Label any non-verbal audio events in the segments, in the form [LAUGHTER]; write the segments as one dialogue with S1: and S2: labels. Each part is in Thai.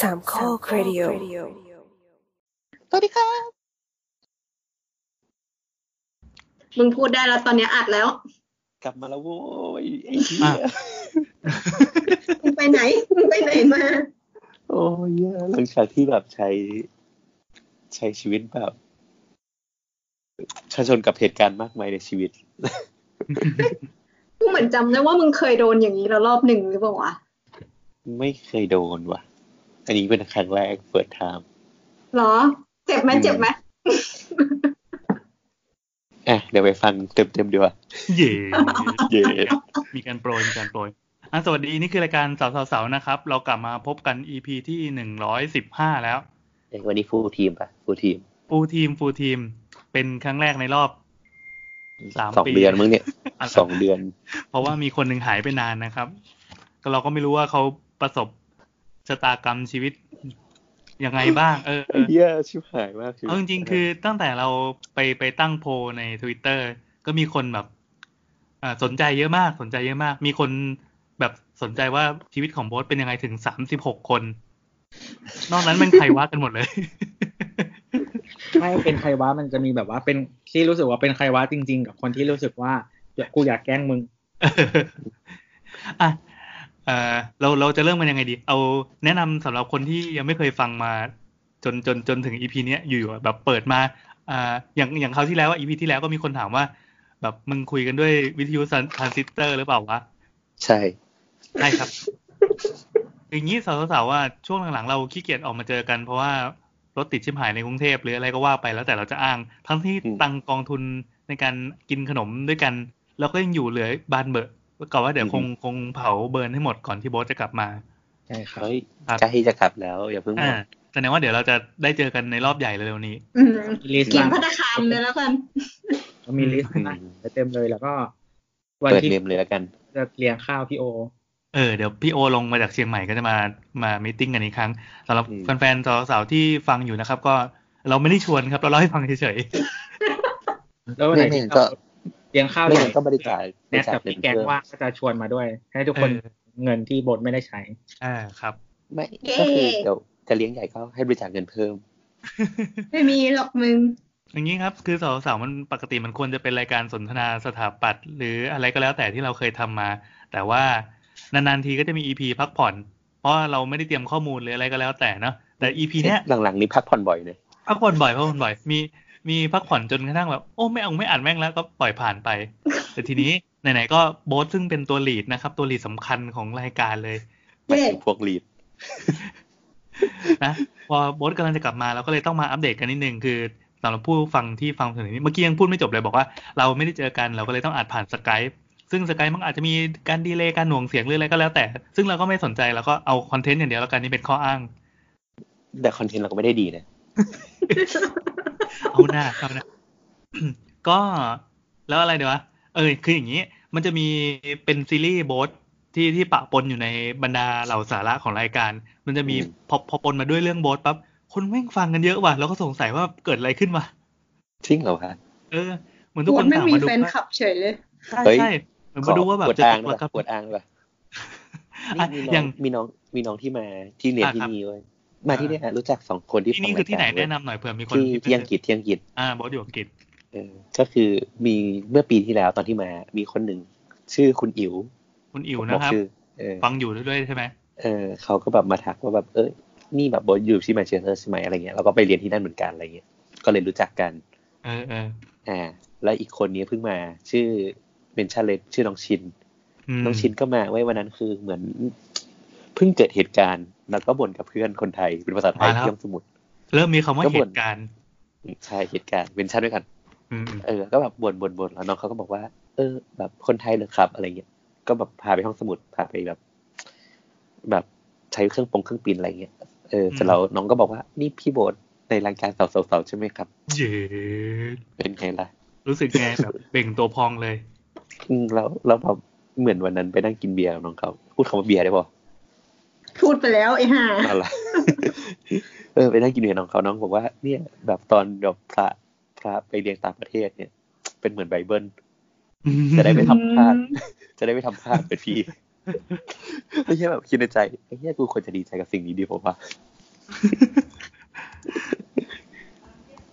S1: สามข้อครดิโอ
S2: [GASPS]
S3: สวัสดีค่ะ
S2: มึงพูดได้แล้วตอนเนี้ยอัดแล้ว
S4: กลับมาแล้วโว้ยไอ้เหี้ย
S2: มึงไปไหน มึงไปไหนมา
S4: โอ้ยเหี้ยหลังจากที่แบบใช้ ใช้ชีวิตแบบชาชนกับเหตุการณ์มากมายในชีวิต
S2: กูเหมือนจำได้ว่ามึงเคยโดนอย่างนี้แล้วรอบหนึ่งหรือเปล่าวะ
S4: ไม่เคยโดนว่ะ อันนี้เป็นครั้งแรกเปิดทาม
S2: เหรอ เจ็บไหมเจ็บไหม
S4: อ่ะเดี๋ยวไปฟังเต็มๆดีกว่า
S5: เย่
S4: เย่
S5: มีการโปรยมีการโปรยอ่ะสวัสดีนี่คือรายการสาวสาวสาวนะครับ เรากลับมาพบกัน EP ที่หนึ่งร้อยสิบห้าแล้ว
S4: เอ้ยวันนี้ฟูลทีมปะฟูลทีม
S5: ฟูทีมฟูทีม เป็นครั้งแรกในรอบ สาม
S4: สอง
S5: ปี
S4: เดือนมึงเนี่ย
S5: อ่ะ
S4: สองเดือน
S5: เพราะว่ามีคนหนึ่งหายไปนานนะครับ ก็เราก็ไม่รู้ว่าเขาประสบชะตากรรมชีวิตยังไงบ้าง เออเอ
S4: ไอ้
S5: อ
S4: เหี้ยชิบหายมาก
S5: เอาจริงๆ คือตั้งแต่เราไปไปตั้งโพลใน Twitter ก็มีคนแบบเอ่อสนใจเยอะมากสนใจเยอะมาก มีคนแบบสนใจว่าชีวิตของโบสเป็นยังไงถึงสามสิบหกคน นอกนั้นมันใครวะกันหมดเลย [LAUGHS]
S6: ไม่เป็นใครวะมันจะมีแบบว่าเป็นที่รู้สึกว่าเป็นใครวะจริง ๆ กับคนที่รู้สึกว่าเดี๋ยวกูอยากแกล้งมึง
S5: อ่ะเออเราเราจะเริ่มกันยังไงดี เอาแนะนำสำหรับคนที่ยังไม่เคยฟังมา จนจนจนถึงอีพีเนี้ยอยู่ๆอะแบบเปิดมาอ่าอย่างอย่างคราวที่แล้วอีพีที่แล้วก็มีคนถามว่า แบบมึงคุยกันด้วยวิทยุทรานซิสเตอร์หรือเปล่าวะ
S4: ใช่
S5: ใช่ครับ อย่างนี้สาวๆว่าช่วงหลังๆ เราขี้เกียจออกมาเจอกัน เพราะว่ารถติดชิบหายในกรุงเทพหรืออะไรก็ว่าไปแล้วแต่เราจะอ้าง ทั้งที่ตังกองทุนในการกินขนมด้วยกัน แล้วก็ยังอยู่เหลือบานเบอะก็ว่าเดี๋ยวคงคงเผาเบิร์นให้หมดก่อนที่โบสจะกลับมา
S6: ใช่ครับ
S4: เฮ้ย
S5: ครับ
S4: ใกล้จะกลับแล้วอย่าเพิ่งหม
S5: อ่า
S4: ด
S5: แสดงว่าเดี๋ยวเราจะได้เจอกันในรอบใหญ่เร็วๆนี้
S2: อืม
S6: มีลิสต์
S2: กิน
S6: ล่าง
S2: พัตตาคามเลยแล้วกัน
S6: ก็มีลิสต์ล่างไปเต็มเลยแล้วก็ วัน
S4: เปิด
S6: ที่
S4: เมมเลยแล้วกัน
S6: จะเลี้ยงข้าวพี่โอ
S5: เออเดี๋ยวพี่โอลงมาจากเชียงใหม่ก็จะมามามีตติ้งกันอีกครั้งสำหรับ
S4: อืม
S5: แฟนๆสาวๆที่ฟังอยู่นะครับ ก็เราไม่ได้ชวนครับเราเล่าให้ฟังเฉย
S6: แล้ววันไหน
S4: ไม่
S6: ที่
S4: เห็นก็
S6: เราเลี้ยงข้าว
S4: ไม่
S6: ใหญ่
S4: งั้นก็บริจาคบ
S6: แน
S4: ริ
S6: ท
S4: จา
S6: กั
S4: ค
S6: บ
S4: เป็น
S6: พี่แกง
S4: เพื่อน
S6: ว่าก็จะชวนมาด้วย ให้ทุก
S5: ๆเอ
S6: คน
S5: อ
S6: เงินที่โบทไม่ได้ใช้
S5: อ่าครับ
S4: ไม่
S2: เย้
S4: ก็คือเดี๋ยวจะเลี้ยงใหญ่ก็ให้บริจาคเงินเพิ่ม
S2: ไม่มีหรอกมึง
S5: อย่างนี้ครับ คือสาวสาวมันปกติมันควรจะเป็นรายการสนทนาสถาปัตย์หรืออะไรก็แล้วแต่ที่เราเคยทำมา แต่ว่านานๆทีก็จะมีอีพีพักผ่อน เพราะเราไม่ได้เตรียมข้อมูลหรืออะไรก็แล้วแต่เนาะแต่อีพีเนี้ย
S4: หลังๆนี้พักผ่อนบ่อยเนี่ย
S5: พักผ่อนบ่อยพักผ่อนบ่อยมีมีพักผ่อนจนกระทั่งแบบโอ้ไม่เอาไม่อ่านแม่งแล้วก็ปล่อยผ่านไป แต่ทีนี้ไหนๆก็โบสซึ่งเป็นตัวลีดนะครับ ตัวลีดสำคัญของรายการเลย
S4: หมายถึงพวกลีด
S5: นะพอโบทกำลังจะกลับมาเราก็เลยต้องมาอัปเดตกันนิดนึงคือสำหรับผู้ฟังที่ฟังถึงนี้เมื่อกี้ยังพูดไม่จบเลยบอกว่าเราไม่ได้เจอกันเราก็เลยต้องอัดผ่านสกายซึ่งสกายมันอาจจะมีการดีเลย์การหน่วงเสียงหรืออะไรก็แล้วแต่ ซึ่งเราก็ไม่สนใจเราก็เอาคอนเทนต์อย่างเดียวแล้วกันนี่เป็นข้ออ้าง
S4: แต่คอนเทนต์เราก็ไม่ได้ดีนะ
S5: เอาหน้าเอาห [COUGHS] น้า ก็แล้วอะไรเดี๋ยววะเออคืออย่างนี้ มันจะมีเป็นซีรีส์โบสที่ที่ปะปนอยู่ในบรรดาเหล่าสาระของรายการ มันจะมี
S4: อืม
S5: พอพอปนมาด้วยเรื่องโบสปั๊บคนแม่งฟังกันเยอะว่ะแล้วก็สงสัยว่าเกิดอะไรขึ้นวะ
S4: จริงเหรอฮะ
S5: เออเหมือนทุ
S2: ทุ
S5: ก
S2: ก
S5: ค
S2: คนนไม่
S5: ต่าง
S2: มี
S5: มาดู
S2: แฟน
S5: ว่า
S2: คลับเฉยเลย
S5: ใช่
S4: เฮ้ย
S5: ใช่เหมือนมาดูว่าแบบ
S4: ปวด
S5: จะ
S4: อ้าง
S5: ตก
S4: ด้
S5: ห
S4: ว
S5: ลั
S4: ย
S5: กครับ
S4: ปวดอ้างด้วย
S5: อ่ะ
S4: นี่
S5: อ
S4: มีน้อย่าง งมีน้องมีน้องที่มาที่เนียที่นี่เว้ยมาที่เนี่ยรู้จักสองคนที่
S5: ที่นี่คือที่ไหนแนะนำหน่อยเผื่อมีคน
S4: ที่
S5: ไม่
S4: ที่อังกฤษที่อังกฤษ
S5: อ่าโบสอยู่อังกฤษ
S4: เออก็คือมีเมื่อปีที่แล้วตอนที่มา มีคนหนึ่งชื่อคุณอิ๋ว
S5: คุณอิ๋ว
S4: ผม
S5: นะ
S4: บอก
S5: ครับ
S4: ชื่อเออ
S5: ฟังอยู่ด้วยใช่ไหม
S4: เออเขาก็แบบมาทักว่าแบบเอ้ยนี่แบบโบทอยู่ที่แมนเชสเตอร์ใช่ไหมอะไรเงี้ยเราก็ไปเรียนที่นั่นเหมือนกันอะไรเงี้ยก็เลยรู้จักกัน
S5: เออเออ
S4: อ่าแล้วอีกคนนี้เพิ่งมาชื่อเมนชั่นเลยชื่อน้องชิน
S5: ม
S4: น้องชินก็มาไว้ยวันนั้นคือเหมือนเพิ่งเกิดเหตุการณ์ แล้วก็บ่นกับเพื่อนคนไทยเป็นภาษาไทยเที่ยมสมุด
S5: เริ่มมีคำว่า
S4: ก็บ่น
S5: เหตุการณ์
S4: ใช่เหตุการณ์เมนชั่นด้วยกัน
S5: อืม
S4: เออก็แบบบ่นบ่นบ่นแล้วน้องเขาก็บอกว่า เออ แบบคนไทยเหรอครับ อะไรเงี้ยก็แบบพาไปห้องสมุดพาไปแบบ แบบใช้เครื่องปรุงเครื่องปรินอะไรเงี้ยเออแต่เราน้องก็บอกว่านี่พี่โบทในรายการสาวๆๆใช่ไหมครับ
S5: เย็ด
S4: เป็นไงล่ะ
S5: รู้สึกไงแบบ เบ่งตัวพองเลย
S4: อืมแล้วแล้วแบบเหมือนวันนั้นไปนั่งกินเบียร์กับน้องเขาพูดคำว่าเบียร์ได้ปะ
S2: พูดไปแล้วไอ้ห่า
S4: อะไร [LAUGHS] เออไปนั่งกินเบียร์น้องเขาน้องบอกว่า เนี่ยแบบตอนแบบพระพระไปเรียนต่างประเทศเนี่ย เป็นเหมือนไบเบิล จะได้ไม่ทำพลาด จะได้ไม่ [LAUGHS] ทำพลาดเป็นพี่ ไม่ใช่แบบคิดในใจไอ้เหี้ยกูควรจะดีใจกับสิ่งนี้ดีผมว่า [LAUGHS]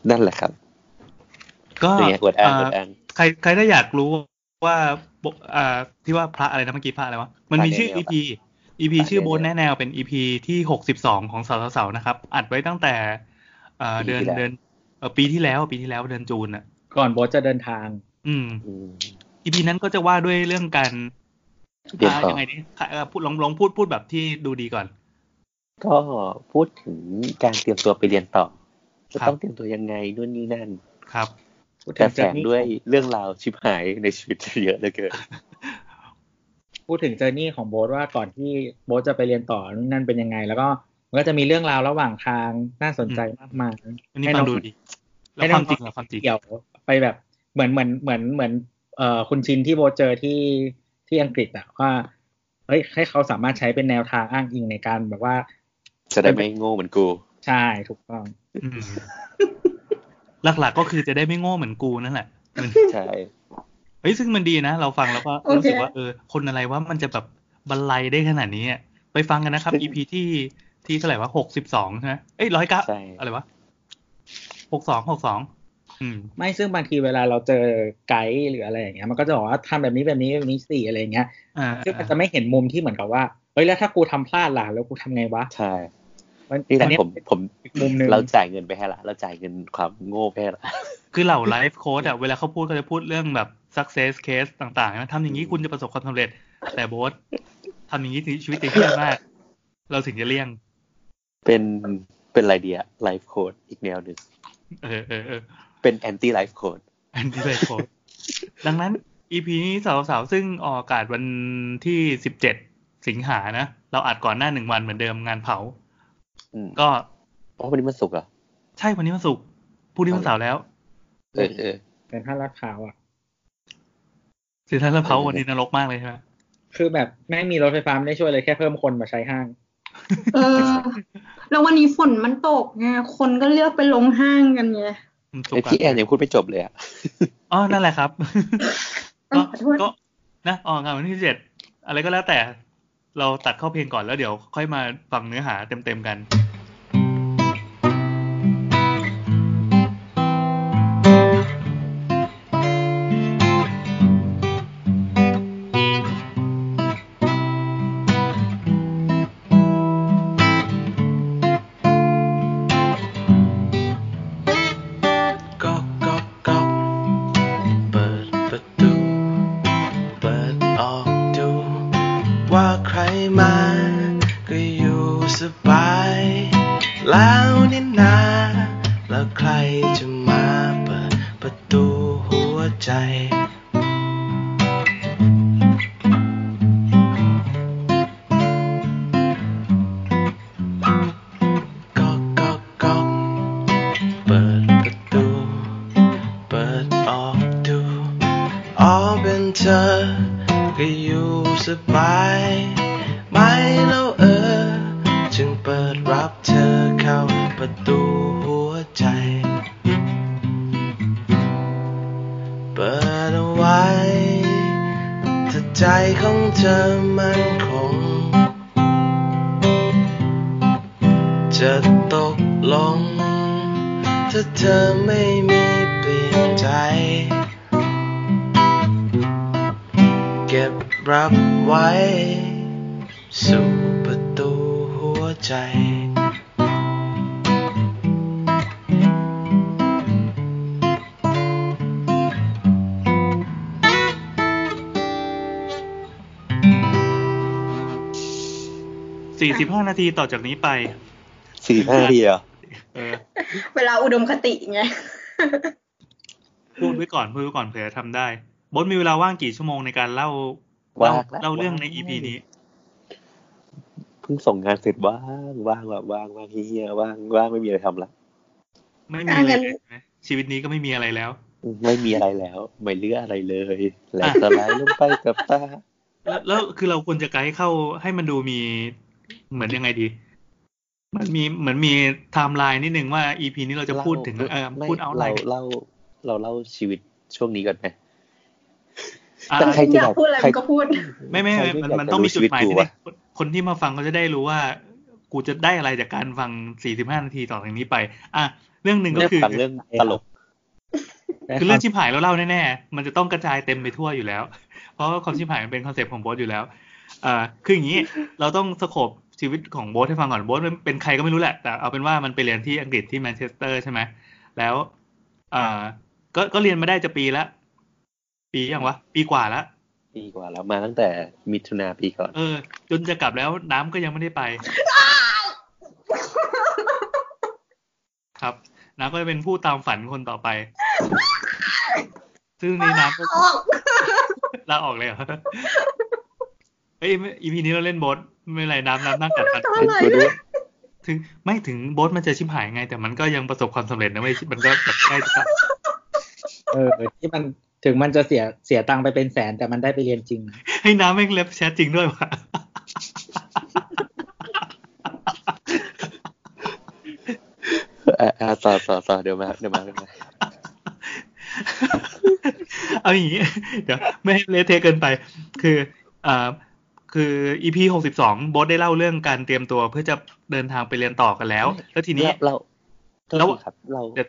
S4: นั่นแหละครับ
S5: ก็
S4: นี่ไงอวดอ้างอวดอ้าง
S5: ใครใครถ้าอยากรู้ว่าบอ่าที่ว่าพระอะไรนะเมื่อกี้พระอะไรวะ มันมีชื่อ
S4: พระแนว
S5: EP EP ชื่อโบนแน่แนวเป็น EP ที่หกสิบสองของสาวสาวๆนะครับ อัดไว้ตั้งแต่เอ่อ
S4: ปี
S5: เดือน
S4: ที่แล้ว
S5: เดือนเอ่อปีที่แล้วปีที่แล้วเดือนจูนอ่ะ
S6: ก่อนโบทจะเดินทาง
S5: อืม
S4: อืม
S5: อีพีนั้นก็จะว่าด้วยเรื่องการ
S4: เรียนต่อ
S5: ยังไงดีเอ่อพูดลองลองพูดพูดแบบที่ดูดีก่อน
S4: ก็พูดถึงการเตรียมตัวไปเรียนต่อ จะ
S5: ครับ
S4: ต้องเตรียมตัวยังไงนู่นนี่นั่น
S5: ครับ
S6: พูดถึ
S4: แต่
S6: ง
S4: แฝ
S6: เจอง ร์นี่
S4: ด้วยเรื่องราวชิบหายในชีวิตเยอะเหลือเกิน
S6: พูดถึงเจอร์นี่ของโบทว่าก่อนที่โบทจะไปเรียนต่อนู่นนั่นเป็นยังไง แล้วก็มันก็จะมีเรื่องราวระหว่างทางน่าสนใจมากมาย
S5: อันนี้
S6: ให้
S5: ฟั
S6: น้อง ง
S5: ดูดี แล้วความจริงเหรอความจริง
S6: เกี่ยวไปแบบเหมือนเหมือนเหมือนเหมือนเอ่อคุณชินที่โบทเจอที่ที่อังกฤษอะว่าเฮ้ยให้เขาสามารถใช้เป็นแนวทางอ้างอิงในการแบบว่า
S4: จะได้ไม่โง่เหมือนกู
S6: ใช่ถูกต้อง
S5: อืมหลักๆก็คือจะได้ไม่โง่เหมือนกูนั่นแห
S4: [LAUGHS]
S5: ละมัน
S4: ใช่
S5: เฮ้ยซึ่งมันดีนะ เราฟังแล้วก็
S2: โอเค
S5: รู้สึกว่าเออ คนอะไรว่ามันจะแบบบรรลัยได้ขนาดนี้อะไปฟังกันนะครับ EP ที่ที่เท่าไหร่วะหกสิบสองใช่ไหมเอ้ยร้อยเก้า
S4: ใช่
S5: อะไรวะหกสองหกสองอืม
S6: ไม่ซึ่งบางทีเวลาเราเจอไกด์หรืออะไรอย่างเงี้ยมันก็จะบอกว่าทำแบบนี้แบบนี้แบบนี้สิอะไรอย่างเงี้ย
S5: อ่า
S6: ซึ่งมันจะไม่เห็นมุมที่เหมือนกับว่าเฮ้ยแล้วถ้ากูทำพลาดล่ะแล้วกูทำไงวะ
S4: ใช่
S6: มัน
S4: นี่แห
S6: อั
S4: ละ
S6: นเนี้ย
S4: ผมผม
S6: อีกมุมหนึ่ง
S4: เราจ่ายเงินไปให้ละ เราจ่ายเงินความโง่ไปให้ละ
S5: คือเหล่าไลฟ์โค้ดอะเวลาเขาพูดก็จะพูดเรื่องแบบ success case ต่างๆนะทำอย่างนี้คุณจะประสบความสำเร็จ แต่โบสทำอย่างนี้ชีวิตจะเฮี้ยมาก เราถึงจะเลี่ยง
S4: เป็นเป็นอะไรเดียไลฟ์โค้ดอีกแนวหนึ่ง
S5: เออเออเออ
S4: เป็นแอนตี้ไลฟ์โค้ด
S5: อันที่ไลฟ์โค้
S2: [LAUGHS]
S5: ดดังนั้น EP นี้สาวๆ ซึ่งออกอากาศวันที่ 17 สิงหานะ เราอัดก่อนหน้าหนึ่งวันเหมือนเดิมงานเผา ก็
S4: เพราะวันนี้มันสุกร์เหรอ
S5: ใช่วันนี้วันศุกร์พรุ่งนี้วันเสาร์แล้ว
S4: เออเออ
S6: เป็นพลาดรักขาวอ่ะ
S5: สินทรัพย์เผาวันนี้นรกมากเลยใช่ไหม
S6: คือแบบไม่มีรถไฟฟ้าไม่ได้ช่วยเลยแค่เพิ่มคนมาใช้ห้าง
S2: เออ แล้ววันนี้ฝนมันตกไงคนก็เลือกไปลงห้างกันไง
S4: ไอพี่แอนยังพูดไม่จบเลยอ่ะ
S5: อ๋อ นั่นแหละครับ
S2: [LAUGHS] ต้องขอ
S5: ก็
S2: โทษ
S5: ก็ นะออกงานวันที่เจ็ด อะไรก็แล้วแต่ เราตัดเข้าเพลงก่อนแล้วเดี๋ยวค่อยมาฟังเนื้อหาเต็มๆกัน
S1: ก๊อกก๊อกก๊อกเปิดประตูเปิดออกดู ว่าใครมาก็อยู่สบาย แล้วนี่นาแล้วใครจะมาเปิดประตูหัวใจ ก๊อกก๊อกก๊อก เปิดประตู เปิดออกดูอ๋อเป็นเธอ ก็อยู่สบายไหม่แล้วเออ จึงเปิดรับเธอเข้าประตูหัวใจ เปิดเอาไว้ถ้าใจของเธอมันคง จะตกลง ถ้าเธอไม่มีเปลี่ยนใจ เก็บรับไว้ สู่ประตูหัวใจ
S5: 45 นาทีต่อจากนี้ไป
S4: สี่ห้าเดียว
S5: เออ
S2: เวลาอุดมคติไง
S5: พูดไว้ก่อนพูดไว้ก่อนเผื่อทำได้บดมีเวลาว่างกี่ชั่วโมงในการเล่า
S4: ว่า
S5: เล่า
S4: แล้ว
S5: เล่าเรื่องใน EP นี้
S4: เพิ่งส่งงานเสร็จว่างว่างว่างว่างว่างเฮียว่างว่างไม่มีอะไรทำละ
S5: ไม่มีอะไร
S2: อ่ะงั้น
S5: เลยนะชีวิตนี้ก็ไม่มีอะไรแล้ว
S4: ไม่มีอะไรแล้ว ไม่เหลืออะไรเลยแหลกสลายลงไปกับตา
S5: แล้วแล้วคือเราควรจะไกด์เข้าให้มันดูมีเหมือนยังไงดี มันมีเหมือนมีไทม์ไลน์นิดนึงว่า EP นี้เราจะพูดถึงเออ
S4: ไม่
S5: พูดเอาไลน์
S4: เราเล่าเราเล่าชีวิตช่วงนี้ก่อนไหม
S5: อ่ะ
S4: แต่ใคร
S2: อ
S4: จะ
S2: ยากพูดอะไร
S4: ใคร
S2: มันก็พูด
S5: ไม่ไม่
S4: ใคร
S5: ไม่
S4: ไม่
S5: มัน
S4: อยาก
S5: มัน
S4: จะ
S5: ต้อง
S4: รู้
S5: มี
S4: ชี
S5: จุด
S4: วิต
S5: หมาย
S4: กู
S5: ที่
S4: วะ
S5: คนที่มาฟังก็จะได้รู้ว่า กูจะได้อะไรจากการฟัง 45 นาทีต่อจากนี้ไป อ่ะ เรื่องหนึ่งก็
S4: เลือก
S5: คือ
S4: ฟังเรื่องตลก
S5: คือเรื่องชิบหายแล้วเล่าแน่ๆ มันจะต้องกระจายเต็มไปทั่วอยู่แล้ว [LAUGHS] เพราะว่าความชิบหายมันเป็นคอนเซปต์ของโบสอยู่แล้ว อ่า คืออย่างนี้ เราต้องสโคบชีวิตของโบสให้ฟังก่อน โบสเป็นใครก็ไม่รู้แหละ แต่เอาเป็นว่ามันไปเรียนที่อังกฤษที่แมนเชสเตอร์ใช่ไหม แล้ว อ่า ก็ ก็เรียนมาได้จะปีละ ปียังวะ ปีกว่าละ
S4: ปีกว่าแล้วมาตั้งแต่มิถุนาปีก่อน
S5: เออ จนจะกลับแล้วน้ำก็ยังไม่ได้ไป [LAUGHS] ครับ น้ำก็จะเป็นผู้ตามฝันคนต่อไป ซึ่งนี่น้ำก็
S2: ออก
S5: ลาออกเลยเหรอ เฮ้ยอีพีนี้เราเล่นโบสไม่เป็นไรน้ำน้ำนั่งกัดฟัน
S2: ตอนไหน
S4: กูดู
S2: เนี่ย
S5: ถึงไม่ถึงโบสมันจะชิมหายไง แต่มันก็ยังประสบความสำเร็จนะไม่มันก็แบบได้จะ
S6: เออที่มันถึงมันจะเสียเสียตังค์ไปเป็นแสนแต่มันได้ไปเรียนจริงนะ
S5: ให้น้ำแม่งเล็บแชทจริงด้วยว่ะ [LAUGHS]
S4: อ่ะอ่ะต่อต่อต่อเดี๋ยวมาเดี๋ยวมาเดี๋ยวมา
S5: เอาอย่างนี้ [LAUGHS] เดี๋ยวไม่ให้เละเทะเกินไป คืออ่าคืออีพีหกสิบสองโบสได้เล่าเรื่องการเตรียมตัวเพื่อจะเดินทางไปเรียนต่อกันแล้ว แล้วทีนี้
S4: เรา
S5: แล้
S4: เรา
S5: ว
S4: โทษทีครับ เรา
S5: เดี๋ยว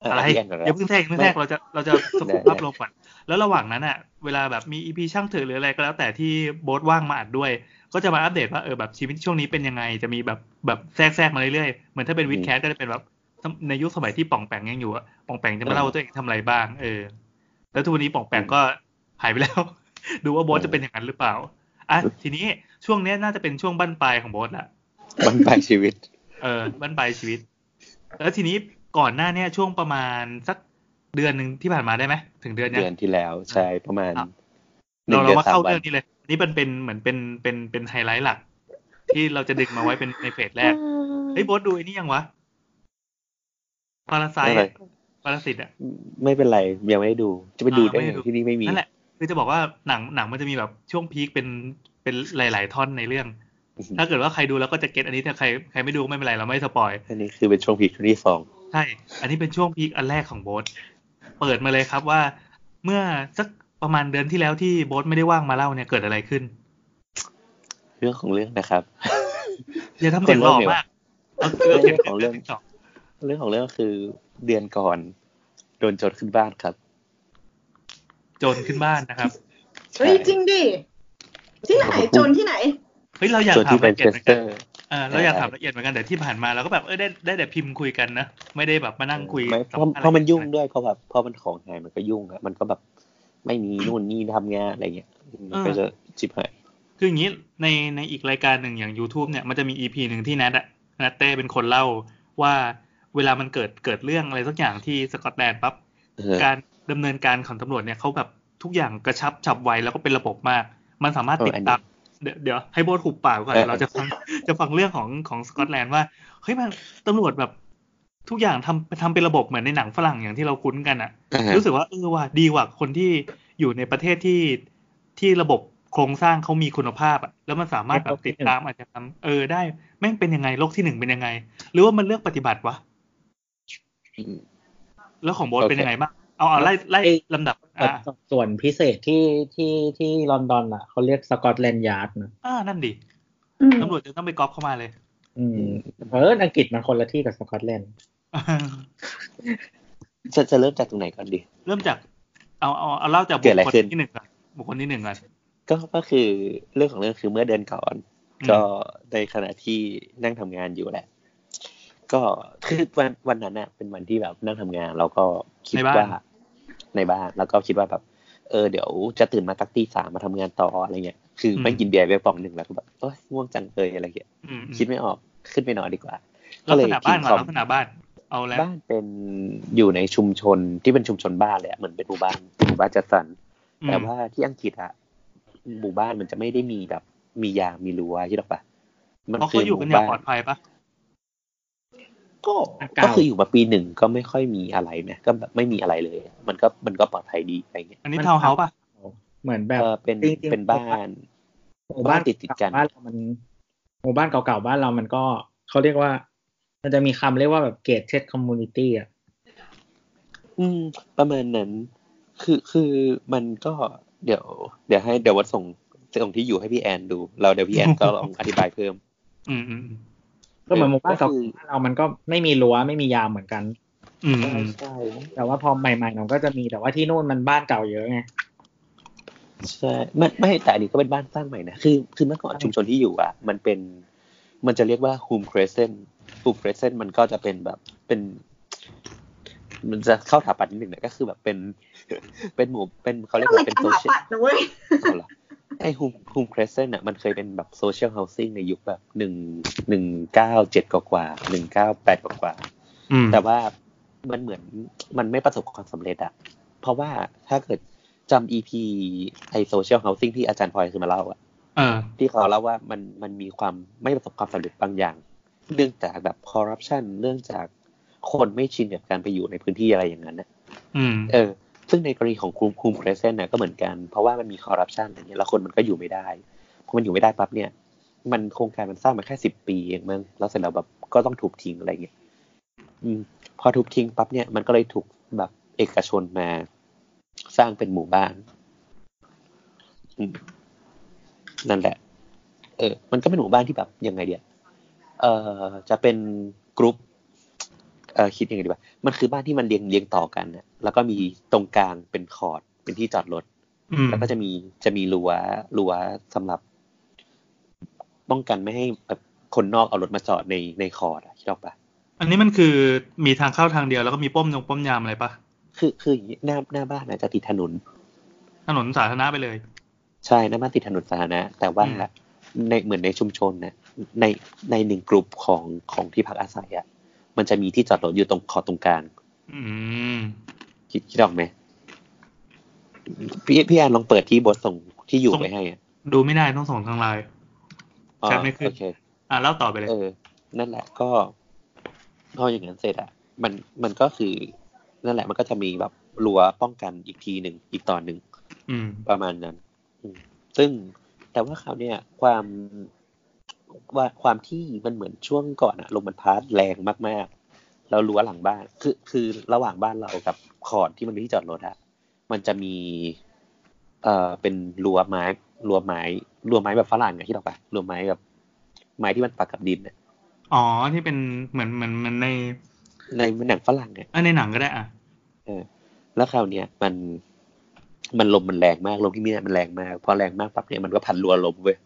S4: เอ่อ
S5: อะไร
S4: พี่แนก่น
S5: อย่า
S4: นะ
S5: เพิ่งแทรกอย่าเพิ่งแทรก
S4: ไม่
S5: เราจะเราจะสรุปภาพรวมก่อนแล้วระหว่างนั้นอ่ะ เวลาแบบมีอีพีช่างเถือะหรืออะไรก็แล้วแต่ที่โบสว่างมาอัดด้วย ก็จะมาอัปเดตว่าเออแบบชีวิตช่วงนี้เป็นยังไง จะมีแบบแบบแทรกแทรกมาเรื่อยๆเหมือนถ้าเป็นวิดแคสก็จะเป็นแบบในยุคสมัยที่ป่องแปงยังอยู่อะป่องแปงจะมาเล่าว่าตัวเองทำอะไรบ้าง เออ แล้วทุกวันนี้ป่องแปงก็หายไปแล้ว [LAUGHS] ดูว่าโบสจะเป็นอย่างนั้นหรือเปล่าอ่ะทีนี้ช่วงเนี้ยน่าจะเป็นช่วงบั้นปลายของโบสละ
S4: บันปลายชีวิต
S5: เออบั้นปลายชีวิต แล้วทีนี้ก่อนหน้าเนี่ยช่วงประมาณสักเดือนหนึ่งที่ผ่านมาได้ไหมถึงเดือนเนี้
S4: เดื
S5: ย
S4: อนที่แล้วใช่ประมาณ
S5: ครับ
S4: หนึ่
S5: เรา
S4: งเดื
S5: เรา
S4: อน
S5: มา
S4: สา
S5: เข้าม
S4: วั
S5: เรื่
S4: น
S5: องนี้เลยนี่มันเป็นเหมือนเป็นเป็นเป็นไฮไลท์หลัก ที่เราจะดึงมาไว้เป็นในเฟสแรกเฮ้ยโบอสดูไอ้นี่ยังวะปาราไซ
S4: ไม่เป็นไร
S5: ปาราสิตอ่ะ
S4: ไม่เป็นไรยังไม่ได้ดูจะไปดู
S5: อ่าไม่
S4: ได้ไง
S5: ได้ดู
S4: ที่นี่ไม่มี
S5: นั่นแหละคือจะบอกว่าหนังหนังมันจะมีแบบช่วงพีคเป็นเป็นหลาย ๆ ท่อนในเรื่อง ถ้าเกิดว่าใครดูแล้วก็จะเก็ตอันนี้ถ้าใครใครไม่ดูก็ไม่เป็นไรเราไม่สปอย
S4: อันนี้คือเป็นช่วงพีคช่วงที่สอง
S5: ใช่ อันนี้เป็นช่วงพีคอันแรกของโบทเปิดมาเลยครับว่า เมื่อสักประมาณเดือนที่แล้วที่โบทไม่ได้ว่างมาเล่าเนี่ยเกิดอะไรขึ้น
S4: เรื่องของเรื่องนะครับ
S5: อย่าทำเสียงหล่อมากเอาเรื่องเสียงของเรื่องที่สอง
S4: เรื่องของเรื่องคือเดือนก่อนโดนโจรขึ้นบ้านครับ
S5: โจรขึ้นบ้านนะครับ
S2: เฮ้ยจริงดิที่ไหนโจรที่ไหน
S5: เฮ้ยเราอยาก
S4: โจร
S5: ถาม
S4: ที่เป็
S5: ละ
S4: น
S5: เอีย
S4: เช
S5: ด
S4: ส
S5: เหมือน
S4: เต
S5: กั
S4: อน ร์
S5: เออเราอยากถามละเอียดเหมือนกันแต่ที่ผ่านมาเราก็แบบเออได้ได้แต่พิมพ์คุยกันนะไม่ได้แบบมานั่งคุย
S4: ไม่
S5: สั
S4: เพราะ
S5: ภษณ์
S4: เพราะมันยุ่ง
S5: อไกั
S4: ด้วยเพราะแบบเพราะมันของหายมันก็ยุ่งอะมันก็แบบไม่มีนู่นนี่ทำงานอะไรเงี้ยมันก็จะจิบหาย
S5: คืออย่างนี้ในในอีกรายการหนึ่งอย่าง YouTube เนี่ยมันจะมี EP หนึ่งที่นัดอะนัดเต้เป็นคนเล่าว่าเวลามันเกิดเกิดเรื่องอะไรสักอย่างที่สกอตแลนด์ปั๊บ
S4: เออ
S5: การดำเนินการของตำรวจเนี่ยเขาแบบทุกอย่างกระชับฉับไวแล้วก็เป็นระบบมาก มันสามารถ
S4: เออ
S5: ติด
S4: อันนี้
S5: ตามเดี๋ยวเดี๋ยวให้โบสหุบปากก่อน
S4: เออ
S5: เดี๋ยวเราจะฟังจะฟังเรื่องของของสกอตแลนด์ว่าเฮ้ยมันตำรวจแบบ ทุกอย่างทำทำเป็นระบบเหมือนในหนังฝรั่งอย่างที่เราคุ้นกันอะ
S4: อ่าฮะ
S5: รู้สึกว่าเออว่ะดีกว่าคนที่อยู่ในประเทศที่ที่ระบบโครงสร้างเขามีคุณภาพอะแล้วมันสามารถแบบติดตามอาจจะทำเออได้แม่งเป็นยังไงโลกที่หนึ่งเป็นยังไง หรือว่ามันเลือกปฏิบัติวะ
S4: อืม
S5: แล้วของโบส
S4: โอเค
S5: เป็นยังไงบ้างเอาเอาไล่ไล่ลำดับอ่ะ
S6: ส่วนพิเศษที่ที่ที่ลอนดอนอ่ะเขาเรียกสกอตแลนด์ยาร์ดนะ
S5: อ่านั่นดิ
S2: อืม
S5: ตำรวจจะต้องไปก๊อปเข้ามาเลย [LAUGHS]
S6: อืมเอออังกฤษมันคนละที่กับสกอตแลนด์
S4: จะจะเริ่มจากตรงไหนก่อนดี
S5: เริ่มจากเอาเอาเอาเล่าจากบุ
S4: เกิ
S5: ค
S4: ดอะไร
S5: คล
S4: ขึ้น
S5: ที่หนึ่งก่อนบุคคลที่หนึ่งก่อน
S4: ก็ก็คือเรื่องของเรื่องคือเมื่อเดือนก่อน
S5: อืม
S4: ก็ในขณะที่นั่งทำงานอยู่แหละ ก็คือวันวันนั้นน่ะ เป็นวันที่แบบนั่งทำงานแล้วก็คิดว่าในบ้านแล้วก็คิดว่าแบบ เออเดี๋ยวจะตื่นมาตักตีสามมาทำงานต่ออะไรเงี้ยคือไม่กินเบียร์ไปกระป๋องหนึ่งแล้วก็แบบโอ๊ยง่วงจังเลยอะไรเงี้ย
S5: อืม
S4: คิดไม่ออกขึ้นไปนอนดีกว่า
S5: ลักษณะบ้านก่อน
S4: ก็เลยคิดคอม
S5: ลักษณะบ้าน เอาแล้ว
S4: บ้านเป็นอยู่ในชุมชนที่เป็นชุมชนบ้านเลยอะเหมือนเป็นหมู่บ้านหมู่บ้านจัดสรร
S5: อืม
S4: แต่ว่าที่อังกฤษอะหมู่บ้านมันจะไม่ได้มีแบบมียามมีรั้วใช่หรอปะมัน
S5: เพราะ
S4: คื
S5: เขา
S4: อ
S5: อ
S4: ห
S5: ยู่
S4: มู่
S5: กันอย่าง
S4: บ้า
S5: ปลอน ดภัยปะ
S4: ก็
S6: เก่า
S4: ก็คืออยู่มาปีหนึ่งก็ไม่ค่อยมีอะไรนะก็แบบไม่มีอะไรเลย มันก็มันก็ปลอดภัยดีอะไรเงี้ย
S5: อันนี้ทาวน์เฮาส์ปะ
S6: เหมือนแบบ
S4: เออเป็น
S6: จริงๆ
S4: เป็นบ้าน
S6: หมู่บ้าน
S4: บ้านติดติดกัน
S6: บ้านเรามันหมู่บ้านเก่าๆบ้านเรามันก็เขาเรียกว่า มันจะมีคำเรียกว่าแบบเกตเชดคอมมูนิตี้อ่ะ
S4: อืม ประมาณนั้น คือคือมันก็เดี๋ยว เดี๋ยวให้เดี๋ยววัดส่งส่งที่อยู่ให้พี่แอนดู เราเดี๋ยวพี่แอนก็ลองอธิบายเพิ่ม
S5: อืมอืมอืม
S6: ก็เหมือนหมู่บ้านเก่าๆบ้านเรามันก็ไม่มีรั้วไม่มียามเหมือนกัน
S5: อืม
S4: ใช่ใช่
S6: แต่ว่าพอใหม่ๆมันก็จะมีแต่ว่าที่นู่นมันบ้านเก่าเยอะไง
S4: ใช่ไม่ไม่แต่อันนี้ก็เป็นบ้านสร้างใหม่นะคือคือเมื่อก่อนชุมชนที่อยู่อ่ะ มันเป็น มันจะเรียกว่า home crescent home crescent มันก็จะเป็นแบบเป็น มันจะเข้าถาปัดนิดหนึ่งนะก็คือแบบเป็น [LAUGHS] เป็นหมู่เป็นเขาเรียก
S2: ทำไม
S4: ว่าเป็น
S2: การ
S4: โซ
S2: หา
S4: เชียล
S2: ปัดนะเว้ย
S4: เอาเหรอไอ้ฮูมฮูมครสเซนอ่ะมันเคยเป็นแบบโซเชียลเฮาสิ่งในยุคแบบหนึ่งหนึ่งเก้าเจ็ดกว่าหนึ่งเก้าแปดกว่า
S5: อืม
S4: ๆแต่ว่ามันเหมือนมันไม่ประสบความสำเร็จอะเพราะว่าถ้าเกิดจำ EP ไอโซเชียลเฮาสิ่งที่อาจารย์พลอยคือมาเล่าอะ
S5: เออ
S4: ที่เขาเล่าว่ามันมันมีความไม่ประสบความสำเร็จบางอย่าง เรื่องจากแบบคอร์รัปชันเรื่องจากคนไม่ชินกับการไปอยู่ในพื้นที่อะไรอย่างนั้นนะ
S5: อืม
S4: เออ ซึ่งในกรณีของคุมคุมเครเซนเนี่ยก็เหมือนกัน เพราะว่ามันมีคอร์รัปชันอย่างเงี้ย แล้วคนมันก็อยู่ไม่ได้ พอมันอยู่ไม่ได้ปั๊บเนี่ย มันโครงการมันสร้างมาแค่สิบปีเองมั้ง แล้วเสร็จแล้วแบบก็ต้องถูกทิ้งอะไรเงี้ย อืม พอถูกทิ้งปั๊บเนี่ยมันก็เลยถูกแบบเอกชนมาสร้างเป็นหมู่บ้าน อืม นั่นแหละ เออ มันก็เป็นหมู่บ้านที่แบบยังไงเดียเออจะเป็นกรุ๊ป เออคิดยังไงดีวะมันคือบ้านที่มันเรียงเรียงต่อกันนะแล้วก็มีตรงกลางเป็นคอร์ดเป็นที่จอดรถ
S5: อืม
S4: แล้วก็จะมีจะมีรั้วรั้วสำหรับ ป้องกันไม่ให้แบบคนนอกเอารถมาจอดในในคอร์ดอะคิดออกปะ
S5: อันนี้มันคือมีทางเข้าทางเดียวแล้วก็มีป้อมยงป้อมยามอะไรปะ
S4: คือคืออย่างงี้หน้าหน้าบ้านนะจะติดถนน
S5: ถนนสาธารณะไปเลย
S4: ใช่หน้าบ้านติดถนนสาธารณะแต่ว่า
S5: อืม
S4: ในเหมือนในชุมชนนะในในหนึ่งกลุ่มของของที่พักอาศัยอะมันจะมีที่จอดรถอยู่ตรงคอร์ดตรงกลาง
S5: อืม
S4: คิดคิดออกไหมพี่พี่แอนลองเปิดที่บทส่งที่อยู่
S5: ส่ง
S4: ไว้ให้อะ
S5: ดูไม่ได้ต้องส่งทางไลน์
S4: อ๋อ
S5: แชทไม่ขึ้น
S4: โอเค
S5: อ่ะเล่าต่อไปเลย
S4: เออ นั่นแหละก็พออย่างนั้นเสร็จอะมันมันก็คือ นั่นแหละ มันก็จะมีแบบรั้วป้องกันอีกทีหนึ่งอีกตอนหนึ่ง
S5: อืม
S4: ประมาณนั้นอืมซึ่งแต่ว่าคราวเนี้ยความว่าความที่มันเหมือนช่วงก่อนอะลมมันพัดแรงมากๆ แล้วรั้วหลังบ้าน คือคือระหว่างบ้านเรากับคอร์ดที่มันมีที่จอดรถอะมันจะมี เอ่อเป็นรั้วไม้รั้วไม้รั้วไม้แบบฝรั่งไงที่เราไปะรั้วไม้แบบไม้ที่มันปักกับดินอะ
S5: อ๋อที่เป็นเหมือนเหมือนเหมันใน
S4: ในหนังฝรั่งเนี่ย
S5: เอ้ยในหนังก็ได้อ่ะ
S4: เออ แล้วคราวเนี้ยมัน มันลมมันแรงมากลมที่มีเนี่ยมันแรงมาก พอแรงมากปั๊บเนี่ยมันก็พันรัวลมเว้ย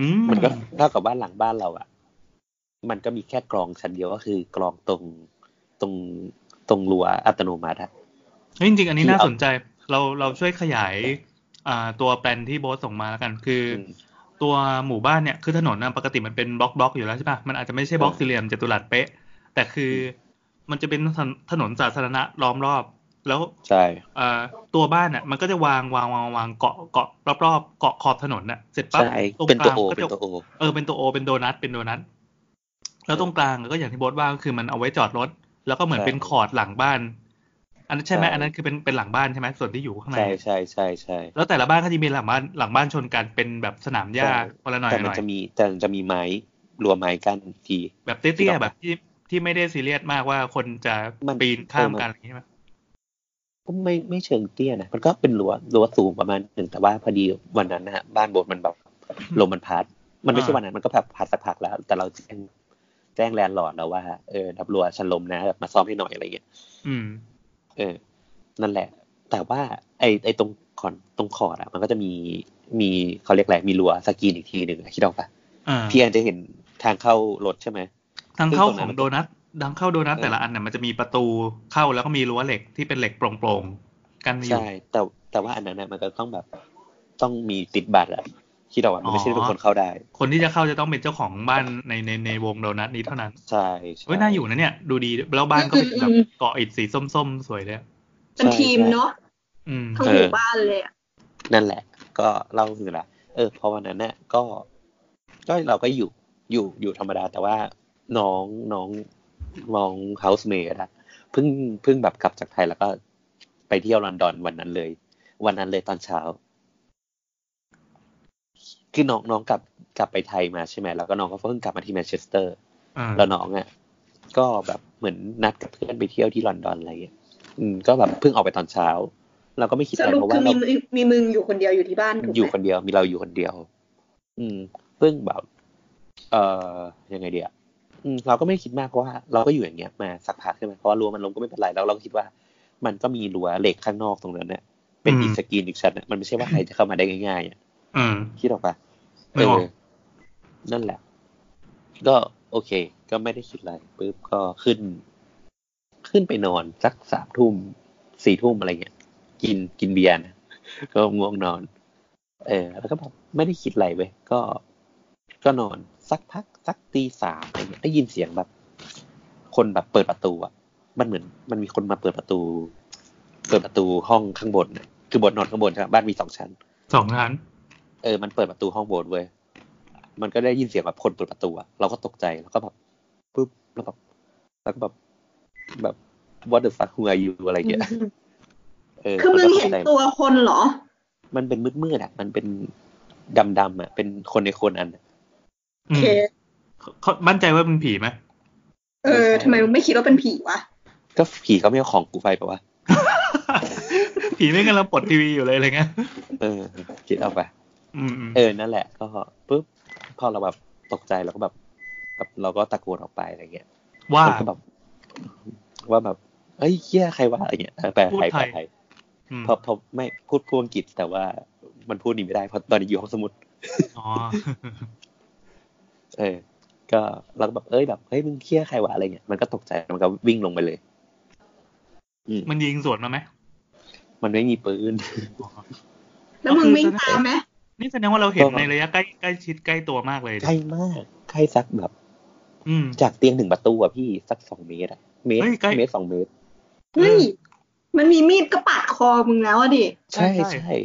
S5: อืม
S4: มันก็ [LAUGHS] เท่ากับว่าหลังบ้านเราอะมันก็มีแค่กรองชั้นเดียวก็คือกรองตรงตรงตรงรั้วอัตโนมัติอะ
S5: เฮ้ยจริงๆอันนี้
S4: ที่
S5: น่า
S4: เอา
S5: สนใจ เราเราช่วยขยาย อ่า ตัวแปลนที่โบสส่งมาแล้วกัน คือ
S4: ม
S5: ตัวหมู่บ้านเนี่ยคือถนนนะปกติมันเป็นบล็อกบล็อกอยู่แล้วใช่ปะมันอาจจะไม่ใช่บล็อก
S4: เออ
S5: สี่เหลี่ยมจัตุรัสเป๊ะ แต่คืออมันจะเป็นถนนถนนสาธารณะล้อมรอบ แล้ว
S4: ใช่
S5: เอ่อตัวบ้านน่ะมันก็จะวางวางวางวางเกาะเกาะรอบๆเกาะขอบถนนน่ะเสร็จปั๊บ
S4: ใช่
S5: ตรง
S4: เป็น
S5: ก
S4: ตัว
S5: ลาง
S4: โอ
S5: ก็
S4: เป็น
S5: จะ
S4: ตัวโอ
S5: เออเป็นตัวโอเป็นโดนัทเป็นโดนัทแล้วตรงกลางก็อย่างที่โบอสว่าก็คือมันเอาไว้จอดรถ แล้วก็เหมือน
S4: ใช่
S5: เป็นคอร์ดหลังบ้าน อันนั้นใช่ไหม
S4: ใช่
S5: อันนั้นคือเป็นเป็นหลังบ้านใช่ไหมส่วนที่อยู่ข้างใน
S4: ใช่ใช่ใช่ใช่
S5: แล้วแต่ละบ้านก็จะมีหลังบ้านหลังบ้านชนกันเป็นแบบสนามหญ้า
S4: ใช่
S5: คนละหน่อย
S4: แต่
S5: ห
S4: มัน
S5: น่อย
S4: จะมีแต่มันจะมีไม้รั้วไม้กั้นอีกที
S5: แบบเตี้ยๆแบบที่ที่ไม่ได้ซีเรียสมากว่าคนจะ
S4: มัน
S5: ปีนข้ามกันอะไรอย่างเงี้ยใช่ไหม
S4: ก็ไม่ไม่เชิงเตี้ยนะมันก็เป็นรั้วรั้วสูงประมาณหนึ่งแต่ว่าพอดีวันนั้นนะฮะบ้านโบสถ์มันแบบลมมันพัดมันไม่ใช่วันนั้นมันก็แบบพัดสักพักแล้ว แต่เราแจ้งแจ้งแลนด์ลอร์ดแล้วว่าเออดับรั้วชันลมนะแบบมาซ่อมให้หน่อยอะไรเงี้ย
S5: อืม
S4: เออนั่นแหละ แต่ว่า ไอไอตรงขอนตรงขอดอะมันก็จะมีมีเขาเรียกอะไรมีรั้วสกรีนอีกทีหนึ่งอะคิดเอาปะ
S5: อ่า
S4: พี่แอนจะเห็นทางเข้ารถใช่ไหม
S5: ทางเข้า
S4: ซึ่งต
S5: ข
S4: รงนั้
S5: อง
S4: น
S5: โดนัททางเข้าโดนัทแต่ละอันเนี่ยมันจะมีประตูเข้าแล้วก็มีรั้วเหล็กที่เป็นเหล็กโปร่งๆกันอยู่
S4: ใช่ แต่แต่ว่าอันนั้นอะมันก็ต้องแบบต้องมีติดบัตรอะคิดเอาอะมันไม่ใช่
S5: อ๋อ
S4: ทุกคนเข้าได้
S5: คนที่จะเข้าจะต้องเป็นเจ้าของบ้านในในในวงโดนัทนี้เท่านั้น
S4: ใช่ใช่
S5: เฮ้ยน่าอยู่นะเนี่ยดูดีแล้วบ้านก็เป็นแบบเกาะอิฐสีส้มๆ สวยเลยอะ
S2: เป็นทีมเนาะ
S5: อืม
S2: ทั้งหมู่บ้านเลยอะ
S4: นั่นแหละ ก็เล่าคือละเออพอวันนั้นเนี่ยก็ ก็เราก็อยู่อยู่อยู่ธรรมดา แต่ว่าน้องน้องน้องเฮาส์เมดอะเพิ่งเพิ่งแบบกลับจากไทยแล้วก็ไปเที่ยวลอนดอนวันนั้นเลย วันนั้นเลยตอนเช้า คือน้องน้องกลับกลับไปไทยมาใช่ไหมแล้วก็น้องก็เพิ่งกลับมาที่แมนเชสเตอร์
S5: อ่า
S4: แล้วน้องอ่ะก็แบบเหมือนนัดกับเพื่อนไปเที่ยวที่ลอนดอนอะไรอย่างเงี้ยอืม ก็แบบเพิ่งออกไปตอนเช้า เราก็ไม่คิด
S2: ส
S4: อะไร
S2: รุป
S4: เพราะ
S2: คือ
S4: ว่าเรา
S2: มีมึงมีมึงอยู่คนเดียวอยู่ที่บ้านถูก
S4: อยู่
S2: ไหม
S4: คนเดียวมีเราอยู่คนเดียว อืม ซึ่งแบบ เอ่อยังไงเดียเราก็ไม่คิดมากเพราะว่า เราก็อยู่อย่างเงี้ยมาสักพักใช่ไหมเพราะว่ารั้วมันล้มก็ไม่เป็นไรแล้วเราก็คิดว่า มันก็มีรั้วเหล็กข้างนอกตรงนั้นเนี่ยเป็นอีกสกรีนอีกชั้นน่ะมันไม่ใช่ว่าใครจะเข้ามาได้ง่ายๆอ่ะ
S5: อืม
S4: คิดออกปะ
S5: ไม่ออก
S4: เออนั่นแหละ ก็โอเค ก็ไม่ได้คิดอะไรปุ๊บก็ขึ้น ขึ้นไปนอนสักสามทุ่มสี่ทุ่มอะไรเงี้ยกินกินเบียร์นะ [LAUGHS] ก็ง่วงนอน เออ แล้วก็แบบไม่ได้คิดอะไรเว้ยก็ ก็นอนสักพักสักตีสามอะไรเงี้ยได้ยินเสียงแบบ คนแบบเปิดประตูอ่ะ มันเหมือน มันมีคนมาเปิดประตู เปิดประตูห้องข้างบนน่ะคือบนนอนข้างบนใช่ไหมบ้านมีสองชั้น
S5: สองชั้น
S4: เออ มันเปิดประตูห้องโบสถ์เว้ย มันก็ได้ยินเสียงแบบคนเปิดประตูอะเราก็ตกใจ แล้วก็แบบปุ๊บ แล้วแบบแล้วก็แบบ แบบ what the fuck who are you อะไรเงี้ย เออ
S2: คือมึงเห็น
S4: ราก็ตกใจ
S2: ตัวคนเหรอ
S4: มันเป็นมืดๆอะมันเป็นดำๆอะเป็นคนในคนอันอะ
S5: อื
S3: โอ
S5: ม
S3: เค
S5: เขามั่นใจว่าเป็นผีไหม [LAUGHS]
S2: เออทำไมมึงไม่คิดว่าเป็นผีวะ
S4: ก็ผีเขาไม่เอาของกูไปปะวะ
S5: ผีไม่กำลังปลดทีวีอยู่เลยอะไรเงี้ย
S4: เออ คิดเอาไป
S5: อืมอืม
S4: เออ นั่นแหละ ก็ปุ๊บ พอเราแบบตกใจเราก็แบบแบบเราก็ตะโกนออกไปอะไรเงี้ย
S5: ว่า
S4: มันก็แบบว่าแบบ เอ้ยเฮียใครวะอะไรเงี้ยเออแปล
S5: พูด
S4: ไทย
S5: ไท
S4: แปล
S5: ย
S4: ไทย
S5: อืม
S4: เพราะเพราะไม่พูดพูดอังกฤษแต่ว่ามันพูดนี่ไม่ได้เพราะตอนนี้อยู่ห้องสมุด
S5: อ๋อ [LAUGHS]
S4: เออ ก็เราก็แบบเอ้ยแบบเฮ้ยมึงเฮียใครวะอะไรเงี้ยมันก็ตกใจมันก็วิ่งลงไปเลย อืม
S5: มันยิงสวนมาไหม
S4: มันไม่มีปืน
S5: อ๋อ
S2: แล้วมึงวิ่งตามไหม
S5: นี่แสดงว่าเราเห็น
S4: ก็
S5: ในระยะใกล้ใกล้ชิดใกล้ตัวมากเลยดิ
S4: ใกล้มากใกล้สักแบบ
S5: อืม
S4: จากเตียงหนึ่งประตูอะพี่สักสองเมตรอะเมตร
S5: เฮ้ยใกล้
S4: เมตรสองเมตร
S2: เฮ้ยมันมีมีดก็ปาดคอมึงแล้วอะดิ
S5: ใช่
S4: ใช่
S5: ใช่
S4: ใช่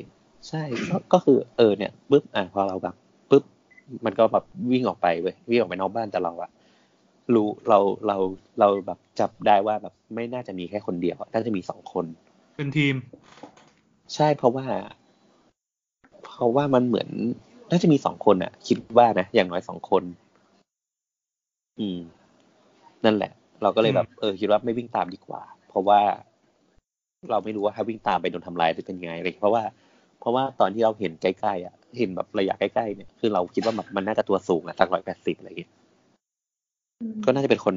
S4: ใช่ก็ก็คือเออเนี่ยปุ๊บอ่ะพอเราแบบปุ๊บมันก็แบบวิ่งออกไปเว้ยวิ่งออกไปนอกบ้านแต่เราอะรู้เราเราเราแบบจับได้ว่าแบบไม่น่าจะมีแค่คนเดียวอะน่าจะมีสองคน
S5: เป็นทีม
S4: ใช่เพราะว่า เพราะว่ามันเหมือน น่าจะมีสองคนอะคิดว่านะอย่างน้อยสองคน อืม นั่นแหละ เราก็เลยแบบ เออคิดว่าไม่วิ่งตามดีกว่า เพราะว่าเราไม่รู้ว่าถ้าวิ่งตามไปโดนทำลายจะเป็นไงอะไรอย่างเงี้ยเพราะว่า เพราะว่าตอนที่เราเห็นใกล้ๆอ่ะเห็นแบบระยะใกล้ๆเนี่ยคือเราคิดว่าแบบมันน่าจะตัวสูงอ่ะสักร้อยแปดสิบอะไรอย่างเงี้ยก็น่าจะเป็นคน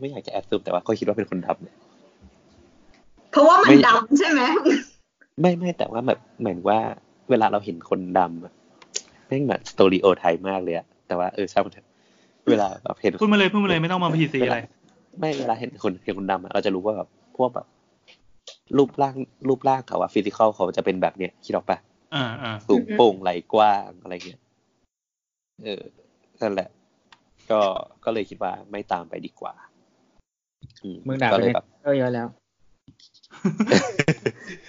S4: ไม่อยากจะแอดซูมแต่ว่าก็คิดว่าเป็นคนดำ
S2: เพราะว่ามั
S4: ไม่
S2: นดำใช่ไหม
S4: ไม่ไม่แต่ว่าแบบเหมือนว่าเวลาเราเห็นคนดำอะแม่งแบบสโตริโอไทยมากเลยอะแต่ว่าเออช่างมันเถอะเวลาแบบเห็น
S5: พูดมาเลยพูดมาเลยไม่ต้องมาพีซีอะไร
S4: ไม่เวลาเห็นคนเห็นคนดำอะเราจะรู้ว่าแบบพวกแบบ รูปร่างรูปร่างเขาอะฟิสิกอลเขาจะเป็นแบบเนี้ยคิดออกปะ
S5: อ่าอ่า
S4: สูง
S2: อืม
S4: โปร่งไหลกว้างอะไรเงี้ยเออนั่นแหละ ก็ก็เลยคิดว่าไม่ตามไปดีกว่า อื
S6: มึงด่า
S4: ก็
S6: ไป
S4: เลย
S6: ใน
S4: แบบ
S6: เยอะแล้ว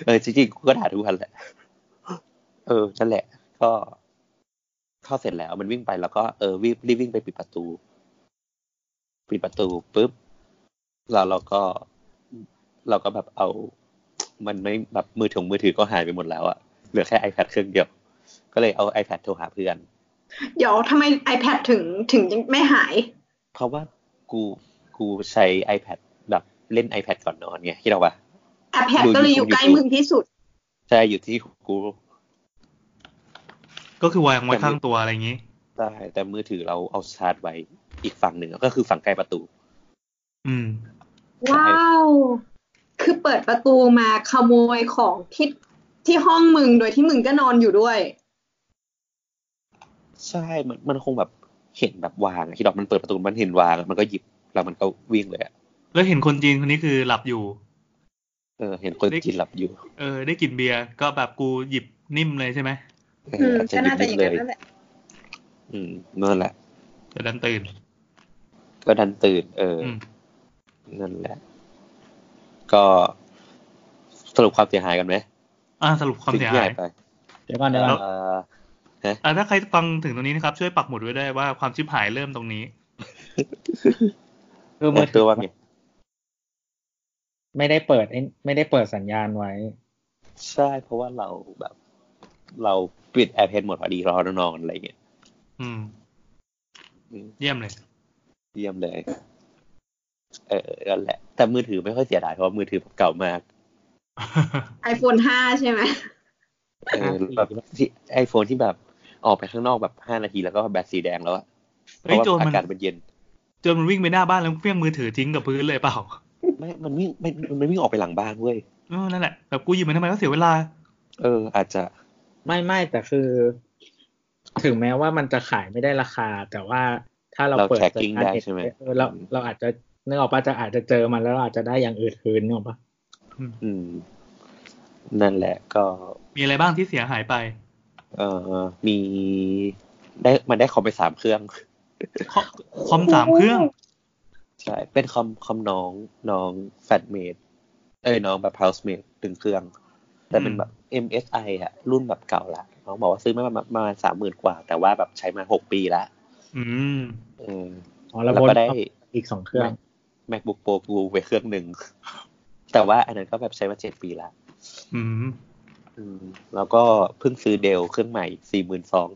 S4: เออจริงๆกูก็ด่าทุกวันแหละ เออนั่นแหละ ก็เข้าเสร็จแล้วมันวิ่งไปแล้วก็เออรีบรีบวิ่งไปปิดประตู ปิดประตูปุ๊บแล้วเราก็เราก็แบบเอา มันไม่แบบมือถงมือถือก็หายไปหมดแล้วอะเหลือแค่ iPad เครื่องเดียว ก็เลยเอา iPad โทรหาเพื่อน
S2: เดี๋ยวทำไม iPad ถึงถึงยังไม่หาย
S4: เพราะว่ากูกูใช้ iPad แบบเล่น iPad ก่อนนอนไงคิดเอาปะ
S2: iPad
S4: ดู
S2: ก็เลยอยู่
S4: YouTube
S2: ใกล้มึงที่สุด
S4: ใช่อยู่ที่กู
S5: ก็คือวางไว้ข้างตัวอะไรอย่างนี้
S4: ใช่แต่มือถือเราเอาชาร์จไว้อีกฝั่งหนึ่งก็คือฝั่งใกล้ประตู
S5: อืม
S2: ว้าว คือเปิดประตูมาขโมยของที่ที่ห้องมึงโดยที่มึงก็นอนอยู่ด้วย
S4: ใช่มันมันคงแบบเห็นแบบวางอะที่ดอกมันเปิดประตูมันเห็นวางอะมันก็หยิบแล้วมันก็วิ่งเลยอะ
S5: แล้วเห็นคนจีนคนนี้คือหลับอยู่
S4: เออ เห็นคนจีนหลับอยู่
S5: เออ ได้กลิ่นเบียร์ก็แบบกูหยิบนิ่มเลยใช่ไหม
S4: เอ
S2: อื
S4: อ
S2: ม
S4: อาจจะ
S2: ก็
S4: หยิ
S2: น่าจะอบย่า
S4: บยิ
S2: ง
S4: เล
S2: นั้นนั่
S4: ย
S2: นแหละ
S4: อืมนั่นแหละ
S5: แต่ดันตื่น
S4: ก็ดันตื่น เอออ
S5: อืม
S4: นั่นแหละ ก็สรุปความเสียหายกันไหม
S5: อ่าสรุปความเสียหาย
S4: สิ่งที่หายไป
S6: เดี๋ยวก่อนเดี๋ยวก่อน
S4: เอ่อ
S5: อ่าถ้าใครฟังถึงตรงนี้นะครับ ช่วยปักหมุดไว้ได้วยว่าความชิบหายเริ่มตรงนี้
S6: คือมือ
S4: ตั
S6: ถื
S4: วว่าไง
S6: ไม่ได้เปิดไอ้ไม่ได้เปิดสัญญาณไว้
S4: ใช่เพราะว่าเราแบบ เราปิดแอร์เพนหมดพอดีเรานอนอะไรเงี้ย
S5: อืม
S4: อืม
S5: เยี่ยม [LAUGHS] เลย
S4: เยี่ยมเลย เออนั่นแหละ แต่มือถือไม่ค่อยเสียดายเพราะว่ามือถือผมเก่ามาก
S2: iPhone 5 ใช่ไหม
S4: เออแบบที่ไอโฟนที่แบบออกไปข้างนอกแบบห้านาทีแล้วก็แบตสีแดงแล้วอะ เพราะว่าอากาศมันเย็น
S5: จนมันวิ่งไปหน้าบ้านแล้วเฟี้ยงมือถือทิ้งกับพื้นเลยเปล่า
S4: ไม่มันวิ่งไม่มันวิ่งออกไปหลังบ้านเว้ย
S5: เออนั่นแหละแบบกูยืมมันทำไมก็เสียเวลา
S4: เออ อาจจะ
S6: ไม่ไม่แต่คือ ถึงแม้ว่ามันจะขายไม่ได้ราคา แต่ว่าถ้าเรา
S4: เรา
S6: เปิด
S4: tracking
S6: จาก
S4: ได้
S6: การเห็น
S4: ใช่ไหม
S6: เออเราเราอาจจะนึกออกปะจะอาจจะเจอมันแล้วเราอาจจะได้อย่างอื่นคืนนึกออกปะ
S4: อืม นั่นแหละก็
S5: มีอะไรบ้างที่เสียหายไป
S4: เออมีได้มันได้คอมไปสามเครื่อง
S5: คอมคอมสามเครื่อง
S4: ใช่ เป็นคอมคอมน้องน้องแฟดเมดเอ้ยน้องแบบ housemate ถึงเครื่อง แต่เป็นแบบ MSI อะรุ่นแบบเก่าละน้องบอกว่าซื้อมาประมาณประมาณสามหมื่นกว่า แต่ว่าแบบใช้มาหกปีละ
S5: อืม
S4: เออ
S6: อ๋อ
S4: แล้
S6: แล้ว วก็
S4: ก็
S6: ได้
S4: ได้
S6: อีกสองเครื่อง
S4: MacBook Pro กูไปเครื่องหนึ่ง แต่ว่าอันนั้นก็แบบใช้มาเจ็ดปีละ
S5: อืม
S4: อืม แล้วก็เพิ่งซื้อเดลเครื่องใหม่สี่หมื่นสอง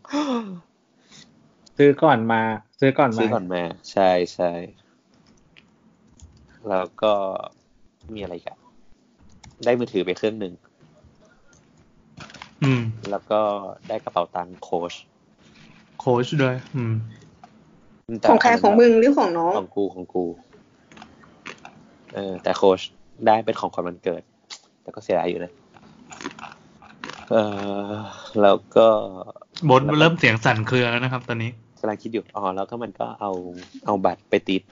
S6: ซื้อก่อนมา ซื้อก่อนมา
S4: ซื้อก่อนมา ใช่ใช่แล้วก็มีอะไรอีกันได้มือถือไปเครื่องหนึ่ง
S5: อืม
S4: แล้วก็ได้กระเป๋าตังค์โค้ช
S5: โค้ชด้วย อืม
S4: แต่
S2: ของใครของมึงหรือของน้อง
S4: ของกูของกู เออ แต่โค้ชได้เป็นของขวัญวันเกิด แต่ก็เสียดายอยู่นะ เออแล้วก็
S5: บดเริ่มเสียงสั่นเครือแล้วนะครับ ตอนนี้
S4: กำลังคิดอยู่อ๋อแล้วก็มันก็เอาเอาบัตรไปติด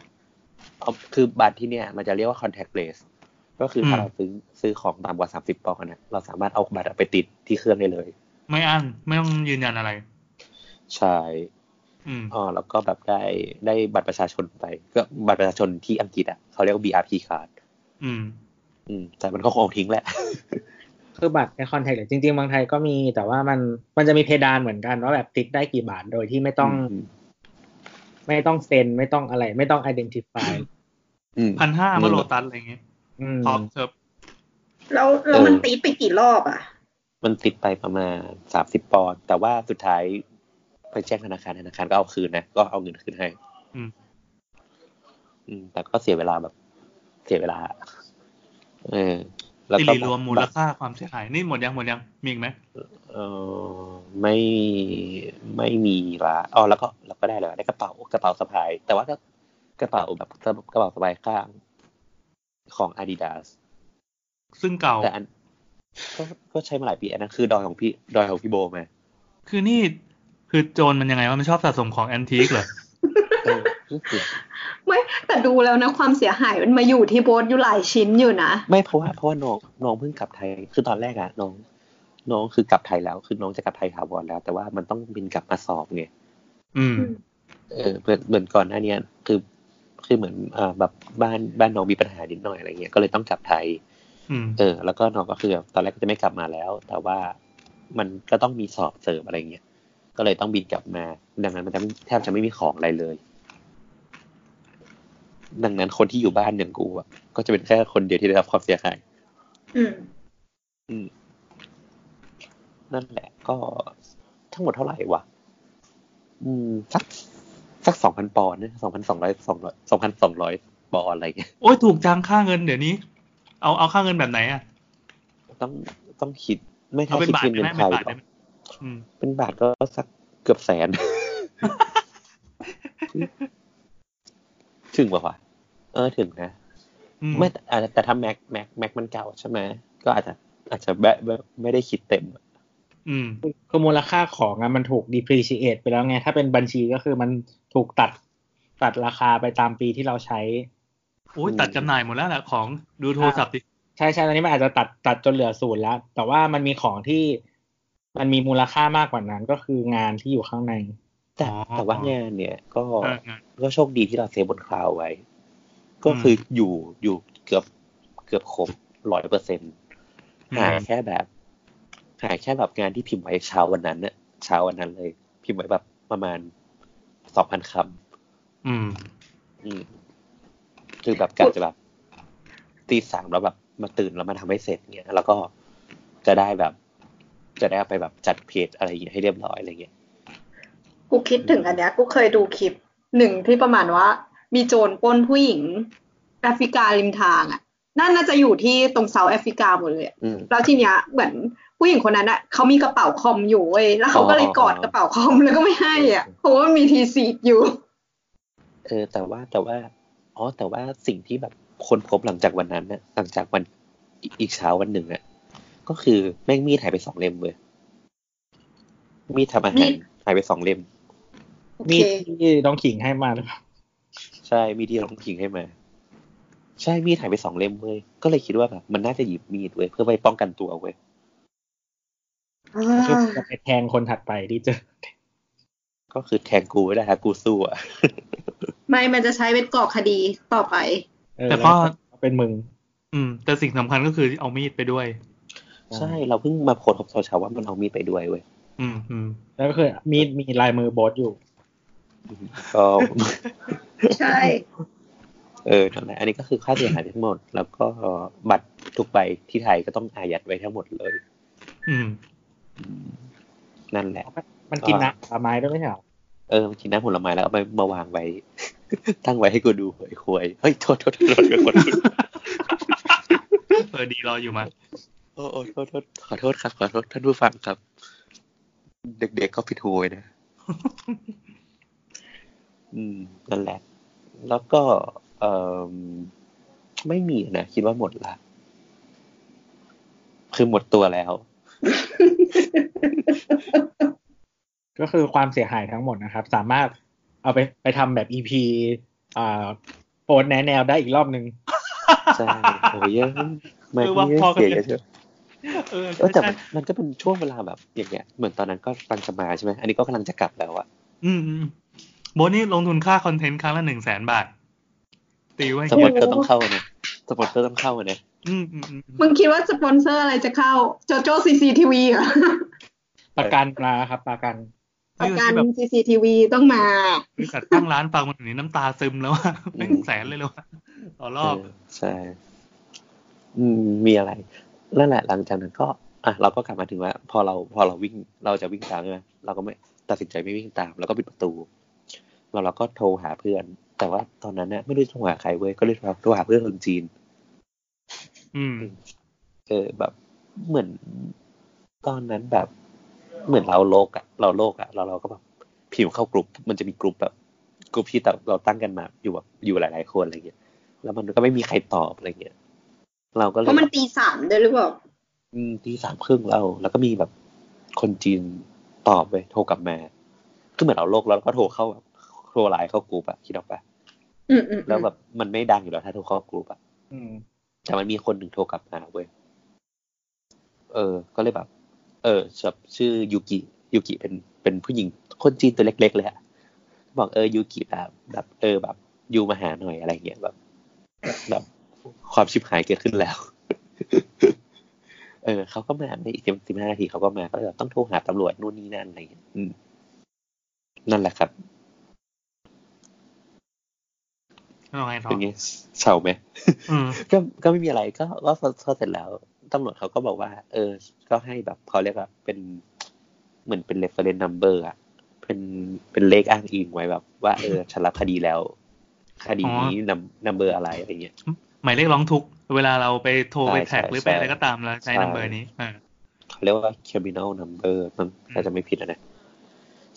S4: เอาคือบัตรที่เนี่ย มันจะเรียกว่า contactless ก็คือถ้า
S5: อืม
S4: เราซื้อซื้อของต่ำกว่าสามสิบปอนด์นะเราสามารถเอาบัตรไปติดที่เครื่องได้เลย
S5: ไม่อั้นไม่ต้องยืนยันอะไร
S4: ใช่
S5: อืม
S4: อ๋อแล้วก็แบบได้ได้บัตรประชาชนไป ก็บัตรประชาชนที่อังกฤษอ่ะเขาเรียกว่า BRP card
S5: อืม
S4: อืมแต่มันก็คงเอาทิ้งแหละ
S6: คือบัตรไอคอนแทคจริง ๆ บางไทยก็มี แต่ว่ามันมันจะมีเพดานเหมือนกันว่าแบบติดได้กี่บาทโดยที่ไม่ต้อง
S4: อืม
S6: ไม่ต้องเซ็นไม่ต้องอะไร ไม่ต้อง identify
S4: อืม
S5: พันห้ามาโลตัสอะไรเงี้ย
S6: อืม
S5: ขอบเสิร์ฟ
S2: แล้วแล้วมันตีไปกี่รอบอ่ะ
S4: มันติดไปประมาณสามสิบปอนด์แต่ว่าสุดท้ายไปแจ้งธนาคารธนาคารก็เอาคืนนะ ก็เอาเงินคืนให้
S5: อืม
S4: อืม แต่ก็เสียเวลาแบบ เสียเวลา เออ แล้ว
S5: สิ
S4: ก็
S5: ริรวมมูลค่าความเสียหายนี่หมดยังหมดยังมีอีกไหม
S4: เออไม่ไม่มีละอ๋อแล้วก็แล้วก็ได้เลยได้กระเป๋ากระเป๋าสะพาย แต่ว่าก็กระเป๋าแบบกระเป๋าสะพายข้างของ Adidas
S5: ซึ่งเก่า
S4: แต่อันก็ก็ใช้มาหลายปีอันนั้นคือดอยของพี่ดอยของพี่โบไหม
S5: คือนี่ คือโจรมันยังไงว่ามันชอบสะสมของแอนทิกเหรอ
S4: เออรู้สึก
S2: ไม่แต่ดูแล้วนะความเสียหายมันมาอยู่ที่โบสอยู่หลายชิ้นอยู่นะ
S4: ไม่เพราะว่าเพราะว่าน้องน้องเพิ่งกลับไทย คือตอนแรกอะน้อง น้องคือกลับไทยแล้ว คือน้องจะกลับไทยถาวรแล้ว แต่ว่ามันต้องบินกลับมาสอบไง
S5: อืม
S4: เออเหมือนเหมือนก่อนหน้าเนี้ยคือคือเหมือนอ่าแบบบ้านบ้านน้องมีปัญหานิดหน่อยอะไรเงี้ยก็เลยต้องกลับไทย
S5: อืม
S4: เออ แล้วก็น้องก็คือแบบตอนแรกก็จะไม่กลับมาแล้ว แต่ว่ามันก็ต้องมีสอบเสริมอะไรเงี้ยก็เลยต้องบินกลับมา ดังนั้นมันจะไม่แทบจะไม่มีของอะไรเลย ดังนั้นคนที่อยู่บ้านอย่างกูอะก็จะเป็นแค่คนเดียวที่ได้รับความเสียหาย
S2: อืม
S4: นั่นแหละก็ทั้งหมดเท่าไหร่วะ อืม สักสักสองพันปอนด์สองพันสองร้อยสองร้อยสองพันสองร้อยปอนด์อะไรเงี้ย
S5: โอ้ยถูกจังค่าเงินเดี๋ยวนี้ เอาเอาค่าเงินแบบไหนอะ
S4: ต้องต้องคิดไม่
S5: เอา
S4: ถ้า
S5: เป็น
S4: คิด
S5: บาทได้ไหม
S4: เป็นเงิน
S5: เป็นบาท
S4: ไทย
S5: ได้ไหมอืม
S4: เป็นบาทก็สักเกือบแสน ถึงปะวะเออถึงนะ
S5: อืม
S4: ไม่แต่อาจจะแต่ถ้าแม็กแม็กแม็กมันเก่าใช่ไหมก็อาจจะ อาจจะแบบแบบไม่ได้คิดเต็ม
S5: อืม
S6: คือมูลค่าของอะมันถูก depreciate ไปแล้วไง ถ้าเป็นบัญชีก็คือมันถูกตัดตัดราคาไปตามปีที่เราใช้
S5: โอ้ยตัดจำหน่ายหมดแล้วแหละของดูโทรศัพท์ดิ
S6: ใช่ใช่ตอนนี้มันอาจจะตัดตัดจนเหลือศูนย์แล้ว แต่ว่ามันมีของที่มันมีมูลค่ามากกว่านั้นก็คืองานที่อยู่ข้างใน
S4: แต่แต่ว่างานเนี่ยก็
S5: เออเออ
S4: ก็โชคดีที่เราเซฟบนคลาวด์ไว้ ก็คืออยู่อยู่เกือบเกือบครบร้อยเปอร์เซ็น
S5: อืม
S4: หายแค่แบบหายแค่แบบงานที่พิมพ์ไว้เช้าวันนั้นเนี่ยเช้าวันนั้นเลย พิมพ์ไว้แบบประมาณสองพันค
S5: อืม
S4: ำอืมคือแบบการจะแบบตีสามแล้วแบบมาตื่นแล้วมาทำให้เสร็จเงี้ย แล้วก็จะได้แบบ จะได้เอาไปแบบจัดเพจอะไรอย่างเงี้ยให้เรียบร้อยอะไรเงี้ย
S2: กูคิดถึงอันเนี้ย กูเคยดูคลิปหนึ่งที่ประมาณว่า มีโจรปล้นผู้หญิงแอฟริการิมทางอ่ะนั่นน่าจะอยู่ที่ตรงเซาท์แอฟริกาหมดเลยอะ
S4: อืม
S2: แล้วทีเนี้ยเหมือนผู้หญิงคนนั้นอ่ะเขามีกระเป๋าคอมอยู่เว้ยแล้วเขาก็เลยกอดกระเป๋าคอมแล้วก็ไม่ให้อ่ะเพราะว่ามีทีซีดอยู่
S4: เออ แต่ว่าแต่ว่าอ๋อแต่ว่าสิ่งที่แบบคนพบหลังจากวันนั้นนะหลังจากวันอีอีกเช้าวันหนึ่งอะก็คือแม่งมีดหายไปสองเล่มเว้ยมีดทำอาหารหายไปสองเล่ม
S2: โอ
S6: มี
S2: เค
S6: ดที่น้องขิงให้มาหรือเปล่า
S4: ใช่มีดที่น้องขิงให้มา ใช่มีดหายไปสองเล่มเว้ยก็เลยคิดว่าแบบมันน่าจะหยิบมีดเว้ยเพื่อไปป้องกันตัวเว้ย
S6: คือจะไปแทงคนถัดไปที่เจอ
S4: ก็คือแทงกูไม่ได้ฮะกูสู้อะ
S2: ไม่มันจะใช้เป็นก่อคดีต่อไป
S6: เออ
S5: แต่ก็
S6: ล้วเป็นมึง
S5: อืม แต่สิ่งสำคัญก็คือเอามีดไปด้วย
S4: ใช่เราเพิ่งมาโพสต์ของโซเชียลว่ามันเอามีดไปด้วยเว้ย
S5: อืมอืม
S6: แล้วก็คือมีมีลายมือโบสอยู่
S4: ก็ [LAUGHS]
S2: ใช่
S4: เออนั่นแหละอันนี้ก็คือค่าเสียหายทั้งหมด แล้วก็บัตรทุกใบที่ไทยก็ต้องอายัดไว้ทั้งหมดเลย
S5: อืม
S4: นั่นแหละ
S6: มันกิน
S4: อ่า
S6: น้ำผลไม้ด้วยไม่ใช่เหรอ
S4: เออมันกินน้ำผลไม้แล้วเอาไปมาวางไว้ [LAUGHS] ตั้งไว้ให้กูดูเฮ้ยควยเฮ้ยโทษโทษโทษโทษโทษ
S5: เออดีรออยู่มา
S4: โอ้โอ้โทษโทษขอโทษครับขอโทษท่านผู้ฟังครับ เด็กๆก็ผิดหูไว้นะ [LAUGHS] อืมนั่นแหละ แล้วก็ เออไม่มีนะ คิดว่าหมดละ คือหมดตัวแล้ว
S6: ก็คือความเสียหายทั้งหมดนะครับ สามารถเอาไปไปทำแบบ EP อ่าโปนแนะแนวได้อีกรอบหนึ่ง
S4: ใช่โอ้ยเยอะไม่
S5: [LAUGHS] คือว่า
S4: ไม่
S5: พอกัน
S4: เสียเยอะเชียว
S5: เออ
S4: เออแต่
S5: ใช่
S4: มันมันก็เป็นช่วงเวลาแบบ อย่างเงี้ย เหมือนตอนนั้นก็กำลังจะมาใช่ไหมอันนี้ก็กำลังจะกลับแล้วอะ
S5: อืมอืมโบทนี่ลงทุนค่าคอนเทนต์ครั้งละหนึ่งแสนบาท ตีไว้
S4: สปอนเซอร์ต้องเข้านะสปอนเซอร์ต้องเข้านะ
S5: อืมอืมอืมอืม
S2: มึงคิดว่าสปอนเซอร์อะไรจะเข้าโจโจ้ซีซีทีวีเหรอ
S6: ประกันมาครับประกัน
S2: ประกัน
S5: นี่แบบ
S2: ซีซีทีวีต้องมา
S5: บริษัทตั้งร้านฟังมันอย่างนี้น้ำตาซึมแล้ว
S4: [LAUGHS]
S5: ว่าแม่งแสนเลยแล้วว่าต่อรอบ
S4: เออใช่ อืม มีอะไรนั่นแหละหลังจากนั้นก็ อ่ะเราก็กลับมาถึงว่า พอเราพอเราวิ่งเราจะวิ่งตามใช่ไหมเราก็ไม่ตัดสินใจไม่วิ่งตาม แล้วก็ปิดประตูแล้วเราก็โทรหาเพื่อน แต่ว่าตอนนั้นเนี่ยไม่ได้โทรหาใครเว้ยก็เลยโทรหาโทรหาเพื่อนคนจีน
S5: อืม
S4: เออแบบเหมือนตอนนั้นแบบ เหมือนเราโลกอะเราโลกอะเราเราก็แบบพิมพ์เข้ากลุ่มมันจะมีกลุ่มแบบกลุ่มที่เราตั้งกันมาอยู่แบบอยู่หลาย ๆ คนอะไรเงี้ยแล้วมันก็ไม่มีใครตอบอะไรเงี้ยเราก็เล
S2: เพ
S4: ย
S2: ราะมันตีสามด้วยหรือเปล่า
S4: อืมตีสามครึ่งเรา แล้วก็มีแบบคนจีนตอบไปโทรกลับมาคือเหมือนเราโลกแล้วเราก็โทรเข้าแบบโทรไลน์เข้ากลุ่มอะคิดออกปะ
S2: อืมอืม
S4: แล้วแบบมันไม่ดังอยู่แล้วถ้าโทรเข้ากลุ่มอะ
S6: อืม
S4: แต่มันมีคนหนึ่งโทรกลับมาเว้ย เออ ก็เลยแบบ เออแบบชื่อยูกิ ยูกิเป็น เป็นผู้หญิง คนจีนตัวเล็ก ๆ เลยอะบอกเออยูกิแบบแบบ เออแบบยูมาหาหน่อยอะไรเงี้ยแบบ แบบความชิบหายเกิดขึ้นแล้ว [LAUGHS] เออเขาก็มาในอีกสิบห้านาทีเขาก็มา ก็เลยแบบต้องโทรหาตำรวจนู่นนี่นั่นอะไรเงี้ยอืม นั่นแหละครับ
S5: แล้วไงต่อ
S4: เป็นไงเฉาไหม
S5: อืม
S4: ก็ก็ไม่มีอะไรก็ก็พอพอเสร็จแล้วตำรวจเขาก็บอกว่า เออ ก็ให้แบบเขาเรียกว่าเป็นเหมือนเป็น reference number อะเป็นเป็นเลขอ้างอิงไว้แบบ ว่าเออฉันรับคดีแล้ว คดีนี้นำ number อะไรอะไรเงี้ย
S5: หมายเลขร้องทุกข์เวลาเราไปโทรไปแท็ก
S4: ใช่
S5: หรือไป
S4: ใช่
S5: อะไรก็ตามเราใช้
S4: ใช่
S5: นัมเบอร์นี้อ่า
S4: เขาเรียกว่า criminal number มัน
S5: อืม
S4: ถ้าจะไม่ผิดอะนะ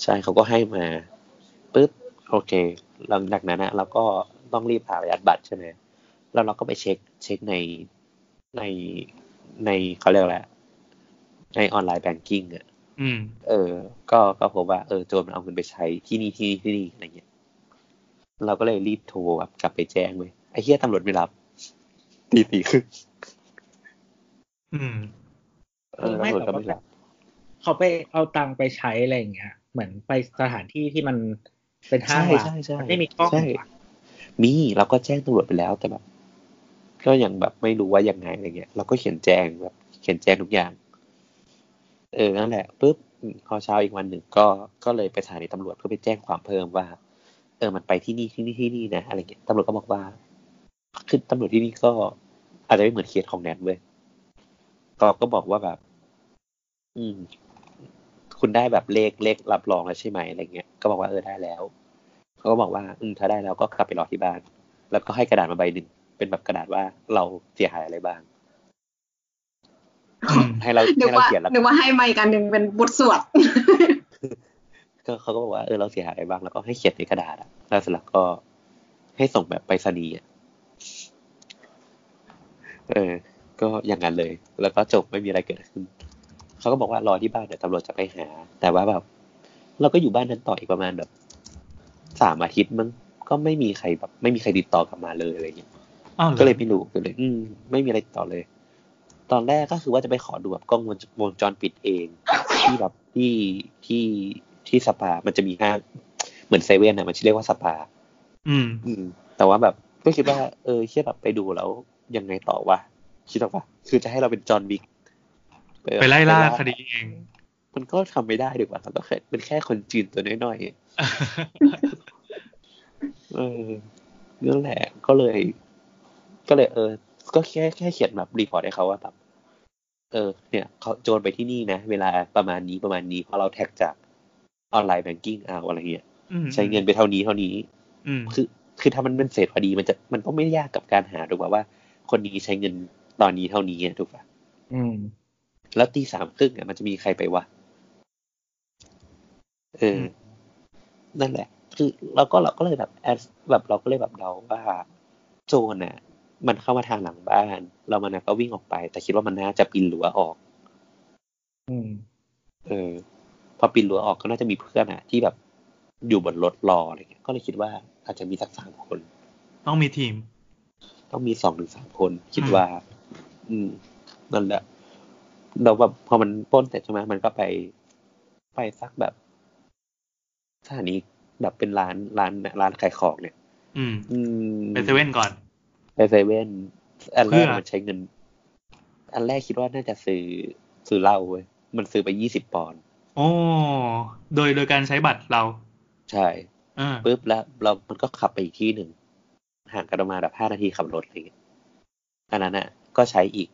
S4: ใช่เขาก็ให้มาปุ๊บโอเค หลังจากนั้นนะเราก็ต้องรีบหาอายัดบัตรใช่ไหมแล้วเราก็ไปเช็ค เช็คในในในเขาเรียกอะไรอะในออนไลน์แบงกิ้งอะ
S5: อืม
S4: เออ ก็ ก็พบว่า เออ โจรมันเอาเงินไปใช้ที่นี่ที่นี่ที่นี่อะไรเงี้ย เราก็เลยรีบโทรแบบกลับไปแจ้งเว้ย ไอ้เฮียตำรวจไม่รับ ตีสี่ครึ่ง
S5: อืม
S4: เออ
S6: ไม่
S4: ตำรวจ
S6: แต่
S4: ก็
S6: ว่า
S4: ไม่รับ
S6: เขาไปเอาตังค์ไปใช้อะไรอย่างเงี้ย เหมือนไปสถานที่ที่มันเป็นห้าง
S4: ใช่
S6: ร้าน
S4: ใช่ใช่
S6: มันไม่มีกล้อง
S4: ใช่ มีเราก็แจ้งตำรวจไปแล้วแต่แบบ ก็ยังแบบไม่รู้ว่ายังไงอะไรเงี้ย เราก็เขียนแจ้งแบบ เขียนแจ้งทุกอย่าง เออ นั่นแหละปุ๊บอืมพอเช้าอีกวันหนึ่งก็ ก็เลยไปสถานีตำรวจเพื่อไปแจ้งความเพิ่มว่า เออ มันไปที่นี่ที่นี่ที่นี่นะอะไรเงี้ยตำรวจก็บอกว่า คือตำรวจที่นี่ก็อาจจะไม่เหมือนเคสของแนทเว้ยก็ก็บอกว่าแบบ อืม คุณได้แบบเลขเลขรับรองแล้วใช่ไหมอะไรเงี้ย ก็บอกว่าเออได้แล้ว เขาก็บอกว่า อืมถ้าได้แล้วก็กลับไปรอที่บ้าน แล้วก็ให้กระดาษมาใบหนึ่ง เป็นแบบกระดาษว่าเราเสียหายอะไรบ้าง
S5: อืม
S4: ให้เรา
S2: นึก
S4: ให้เรา
S2: ว่า
S4: เขียนแล้ว
S2: นึกว่าให้ไมค์กันหนึ่งเป็นบทสวด [LAUGHS]
S4: ก็เขาก็บอกว่าเออเราเสียหายอะไรบ้าง แล้วก็ให้เขียนในกระดาษอะแล้วเสร็จแล้วก็ ให้ส่งแบบไปรษณีย์อะเออ ก็อย่างนั้นเลย แล้วก็จบไม่มีอะไรเกิดขึ้น เขาก็บอกว่ารอที่บ้านเดี๋ยวตำรวจจะไปหา แต่ว่าแบบ เราก็อยู่บ้านนั้นต่ออีกประมาณแบบสามอาทิตย์มันก็ไม่มีใครแบบ ไม่มีใครติดต่อกลับมาเลยอะไรอย่างเงี้ย
S5: อ้าวหรอ
S4: ก็เลยไม่รู้ก็เลย อืม ไม่มีอะไรติดต่อเลย ตอนแรกก็คือว่าจะไปขอดูแบบกล้องวงจวงจรปิดเอง ที่แบบที่ที่ที่สปา มันจะมีห้างเหมือนเซเว่นอะมันชื่อเรียกว่าสปา
S5: อืม
S4: อืม แต่ว่าแบบก็คิดว่า เออเชื่อแบบไปดูแล้วยังไงต่อวะคิดออกปะคือจะให้เราเป็นจอห์นวิก
S5: ไปไล่ล่าคดีเอง
S4: มันก็ทำไม่ได้ดีกว่าครับก็แค่เป็นแค่คนจีนตัวน้อยๆ เออนั่นแหละ ก็เลย ก็เลย เออ ก็แค่แค่เขียนแบบรีพอร์ตให้เขาว่าแบบเออ เนี่ยเขาโจรไปที่นี่นะ เวลาประมาณนี้ประมาณนี้เพราะเราแท็กจากออนไลน์แบงกิ้งเอาอะไรเงี้ย
S5: อืม
S4: ใช้เงินไปเท่านี้เท่านี้
S5: อืม
S4: คือ คือถ้ามันเป็นเศษพอดีมันจะมันก็ไม่ยากกับการหาถูกป่ะว่า คนนี้ใช้เงินตอนนี้เท่านี้อะถูกป่ะ
S6: อืม
S4: แล้วตีสามครึ่งอ่ะมันจะมีใครไปวะเออ นั่นแหละ คือเราก็เราก็เลยแบบแอดแบบเราก็เลยแบบเดาว่า โจรน่ะ มันเข้ามาทางหลังบ้าน เรามันนะก็วิ่งออกไป แต่คิดว่ามันน่าจะปีนรั้วออก
S6: อืม
S4: เออ พอปีนรั้วออกก็น่าจะมีเพื่อนอ่ะ ที่แบบอยู่บนรถรออะไรเงี้ยก็เลยคิดว่าอาจจะมีสักสามคน
S5: ต้องมีทีม
S4: ต้องมีสองถึงสามคน คิดว่า อืม นั่นแหละเราแบบพอมันปล้นเสร็จใช่ไหมมันก็ไปไปสักแบบสถานีแบบเป็นร้านร้านร้านขายของเนี่ย
S5: อืม
S4: อืม
S5: ไปเซเว่นก่อน
S4: ไปเซเว่นอันแรก
S5: เพื่อ
S4: มันใช้เงิน อันแรกคิดว่าน่าจะซื้อซื้อเหล้าเว้ยมันซื้อไปยี่สิบปอนด์
S5: โอ้โดยโดยการใช้บัตรเรา
S4: ใช่
S5: อ่า
S4: ปุ๊บแล้วเรามันก็ขับไปอีกที่หนึ่งห่างกันประมาณแบบห้านาทีขับรถอะไรอย่างเงี้ยอันนั้นอ่ะ ก็ใช้อีก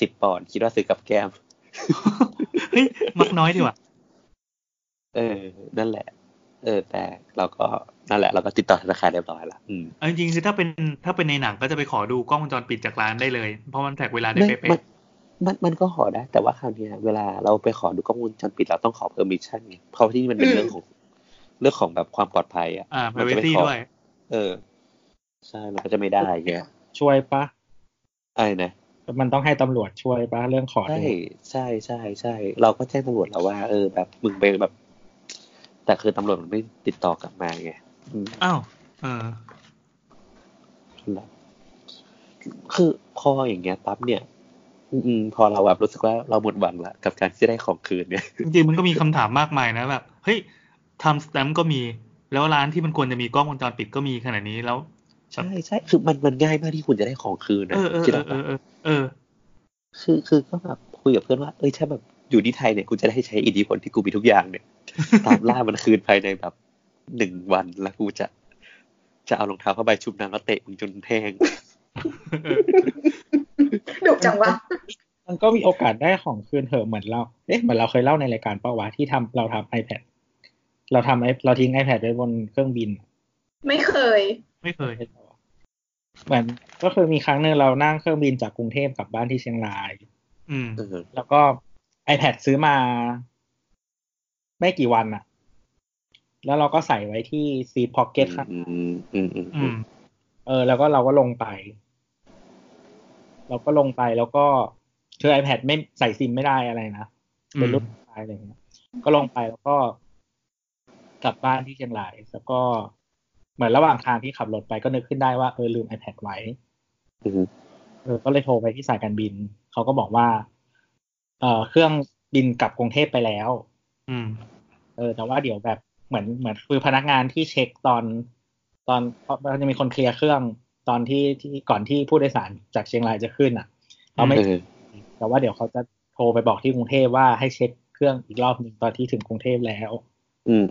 S4: สิบปอนด์คิดว่าซื้อกับแก้ม [LAUGHS]
S5: เฮ้ยมักน้อยดีว่ะ
S4: เออ นั่นแหละ เออ แต่เราก็นั่นแหละ เราก็ติดต่อธนาคารเรียบร้อยละอืม
S5: เอาจริงๆคือถ้าเป็นถ้าเป็นในหนังก็จะไปขอดูกล้องวงจรปิดจากร้านได้เลย เพราะมันแท็กเวลาได้
S4: ไม่
S5: เป๊ะ
S4: มันมัน มันก็ขอได้ แต่ว่าคราวเนี้ยเวลาเราไปขอดูกล้องวงจรปิดเราต้องขอ permission ไงเพราะที่นี่มันเป็น
S2: อืม
S4: เรื่องของ เรื่องของแบบความปลอดภัยอ่ะ
S5: ๆอ่า
S4: มันจะไม่
S5: privacy
S4: ขอ
S5: ด้วย
S4: เออ ใช่มันก็จะไม่ได้ไง
S6: ช่วยปะ
S4: ไอ้นะ
S6: มันต้องให้ตำรวจช่วยปะเรื่องขอ
S4: ใช่
S6: ดู
S4: ใช่ใช่ใช่ เราก็แจ้งตำรวจแล้วว่า เออ แบบมึงไปแบบ แต่คือตำรวจมันไม่ติดต่อกลับมาไงอืม
S5: อ้าวเออ
S4: คือพออย่างเงี้ยปั๊บเนี่ย อืมๆพอเราแบบรู้สึกว่าเราหมดหวังละกับการที่จะได้ของคืนเนี่ย
S5: จริงๆมันก็มีคำถามมากมายนะแบบเฮ้ยทำสแตมป์ก็มี แล้วร้านที่มันควรจะมีกล้องวงจรปิดก็มีขนาดนี้แล้ว
S4: ใช่ใช่คือมันมันง่ายมากที่คุณจะได้ของคืน
S5: เอ
S4: นะ
S5: อเออ
S4: คิด
S5: เออ
S4: ออก
S5: เออเอ
S4: ปะ
S5: อเออ
S4: คือคือก็แบบคุยกับเพื่อนว่าเอ้ยถ้าแบบอยู่ที่ไทยเนี่ยกูจะได้ใช้อิทธิพลที่กูมีทุกอย่างเนี่ย ตามล่ามันคืนภายในแบบหนึ่งวันแล้วกูจะ จะเอารองเท้าผ้าใบชุบน้ำแล้วเตะมึงจนแห้ง
S2: ดุจังวะ
S6: มันก็มีโอกาสได้ของคืนเถอะเหมือนเราเอ๊ะเหมือนเราเคยเล่าในรายการเป้าวะที่ทำเราทำ iPad เราทำไอเราทิ้ง iPad ไว้บนเครื่องบิน
S2: ไม่เคย
S5: ไม่เคย
S6: เหมือนก็คือมีครั้งหนึ่งเรานั่งเครื่องบินจากกรุงเทพกลับบ้านที่เชียงราย
S5: อืม
S4: เออ
S6: แล้วก็ iPad ซื้อมา ไม่กี่วันอะแล้วเราก็ใส่ไว้ที่ซีพ็อกเก็ตครับ
S4: อืมอืมอืม
S5: อื
S4: อื
S5: ม
S4: ม
S6: เออ แล้วก็เราก็ลงไป เราก็ลงไปแล้วก็คือ iPad ไม่ใส่ซิมไม่ได้อะไรนะ เป็นรุ่นไฟล์อะไรอย่างเงี้ย ก็ลงไปแล้วก็กลับบ้านที่เชียงราย แล้วก็เหมือนระหว่างทางที่ขับรถไปก็นึกขึ้นได้ว่าเออลืม iPad ไว้
S4: อืม
S6: เออก็เลยโทรไปที่สายการบิน เขาก็บอกว่า เออเครื่องบินกลับกรุงเทพไปแล้ว
S5: อืม
S6: เออ แต่ว่าเดี๋ยวแบบเหมือนเหมือนคือพนักงานที่เช็คตอน ตอนเพราะมันจะมีคนเคลียร์เครื่องตอนที่ที่ก่อนที่ผู้โดยสารจากเชียงรายจะขึ้นอ่ะเราไม่
S4: เออ
S6: แต่ว่าเดี๋ยวเขาจะโทรไปบอกที่กรุงเทพว่าให้เช็คเครื่องอีกรอบหนึ่งตอนที่ถึงกรุงเทพแล้ว
S4: อืม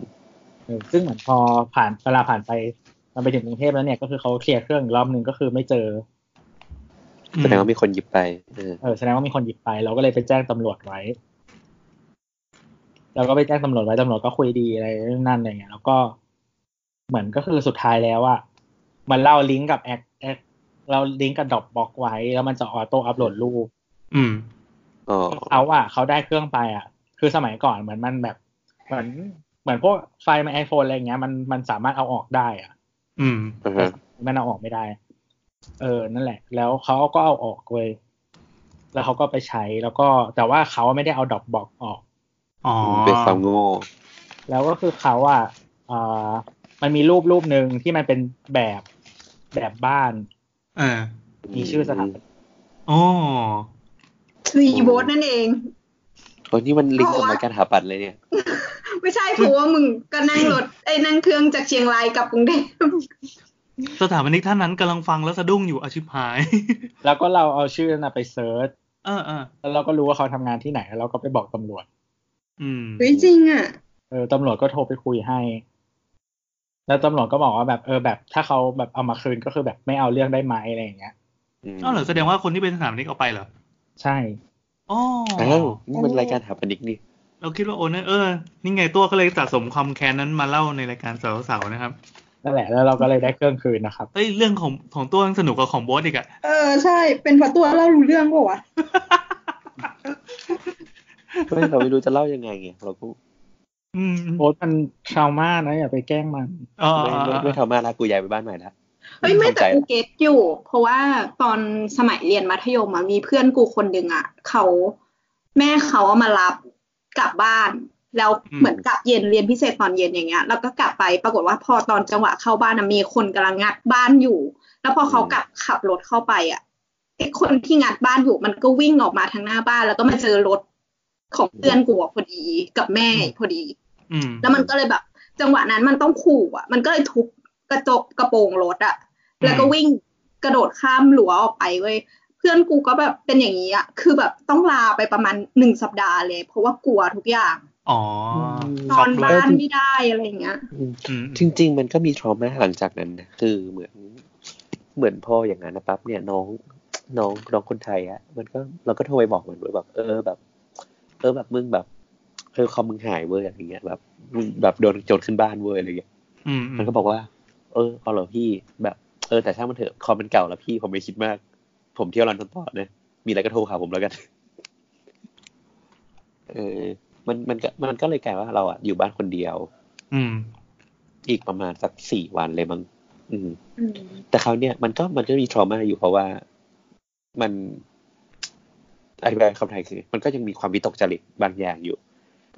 S6: เออซึ่งเหมือนพอผ่านเวลาผ่านไปมันไปถึงกรุงเทพแล้วเนี่ยก็คือเขาเคลียร์เครื่องอีกรอบหนึ่งก็คือไม่เจอ
S4: แสดงว่ามีคนหยิบไปเออ
S6: เออแสดงว่ามีคนหยิบไป เราก็เลยไปแจ้งตำรวจไว้ เราก็ไปแจ้งตำรวจไว้ตำรวจก็คุยดีอะไรนู่นนั่นอะไรเงี้ยแล้วก็เหมือนก็คือสุดท้ายแล้วอะมันเล่าลิงก์กับแอคแอคเราลิงก์กับดอปบ็อกไว้ แล้วมันจะออโต้อัพโหลดรูป
S5: อืม
S4: อ๋อ
S6: เขาอะเขาได้เครื่องไปอะคือสมัยก่อนเหมือนมันแบบ เหมือนเหมือนพวกไฟล์ในไอโฟนอะไรเงี้ยมันมันสามารถเอาออกได้อะ
S5: อืม
S4: อือฮะ
S6: มันเอาออกไม่ได้ เออ นั่นแหละ แล้วเขาก็เอาออกเว้ยแล้วเขาก็ไปใช้ แล้วก็ แต่ว่าเขาไม่ได้เอาดอกบอกออก
S5: อ๋อ
S4: เป็นความโง่
S6: แล้วก็คือเขาอ่ะเอ่อมันมีรูปรูปหนึ่งที่มันเป็นแบบแบบบ้าน
S5: เออ
S6: มีชื่อสถาปนิก
S5: โอ้
S2: คืออีโบสนั่นเอง
S4: โอ้นี่มันลิงก์กับรายการหาปัดเลยเนี่ย
S2: ไม่ใช่เพราะว่ามึงก็นั่งรถ [LAUGHS] ไอ้ยนั่งเครื่องจากเชียงรายกลับกรุงเทพ
S5: สถาปนิกท่านนั้นกำลังฟังแล้วสะดุ้งอยู่อาชิบหาย [LAUGHS]
S6: แล้วก็เราเอาชื่อนั้นนะไปเซิร์ช
S5: เออเออ
S6: แล้วเราก็รู้ว่าเขาทำงานที่ไหน แล้วเราก็ไปบอกตำรวจ
S5: อืม
S2: เฮ้ยจริงอ่ะ
S6: เออตำรวจก็โทรไปคุยให้ แล้วตำรวจก็บอกว่าแบบเออแบบ ถ้าเขาแบบเอามาคืนก็คือแบบไม่เอาเรื่องได้ไหมอะไรอย่างเงี้ย
S4: อืม
S5: อ้าวเหรอแสดงว่าคนที่เป็นสถาปนิกเอาไปเหรอ
S6: ใช่
S5: อ๋อ
S4: อ้าวนี่มันรายการหาปัดนิกนี่
S5: เราคิดว่าโอเนอร์เออ นี่ไงตัวก็เลยสะสมความแค้นนั้นมาเล่าในรายการเสาวๆนะครับ
S6: นั่นแหละ แล้วเราก็เลยได้เครื่องคืนนะครับ
S5: เอ้ยเรื่องของของตัวยังสนุกกว่าของโบสอีกอะ
S2: เออใช่ เป็นเพราะตัวเล่ารู้เรื่องป่าวะ
S4: ไม่เราไม่รู้จะเล่ายังไงไงเราก็
S5: อืม
S6: โอ๊ตมันชาวมานะอย่าไปแกล้งมัน
S5: อ๋อ
S4: ไม่ไม่ไม่ทำมาละกูย้ายไปบ้านใหม่ละ
S2: เฮ้ยไม่แต่
S4: ทำใจ
S2: กู
S4: ละ
S2: เก็ตอยู่ เพราะว่าตอนสมัยเรียนมัธยมอะมีเพื่อนกูคนหนึ่งอ่ะเขาแม่เขาเอามารับกลับบ้าน แล้วเหมือนกลับเย็นเรียนพิเศษตอนเย็นอย่างเงี้ยแล้วก็กลับไปปรากฏว่าพอตอนจังหวะเข้าบ้านอะมีคนกำลังงัดบ้านอยู่ แล้วพอเขากลับขับรถเข้าไปอ่ะไอ้คนที่งัดบ้านอยู่มันก็วิ่งออกมาทางหน้าบ้าน แล้วก็มาเจอรถของเพื่อนกูอะพอดีกับแม่พอดี
S5: อืม
S2: แล้วมันก็เลยแบบ จังหวะนั้นมันต้องขู่อ่ะ มันก็เลยทุบกระจกกระโปรงรถอ่ะ แล้วก็วิ่งกระโดดข้ามรั้วออกไปเว้ยเพื่อนกูก็แบบเป็นอย่างนี้อ่ะ คือแบบต้องลาไปประมาณหนึ่งสัปดาห์เลย เพราะว่ากลัวทุกอย่าง
S5: อ๋อ
S2: ตอนบ้านไม่ได้อะไรอย่างเงี้ย
S4: อืม
S5: อืม
S4: จริง ๆ มันก็มีทรมาหลังจากนั้นนะคือเหมือนเหมือนพ่ออย่างนั้นนะปั๊บเนี่ยน้องน้องน้องคนไทยอะมันก็เราก็โทรไปบอกมันด้วยแบบ เออแบบ เออแบบมึงแบบเออคอมมึงหายเว้ยอะไรเงี้ยแบบมึงแบบโดนโจรขึ้นบ้านเว้ยอะไรเงี้ย
S5: อืม
S4: มันก็บอกว่า เออเอาเหรอพี่แบบเออแต่ช่างมันเถอะคอมมันเก่าแล้วพี่ผมไม่คิดมาก ผมเที่ยวร้านต้นต่อนะมีอะไรก็โทรหาผมแล้วกัน เออ มันมันก็มันก็เลยกลายว่าเราอะอยู่บ้านคนเดียว
S5: อืม
S4: อีกประมาณสักสี่วันเลยมั้งอืม
S2: อืม
S4: แต่คราวเนี้ยมันก็มันก็มีทรมาอยู่เพราะว่ามันอธิบายคำไทยคือ มันก็ยังมีความวิตกจริตบางอย่างอยู่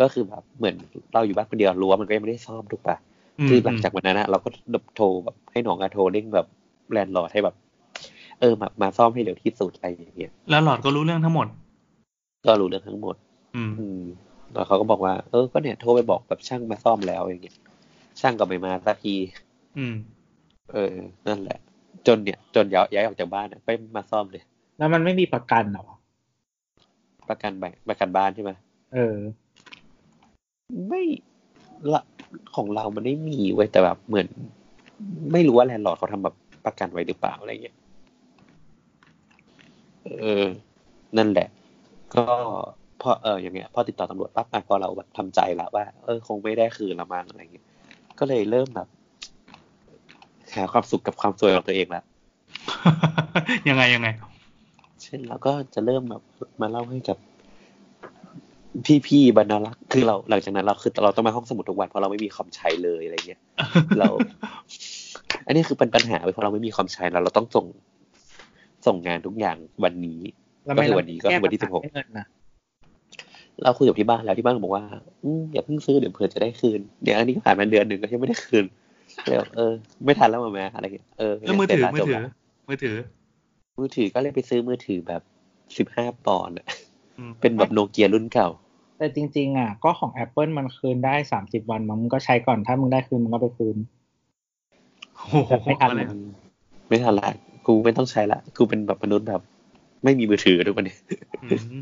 S4: ก็คือแบบเหมือนเราอยู่บ้านคนเดียวรั้วมันก็ยังไม่ได้ซ่อมถูกปะ
S5: ม
S4: คือหลังจากวันนั้นนะเราก็โทรแบบให้หนองอาโทรเร่งแบบแลนด์ลอร์ดให้แบบ เออมามาซ่อมให้เร็วที่สุดอะไรอย่างเงี้ย
S5: แล้วหลอดก็รู้เรื่องทั้งหมด
S4: ก็รู้เรื่องทั้งหมด
S5: อืม
S4: อืมแล้วเขาก็บอกว่าเออก็เนี่ยโทรไปบอกแบบช่างมาซ่อมแล้วอย่างเงี้ยช่างก็ไม่มาสักที
S5: อืม [LAUGHS]
S4: เออ นั่นแหละ จนเนี่ย จนย้ายย้ายออกจากบ้านอะไปมาซ่อมเลย
S6: แล้วมันไม่มีประกันเหรอ
S4: ประกันบ้านประกันบ้านใช่ไหม
S6: เออ
S4: ไม่ละของเรามันไม่มีไว้ยแต่แบบเหมือน ไม่รู้ว่าแลนด์ลอร์ดเขาทำแบบประกันไว้หรือเปล่าอะไรเงี้ยเออ นั่นแหละ ก็พอเอออย่างเงี้ย พอติดต่อตำรวจปั๊บอ่ะพอเราแบบทำใจละว่าเออคงไม่ได้คืนละมั้งอะไรเงี้ยก็เลยเริ่มแบบหาความสุขกับความสวยของตัวเองละ
S5: ยังไงยังไง
S4: เช่นเราก็จะเริ่มแบบมาเล่าให้กับ พี่ๆบรรณารักษ์คือเราหลังจากนั้นเราคือเราต้องมาห้องสมุดทุกวันเพราะเราไม่มีคอมใช้เลยอะไรเงี้ย เรา [LAUGHS] อันนี้คือเป็นปัญหาเว้ยเพราะเราไม่มีคอมใช้แล้วเราต้องส่งส่งงานทุกอย่างวันนี้
S6: แล้ว
S4: ก็คือวันนี้ก็คือวันที่สิบหก
S6: แปัญาเงินนะ
S4: เราคุยกับที่บ้านแล้วที่บ้านบอกว่าอืมอย่าเพิ่งซื้อเดี๋ยวเผื่อจะได้คืนเดี๋ยวอันนี้ผ่านมาเดือนหนึ่งก็ยังไม่ได้คืนเลยบอกเออ ไม่ทันแล้วมาแม่อะไรเงี้ยเออ
S5: [LAUGHS] แล้วมือถือ
S4: เสร็จละ
S5: มือ
S4: จบ
S5: ถือ
S4: ละ
S5: มือถือ
S4: มือถือก็เลยไปซื้อมือถือแบบสิบห้าปอนด์อะ [LAUGHS]
S5: อืม
S4: เป็นแบบโนเกียรุ่นเก่า
S6: แต่จริง ๆ อ่ะ ก็ของ Apple มันคืนได้สามสิบวันมั้งมึงก็ใช้ก่อนถ้ามึงได้คืนมึงก็ไปคืน
S5: โอ้โห
S6: ไม่ทัน
S5: อะไรอะ
S4: ไม่ทันละ กูไม่ต้องใช้ละ กูเป็นแบบมนุษย์แบบ ไม่มีมือถือทุกวันนี้ [LAUGHS]
S5: อืม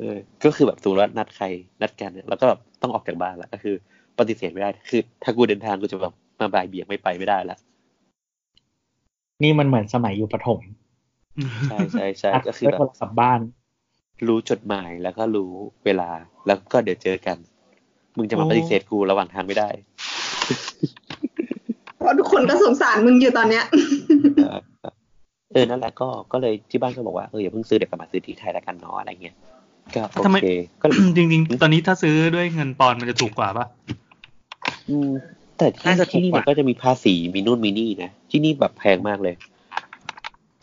S4: เออ ก็คือแบบสมมติว่านัดใคร นัดกันเนี่ยแล้วก็แบบต้องออกจากบ้านละก็คือ ปฏิเสธไม่ได้ คือ ถ้ากูเดินทางกูจะแบบมาบ่ายเบี่ยงไม่ไปไม่ได้ละ
S6: นี่มันเหมือนสมัยอยู่ประถม
S4: ใช่ใช่
S5: [LAUGHS]
S4: ใช่
S6: อัด
S4: ก็คือ
S6: ด้ว
S4: แบ
S6: ยโท
S4: บ
S6: รศัพท์บ้าน
S4: รู้จดหมายแล้วก็รู้เวลา แล้วก็เดี๋ยวเจอกัน มึงจะมาปฏิเสธกูระหว่างทางไม่ได้ [LAUGHS]
S2: เพราะทุกคนก็สงสารมึงอยู่ตอนเนี้ย
S4: เออ นั่นแหละก็ ก็เลยที่บ้านก็บอกว่า เอออย่าเพิ่งซื้อเดี๋ยวกลับมาซื้อที่ไทยละกันเนาะอะไรเงี้ย ก็โอเค ก็เลย
S5: จริง ๆ ตอนนี้ถ้าซื้อด้วยเงินปอนด์มันจะถูกกว่าปะ
S4: อืม แต่ที่ที่นี่มันก็จะมีภาษีมีนู่นมีนี่นะที่นี่แบบแพงมากเลย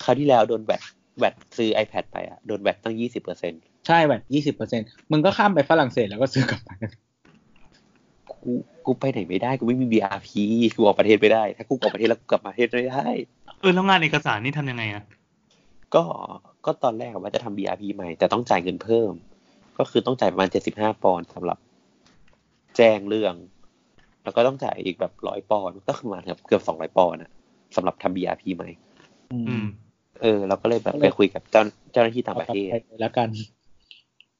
S4: คราวที่แล้วโดนแบตแบตซื้อ iPad ไปอะโดนแบตตั้งยี่สิบเปอร์เซ็น
S6: ใช่แบตยี่สิบเปอร์เซ็นมึงก็ข้ามไปฝรั่งเศสแล้วก็ซื้อกลับมา
S4: กูกูไปไหนไม่ได้กูไม่มี BRP กูออกประเทศไม่ได้ ถ้ากูออกประเทศแล้วกูกลับมาประเทศไม่ได้
S5: เออแล้วงานเอกสารนี่ทำยังไงอะ
S4: ก็ก็ตอนแรกว่าจะทำ BRP ใหม่แต่ต้องจ่ายเงินเพิ่ม ก็คือต้องจ่ายประมาณเจ็ดสิบห้าปอนด์สำหรับ แจ้งเรื่อง แล้วก็ต้องจ่ายอีกแบบร้อยปอนด์ก็คือประมาณเกือบสองร้อยปอนด์อะสำหรับทำ BRP ใหม่
S5: อืม
S4: เออเราก็เลยแบบไปคุยกับเจ้าเจ้าหน้าที่ต่างประเทศ
S6: ไปแล้วกัน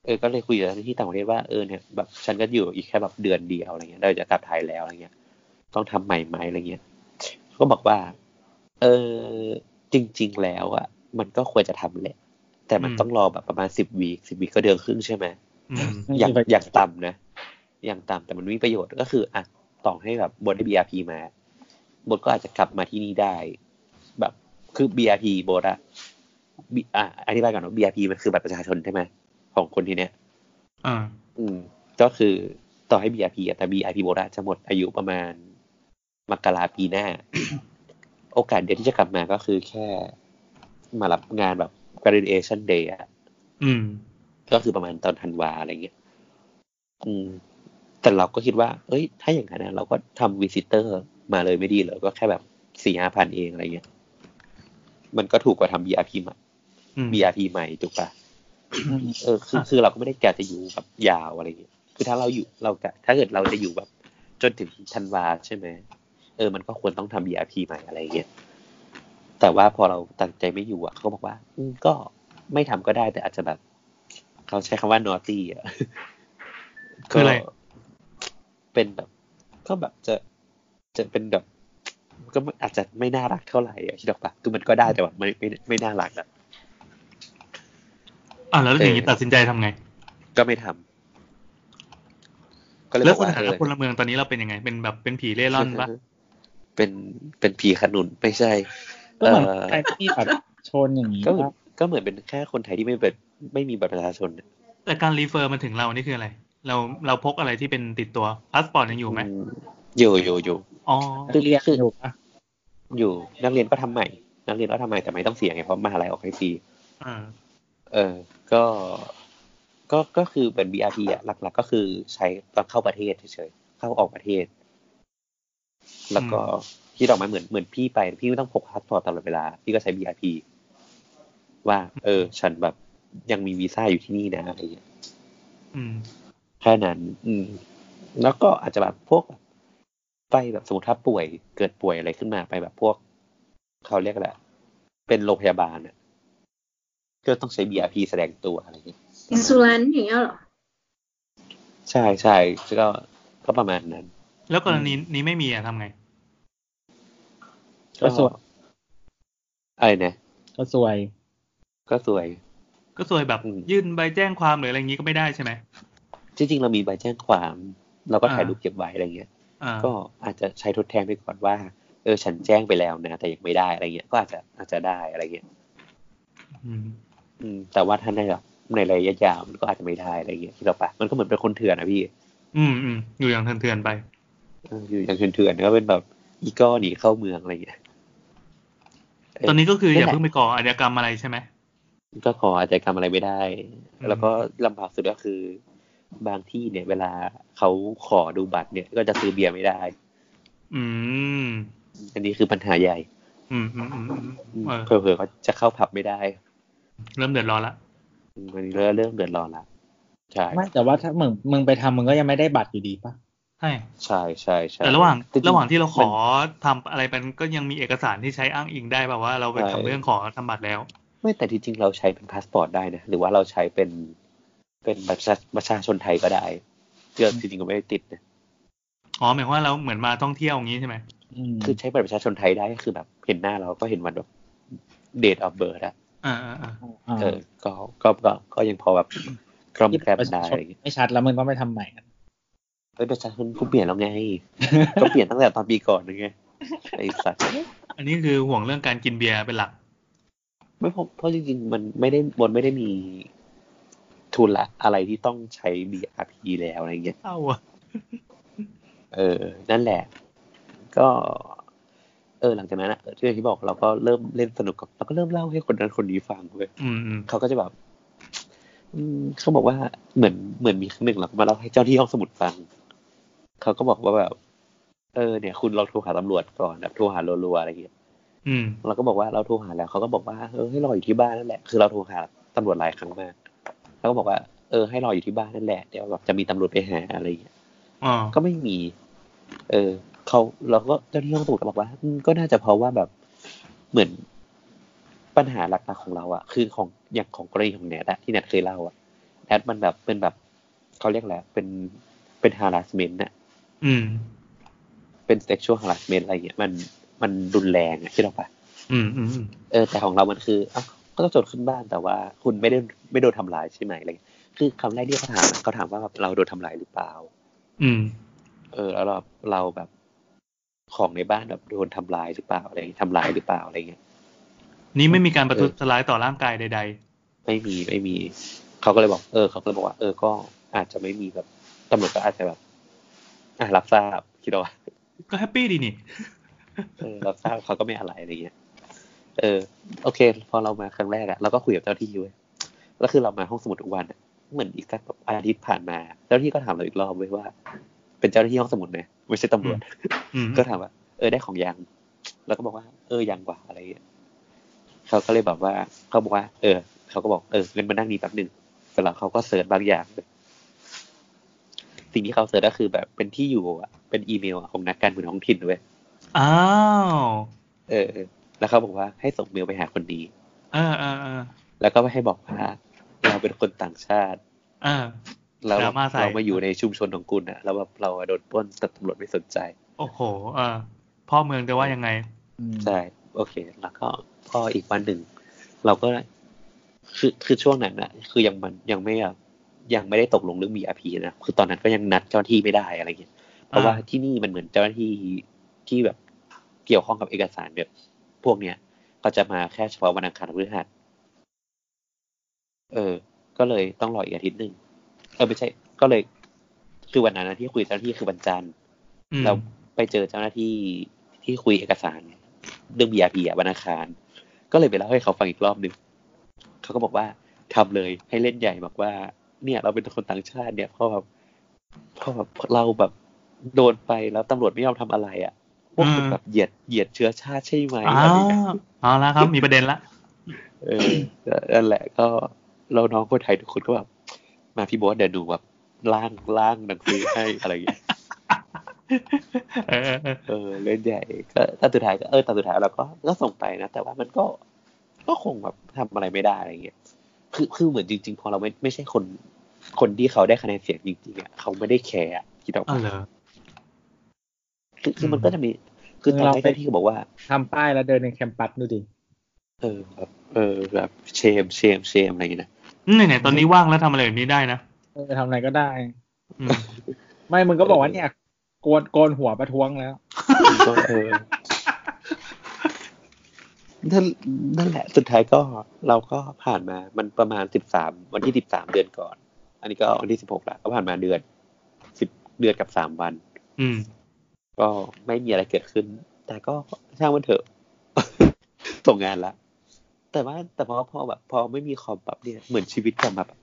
S4: เออ ก็เลยคุยกับเจ้าหน้าที่ต่างประเทศว่า เออเนี่ยแบบฉันก็อยู่อีกแค่แบบเดือนเดียวอะไรเงี้ย เราจะกลับไทยแล้วอะไรเงี้ย ต้องทำใหม่ไหมอะไรเงี้ย ก็บอกว่า เออจริง ๆ แล้วอะมันก็ควรจะทำแหละ แต่มัน
S5: อืม
S4: ต้องรอแบบประมาณสิบวีสิบวีก็เดือนครึ่งใช่ไหม
S5: อืม
S6: ไม่มี
S4: อย่าง
S6: ประโยชน์
S4: อย่างต่ำนะ อย่างต่ำแต่มันไม่มีประโยชน์ก็คืออ่ะต่อให้แบบบทได้ BRP มา บทก็อาจจะกลับมาที่นี่ได้ แบบคือ BRP บทอะบิอ่ะอธิบายก่อนว่า BRP มันคือบัตรประชาชนใช่ไหมของคนที่เนี้ย
S5: อ่า
S4: อืม ก็คือต่อให้ BRP อะแต่ BRP โบราณจะหมดอายุประมาณมกราปีหน้า [COUGHS] โอกาสเดียวที่จะกลับมาก็คือแค่มารับงานแบบ graduation day อะ
S5: อืม
S4: ก็คือประมาณตอนธันวาอะไรเงี้ย อืม แต่เราก็คิดว่า เอ้ย ถ้าอย่างนั้นนะเราก็ทำวิซิเตอร์มาเลยไม่ดีเหรอ ก็แค่แบบสี่ห้าพันเองอะไรเงี้ย มันก็ถูกกว่าทำ BRP ใหม่
S5: อืม
S4: BRP ใหม่ถูกปะเออ คือคือเราก็ไม่ได้แกะจะอยู่แบบยาวอะไรเงี้ย คือถ้าเราอยู่เรากะถ้าเกิดเราจะอยู่แบบ จนถึงธันวาใช่ไหม เออ มันก็ควรต้องทำ BRP ใหม่อะไรเงี้ย แต่ว่าพอเราตัดใจไม่อยู่อ่ะเขาก็บอกว่า อืมก็ไม่ทำก็ได้แต่อาจจะแบบ เขาใช้คำว่านอตี้อ่ะ [LAUGHS]
S5: คืออะไร
S4: ก็เป็นแบบ ก็แบบจะจะเป็นแบบ ก็ไม่อาจจะไม่น่ารักเท่าไหร่อ่ะคิดออกปะคือมันก็ได้แต่ว่าไม่ไม่ไม่น่ารักอ่ะ
S5: อ่าแล้วอย่างนี้
S4: เออ
S5: ตัดสินใจทำไง
S4: ก็ไม่ทำก็เลย
S5: แล้
S4: บ
S5: ว
S4: อก
S5: ส
S4: ว่า
S5: ถา
S4: เอ
S5: นะ
S4: อ
S5: พลเมืองตอนนี้เราเป็นยังไง เป็นแบบเป็นผีเร่ร่อนปะ
S4: เป็นเป็นผีขนุนไม่ใช่
S6: ก็เหมือน
S4: เอ่อ
S6: ใครที่แบบชนอย่างนี้
S4: ก็เหมือน
S6: ปะ
S4: ก็เหมือนเป็นแค่คนไทยที่ไม่เป็นไม่มีบัตรประชาชนน่ะ
S5: แต่การรีเฟอร์มาถึงเรานี่คืออะไร เราเราพกอะไรที่เป็นติดตัวพาสปอร์ตยังอยู่ไหม
S4: อยู่อยู่อยู่
S5: อ๋อ
S4: คือ
S6: เรียน
S4: คืออ
S6: อยู่ปะ
S4: อยู่นักเรียนก็ทำใหม่ นักเรียนก็ทำใหม่แต่ไม่ต้องเสียไงเพราะมหาลัยออกให้ฟรี
S5: อ่า
S4: เออ ก็ ก็ ก็คือเป็น BRP อ่ะ หลัก ๆ ก็คือใช้ตอนเข้าประเทศเฉยๆ เข้าออกประเทศ แล้วก็ที่ดออกมาเหมือน เหมือนพี่ไป พี่ไม่ต้องพกพาสปอร์ตตลอดเวลา พี่ก็ใช้ BRP ว่า เออ ฉันแบบยังมีวีซ่าอยู่ที่นี่นะอะไรอย่างเงี้ย
S5: อืม
S4: แค่นั้น อืม แล้วก็อาจจะแบบพวก ไปแบบสมมติถ้าป่วย เกิดป่วยอะไรขึ้นมาไปแบบพวก เขาเรียกแหละไรเป็นโรงพยาบาลอ่ะ ก็ต้องใช้ BRP แสดงตัวอะไรอย่างเงี้ย
S2: อินซูลินอย่างเงี้ยเหรอ
S4: ใช่ใช่ก็ก็ประมาณนั้น
S5: แล้วกรณีนี้ไม่มีอะทำไง
S6: ก็สวย
S4: อะไรนะ
S6: ก็สวย
S4: ก็สวย
S5: ก็สวยแบบ
S4: อืม
S5: ยื่นใบแจ้งความหรืออะไรอย่างนี้ก็ไม่ได้ใช่ไหม
S4: จริง ๆ เรามีใบแจ้งความ เราก็ถ่าย
S5: อ่ารู
S4: รูปเก็บไว้อะไรเงี้ย
S5: อ่า
S4: ก็อาจจะใช้ทดแทนไปก่อนว่า เออฉันแจ้งไปแล้วนะ แต่ยังไม่ได้อะไรเงี้ย ก็อาจจะอาจจะได้อะไรเงี้ย
S5: อืม
S4: อืม แต่ว่าถ้าในแบบในระยะยาวมันก็อาจจะไม่ได้อะไรเงี้ยที่เราปะมันก็เหมือนเป็นคนเถื่อนนะพี่
S5: อืมอืมอยู่อย่างเถื่อนๆไป
S4: เอออยู่อย่างเถื่อนๆก็เป็นแบบอีกอหนีเข้าเมืองอะไรเงี้ยเ
S5: ตอนนี้ก็คืออย่า
S4: นั่นแหละ
S5: เพิ่งไปก่ออาชญากรรมอะไรใช่ไหม
S4: ก็ขออาจจะทำอะไรไม่ได้
S5: อืม
S4: แล้วก็ลำบากสุดก็คือ บางที่เนี่ย เวลาเขาขอดูบัตรเนี่ย ก็จะซื้อเบียร์ไม่ได้
S5: อืม
S4: อันนี้คือปัญหาใหญ่
S5: อืมอืมอืมอืมเออ
S4: เผื่อๆเขาจะเข้าผับไม่ได้
S5: เริ่มเดือดร้อนละ
S4: อืมอันนี้เริ่มเริ่มเดือดร้อนละใช่
S6: ไม่แต่ว่าถ้ามึงมึงไปทำมึงก็ยังไม่ได้บัตรอยู่ดีปะ
S5: ใช่
S4: ใช่ใช่ใช่
S5: แต่ระหว่าง
S4: จๆ
S5: ระหว่างที่เราขอ
S4: มัน
S5: ทำอะไรเป็นก็ยังมีเอกสารที่ใช้อ้างอิงได้แบบว่าเราไป
S4: ใช่
S5: ทำเรื่องขอทำบัตรแล้ว
S4: ไม่แต่ที่จริงเราใช้เป็นพาสปอร์ตได้นะ หรือว่าเราใช้เป็นเป็นบัตรประชาประชาชนไทยก็ได้เรื่องจริงๆก็ไม่ได้ติดนะ
S5: อ๋อหมายความว่าเราเหมือนมาท่องเที่ยวอย่างนี้ใช่ไหม
S6: ม
S4: คือใช้บัตรประชาชนไทยได้ก็คือแบบเห็นหน้าเราก็เห็นวันแบบเดทออฟเบิร์ดอะ
S5: อ่าอ่าอ่า
S6: า
S4: เออ ก็ ก็ ก็ ก็ยังพอ [COUGHS] แบบกล่อม
S6: ที่
S4: แกล้ม
S6: ประชา
S4: ได้
S6: ช
S4: อะ
S6: น
S4: ไรอย่างเงี้ย
S6: ไม่ชัดแล้วมึงต้องไปทำใหม่อะ
S4: เอ้ยประชาชนกูเปลี่ยนแล้ว [LAUGHS] ไง ก็เปลี่ยนตั้งแต่ตอนปีก่อนนึ [LAUGHS] งไง ไอ้สัตว์
S5: อันนี้คือห่วงเรื่องการกินเบียร์เป็นหลัก
S4: ไม่เพราะเพราะจริง ๆ มันไม่ได้บนไม่ได้มีทุนละอะไรที่ต้องใช้ BRP แล้วอะไรเงี้ย
S5: เอ้าอะ
S4: เออ นั่นแหละ ก็ เออ หลังจากนั้นอะที่อย่างที่บอกเราก็เริ่มเล่นสนุกกับเราก็เริ่มเล่าให้คนนั้นคนนี้ฟังเลย
S5: อืมอืม
S4: เขาก็จะแบบ อืมเขาบอกว่าเหมือนเหมือนมีครั้งหนึ่งเราก็มาเล่าให้เจ้าที่ห้องสมุดฟัง เขาก็บอกว่าแบบ เออเนี่ย คุณลองโทรหาตำรวจก่อนแบบโทรหารัวๆอะไรอย่างเงี้ย
S5: อืม
S4: เราก็บอกว่าเราโทรหาแล้วเขาก็บอกว่าเออให้รออยู่ที่บ้านนั่นแหละคือเราโทรหาตำรวจหลายครั้งมากเขาก็บอกว่าเออให้รออยู่ที่บ้านนั่นแหละเดี๋ยวแบบจะมีตำรวจไปหาอะไรอย่างเงี้ย
S5: อ๋อ
S4: ก็ไม่มี เออเขาเราก็เจ้าที่ห้องสมุดก็บอกว่าอืมก็น่าจะเพราะว่าแบบเหมือนปัญหาหลักๆของเราอะคือของอย่างของกรณีของแนทอะที่แนทเคยเล่าอะแนทมันแบบเป็นแบบเขาเรียกแล้วเป็นเป็น harassment อะ
S5: อืม
S4: เป็น sexual harassment อะไรเงี้ยมันมันรุนแรงอะคิดออกปะ
S5: อืมอืมอืม
S4: เออแต่ของเรามันคือเอ้าก็ต้องโจทย์ขึ้นบ้านแต่ว่าคุณไม่ได้ไม่โดนทำร้ายใช่ไหมอะไรเงี้ยคือคำแรกที่เขาถามอะเขาถามว่าแบบเราโดนทำร้ายหรือเปล่า
S5: อืม
S4: เออแล้วเราเราแบบของในบ้านแบบโดนทำร้ายหรือเปล่าอะไรเงี้ยทำร้ายหรือเปล่าอะไรเงี้ย
S5: นี่ไม่มีการประทุษ
S4: เออ
S5: ร้ายต่อร่างกายใด
S4: ไม่มีไม่มี เขาก็เลยบอก เออเขาก็เลยบอกว่า เออก็อาจจะไม่มีแบบตำรวจก็อาจจะแบบ อ่ะรับทราบคิดเอาว่า
S5: ๆ ก็แฮปปี้ดีนี่
S4: เออรับทราบเขาก็ไม่อะไรอะไรเงี้ย เออ โอเค พอเรามาครั้งแรกอะเราก็คุยกับเจ้าที่เว้ยแล้วคือเรามาห้องสมุดทุกวันอะเหมือนอีกสักแบบอาทิตย์ผ่านมา เจ้าที่ก็ถามเราอีกรอบเว้ยว่า เป็นเจ้าหน้าที่ห้องสมุดนะไม่ใช่ตำรวจ
S5: อืม
S4: ก็ถามว่า เออได้ของยัง แล้วก็บอกว่า เออยังกว่าอะไรเงี้ยเขาก็เลยแบบว่าเขาบอกว่า เออเขาก็บอกเออเล่นมานั่งนี่แป๊บหนึ่งแต่แล้วเขาก็เสิร์ชบางอย่างเลยสิ่งที่เขาเสิร์ชก็คือแบบเป็นที่อยู่อะเป็นอีเมลอะของนักการเมืองท้องถิ่นเว้ย
S5: อ้าว
S4: เออเออแล้วเขาบอกว่าให้ส่งเมลไปหาคนนี้
S5: เออเออเออ
S4: แล้วก็ให้บอกว่า เราเป็นคนต่างชาติ
S5: เออ
S4: เรา
S5: ดราม่าใส่
S4: เรามาอยู่ในชุมชนของคุณนะแล้วแบบเราโดนปล้นแต่ตำรวจไม่สนใจ
S5: โอ้โห เออ พ่อเมืองจะว่ายังไง
S6: อืม
S4: ใช่โอเค แล้วก็ก็อีกวันหนึ่ง เราก็คือคือช่วงนั้นนะคือยังมันยังไม่แบบยังไม่ได้ตกลงเรื่อง BRP นะคือตอนนั้นก็ยังนัดเจ้าหน้าที่ไม่ได้อะไรเงี้ยเพราะว่าที่นี่มันเหมือนเจ้าหน้าที่ที่แบบเกี่ยวข้องกับเอกสารแบบ พวกเนี้ยก็จะมาแค่เฉพาะวันอังคารพฤหัส เออ ก็เลยต้องรออีกอาทิตย์หนึ่ง เออไม่ใช่ ก็เลย คือวันนั้นนะที่คุยเจ้าหน้าที่คือวันจันทร์
S5: อืม
S4: เราไปเจอเจ้าหน้าที่ที่คุยเอกสารเรื่องบีอาพีอะวันอังคาร ก็เลยไปเล่าให้เขาฟังอีกรอบหนึ่งเขาก็บอกว่าทำเลยให้เล่นใหญ่บอกว่า เนี่ย เราเป็นคนต่างชาติเนี่ยเพราะแบบเพราะแบบเราแบบโดนไปแล้วตำรวจไม่ยอมทำอะไรอะ่ะพวกคุณแบบเหยียดเหยียดเชื้อชาติใช่ไหม
S5: อ้า
S4: อะไรอย่างเงี้ย
S5: วเอาละครับ มีประเด็นละ
S4: เออนั่นแหละก็เราน้องคนไทยทุกคนก็แบบมาพี่โบอสเดี๋ยวดูแบบล่างล่างหนังสือให้ อะไรอย่างเงี้ย
S5: เออเออเออ
S4: เออเล่นใหญ่ก็แต่สุดท้ายก็เออแต่สุดท้ายเราก็ก็ส่งไปนะ แต่ว่ามันก็ก็คงแบบทำอะไรไม่ได้อะไรอย่างเงี้ยคือคือเหมือนจริง ๆ พอเราไม่ไม่ใช่คน คนที่เขาได้คะแนนเสียงจริงๆอ่ะเขาไม่ได้แคร์อะคิดออก
S5: อ้าว
S4: ปะ
S5: เหรอ
S4: คือคือมันก็จะมี คือตอนแรกเจ้าหน้าที่ก็บอกว่า
S6: ทำป้ายแล้วเดินในแคมปัสดูดิ
S4: เออแบบเออแบบเชมเชมเชมอะไรอย่างเงี้ยนะ
S5: ไหนๆตอนนี้ว่างแล้วทำอะไรแบบนี้ได้นะ
S6: เออทำอะไรก็ได้
S5: อืม
S6: ไม่มึงก็บอกว่าเนี่ยโกนโกนหัวประท้วงแล้ว
S4: ก็เออนั่นนั่นแหละ สุดท้ายก็เราก็ผ่านมา มันประมาณสิบสามวันที่สิบสามเดือนก่อน อันนี้ก็วันที่สิบหกละก็ผ่านมาเดือนสิบเดือนกับสามวัน
S5: อืม
S4: ก็ไม่มีอะไรเกิดขึ้น แต่ก็ช่างมันเถอะ [LAUGHS] ส่งงานละ แต่ว่าแต่พอพอแบบ พอไม่มีคอมปั๊บเนี่ยเหมือนชีวิตกลับมาแบบ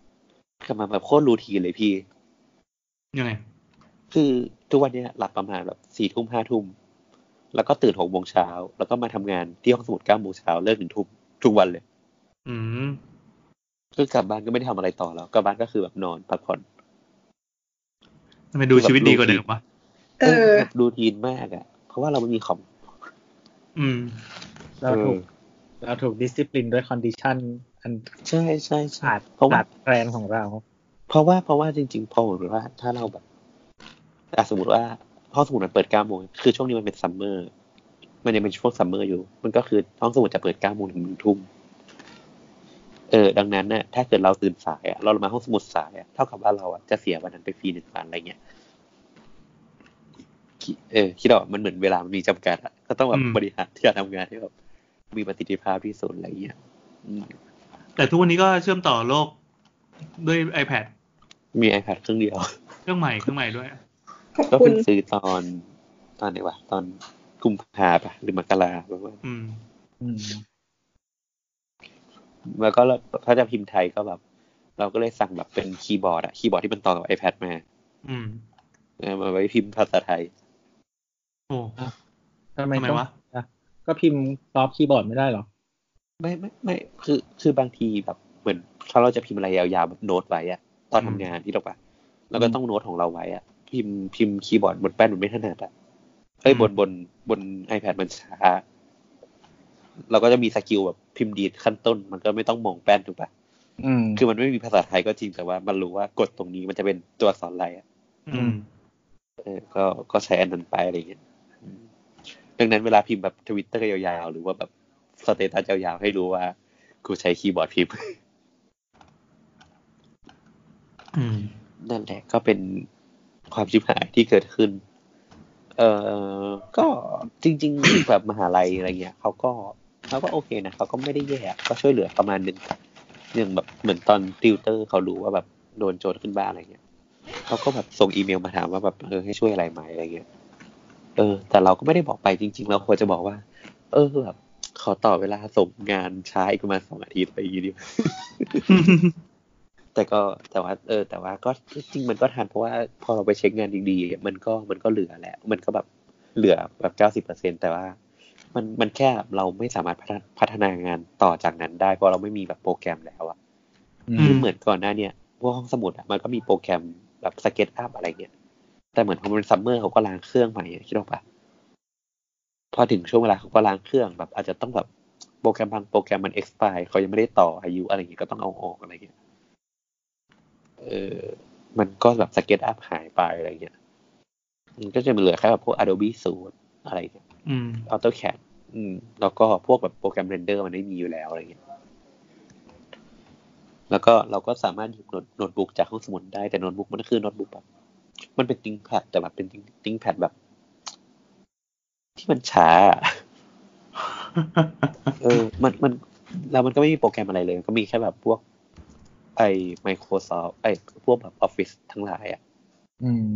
S4: กลับมาแบบโคตรรูทีนเลยพี่
S5: ยังไง
S4: คือทุกวันเนี้ยหลับประมาณแบบสี่ทุ่มห้าทุ่มแล้วก็ตื่นหกโมงเช้าแล้วก็มาทำงานที่ห้องสมุดเก้าโมงเช้าเลิกหนึ่งทุ่มทุกวันเลย
S5: อืม
S4: คือกลับบ้านก็ไม่ได้ทำอะไรต่อแล้วกลับบ้านก็คือแบบนอนพักผ่อน
S5: ทำไมดูชีวิตดีกว่าเดิมวะ
S2: เออ
S4: แบบรูทีนมากอะเพราะว่าเราไม่มีคอม
S5: อืม
S6: เราถูก
S4: เออ
S6: เราถูกดิสซิปลินด้วยคอนดิชันอัน
S4: ใช่ใช่ใช่
S6: ขาด
S4: เพราะว่า
S6: ขาดแคลนของเรา
S4: เพราะว่าเพราะว่าจริงๆพอเหมือนว่าถ้าเราแบบอ่ะสมมติว่าห้องสมุดมันเปิดเก้าโมงคือช่วงนี้มันเป็นซัมเมอร์ มันยังเป็นช่วงซัมเมอร์อยู่ มันก็คือห้องสมุดจะเปิดเก้าโมงถึงหนึ่งทุ่มเออ ดังนั้นเนี่ยถ้าเกิดเราตื่นสายอะเรามาห้องสมุดสายอะเท่ากับว่าเราอะจะเสียวันนั้นไปฟรีหนึ่งวันอะไรเงี้ยคิเออคิดออกมันเหมือนเวลามันมีจำกัดอะก็ต้องแบ
S5: อื
S4: บ
S5: ม
S4: บริหารที่จะทำงานให้แบบมีประสิทธิภาพที่สุดอะไรเงี้ยอืม
S5: แต่ทุกวันนี้ก็เชื่อมต่อโลกด้วย iPad
S4: มี iPad เครื่องเดียว
S5: เครื่องใหม่เครื่องใหม่ด้วย
S2: ขอบ
S4: ก็
S2: คุ
S4: เพิ่
S2: ณ
S4: งซื้อตอนตอนไหนวะตอน กุมภาปะหรือมกราประมาณ
S5: อืม
S6: อืม
S4: แล้วก็ถ้าจะพิมพ์ไทยก็แบบ เราก็เลยสั่งแบบเป็นคีย์บอร์ดอะคีย์บอร์ดที่มันต่อกับ iPad มา
S5: อืม
S4: เอามาไว้พิมพ์ภาษาไทย
S5: โอ้
S6: ทำไม
S5: ทำไม
S6: ต้อง
S5: วะ
S6: ก็พิมพ์ซอฟต์คีย์บอร์ดไม่ได้เหรอ
S4: ไม่ไม่ไม่คือคือบางทีแบบเหมือนถ้าเราจะพิมพ์อะไรยาวๆแบบโน้ตไว้อะตอน
S5: อืม
S4: ทำงานที่เราปะแล้วก็ต้องโน้ตของเราไว้อะพิมพ์พิมพ์คีย์บอร์ดบนแป้นมันไม่ถนัดอะเอ้ยบนบนบน iPad มันช้า เราก็จะมีสกิลแบบพิมพ์ดีดขั้นต้น มันก็ไม่ต้องมองแป้นถูกปะ
S6: อืม
S4: คือมันไม่มีภาษาไทยก็จริงแต่ว่ามันรู้ว่ากดตรงนี้มันจะเป็นตัวอักษรอะไรอะ
S5: อืม
S4: เออก็ก็ใช้อันนั้นไปอะไรอย่างเงี้ยอืมดังนั้นเวลาพิมพ์แบบทวิตเตอร์ยาวๆ หรือว่าแบบสเตตัสยาวๆ ให้รู้ว่ากูใช้คีย์บอร์ดพิมพ์
S5: อืม
S4: นั่นแหละก็เป็นความชิบหายที่เกิดขึ้น เออก็จริง ๆ [COUGHS] แบบมหาลัยอะไรเงี้ยเขาก็เขาก็โอเคนะเขาก็ไม่ได้แย่ก็ช่วยเหลือประมาณหนึงอย่างแบบเหมือนตอนติวเตอร์เขารู้ว่าแบบโดนโจรขึ้นบ้านอะไรเงี้ยเขาก็แบบส่งอีเมลมาถามว่าแบบเออให้ช่วยอะไรไหมอะไรเงี้ยเออ แต่เราก็ไม่ได้บอกไปจริง ๆ เราควรจะบอกว่า เออแบบขอต่อเวลาส่งงานช้าอีกประมาณสองอาทิตย์ไปอย่างงี้ดีกว่า แต่ก็แต่ว่าเออ แต่ว่าก็จริงๆมันก็ทันเพราะว่าพอเราไปเช็คงานดีๆมันก็มันก็เหลือแหละมันก็แบบเหลือแบบเก้าสิบเปอร์เซ็นแต่ว่า มันมันแค่เราไม่สามารถพัฒนาพัฒนางานต่อจากนั้นได้เพราะเราไม่มีแบบโปรแกรมแล้วอะ
S6: อื
S5: อื
S4: คือ
S6: ม
S4: เหมือนก่อนหน้าเนี่ยพวกห้องสมุดอะมันก็มีโปรแกรมแบบสเก็ตอัพอะไรเงี้ยแต่เหมือนพอมันซัมเมอร์เขาก็ล้างเครื่องใหม่อะคิดออกปะพอถึงช่วงเวลาเขาก็ล้างเครื่องแบบ อาจจะต้องแบบโปรแกรมบางโปรแกรมมัน expire เขายังไม่ได้ต่ออายุอะไรเงี้ยก็ต้องเอาออกอะไรเงี้ย เออมันก็แบบสเก็ตอัพหายไปอะไรเงี้ย มันก็จะเหลือแค่แบบพวก Adobe Suite อะไรเงี้ย
S5: อืม
S4: AutoCAD อืม แล้วก็พวกแบบโปรแกรมเรนเดอร์มันไม่มีอยู่แล้วอะไรเงี้ย แล้วก็เราก็สามารถหยิบโน้ตโน้ตบุ๊กจากห้องสมุดได้แต่โน้ตบุ๊กมันก็คือโน้ตบุ๊กแบบ มันเป็นติ้งแพดแต่แบบเป็นติ้งติ้งแพดแบบ ที่มันช้าอะ [LAUGHS] เออ มัน มัน แล้วมันก็ไม่มีโปรแกรมอะไรเลย มันก็มีแค่แบบพวก ไอ้ Microsoft ไอ้ พวกแบบ Office ทั้งหลายอ่ะ
S6: อืม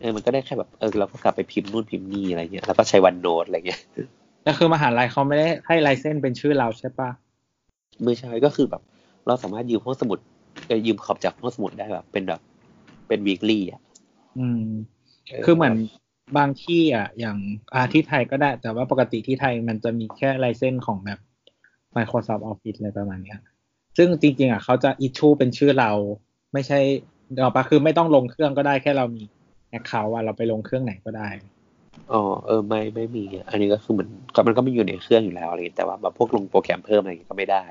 S4: เออ มันก็ได้แค่แบบ เออ เราก็กลับไปพิมพ์นู่นพิมพ์นี่อะไรเงี้ย แล้วก็ใช้วันโน e อะไรเงี้ย
S6: แล้วคือมหาลัยเขาไม่ได้ให้ไลเซนส์เป็นชื่อเราใช่ปะ
S4: ไม่ใช่ก็คือแบบ เราสามารถยืมห้องสมุดเออยืมขอบจากห้องสมุดได้แบบ เป็นแบบ เป็น weekly อ่ะ
S6: อืม คือเหมือนบางที่อ่ะ อย่างอาที่ไทยก็ได้ แต่ว่าปกติที่ไทยมันจะมีแค่ไลเซนส์ของแบบ Microsoft Office อะไรประมาณเนี้ย ซึ่งจริง ๆ อ่ะเขาจะอิชูเป็นชื่อเรา ไม่ใช่เราปะคือไม่ต้องลงเครื่องก็ได้แค่เรามีแอคเคาท์อ่ะเราไปลงเครื่องไหนก็ได้
S4: อ๋อ เออ ไม่ ไม่มีอะอันนี้ก็คือเหมือนก็มันก็ไม่อยู่ในเครื่องอยู่แล้วอะไรเงี้ยแต่ว่าแบบพวกลงโปรแกรมเพิ่มอะไรเงี้ยก็ไม่ได้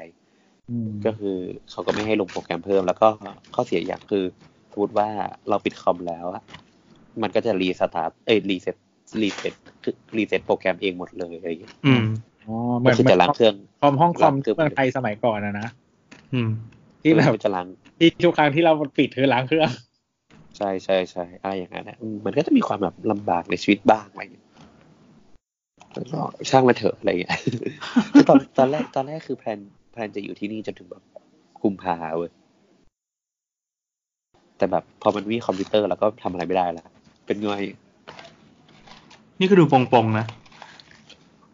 S6: อืม
S4: ก็คือเขาก็ไม่ให้ลงโปรแกรมเพิ่ม แล้วก็ข้อเสียอย่างคือสมมติว่าเราปิดคอมแล้วอะมันก็จะรีสตาร์ทเอ้ยรีเซ็ตรีเซ็ตคือรีเซ็ตโปรแกรมเองหมดเลยอะไรอย่างเงี้ย
S5: อืม
S6: อ๋อเหมือน
S4: ก็คือจะล้างเครื่อง
S6: คอมห้องคอม
S4: ล้างเครื่อง
S6: เมืองไทยสมัยก่อนอะนะ
S5: อืม
S6: ที่แบบ
S4: มันจะล้าง
S6: ที่ทุกครั้งที่เราปิดคือล้างเครื่อง
S4: ใช่ใช่ใช่อะไรอย่างนั้นนะอืมมันก็จะมีความแบบลำบากในชีวิตบ้างอะไรอย่างเงี้ยแล้วก็ช่างมันเถอะอะไรอย่างเงี้ [LAUGHS] ย คือตอนตอนแรกตอนแรกคือแพลนแพลนจะอยู่ที่นี่จนถึงแบบกุมภาเว้ยแต่แบบพอมันมีคอมพิวเตอร์แล้วก็ทำอะไรไม่ได้ละเป็นไง
S5: นี่ก็ดูปงๆนะ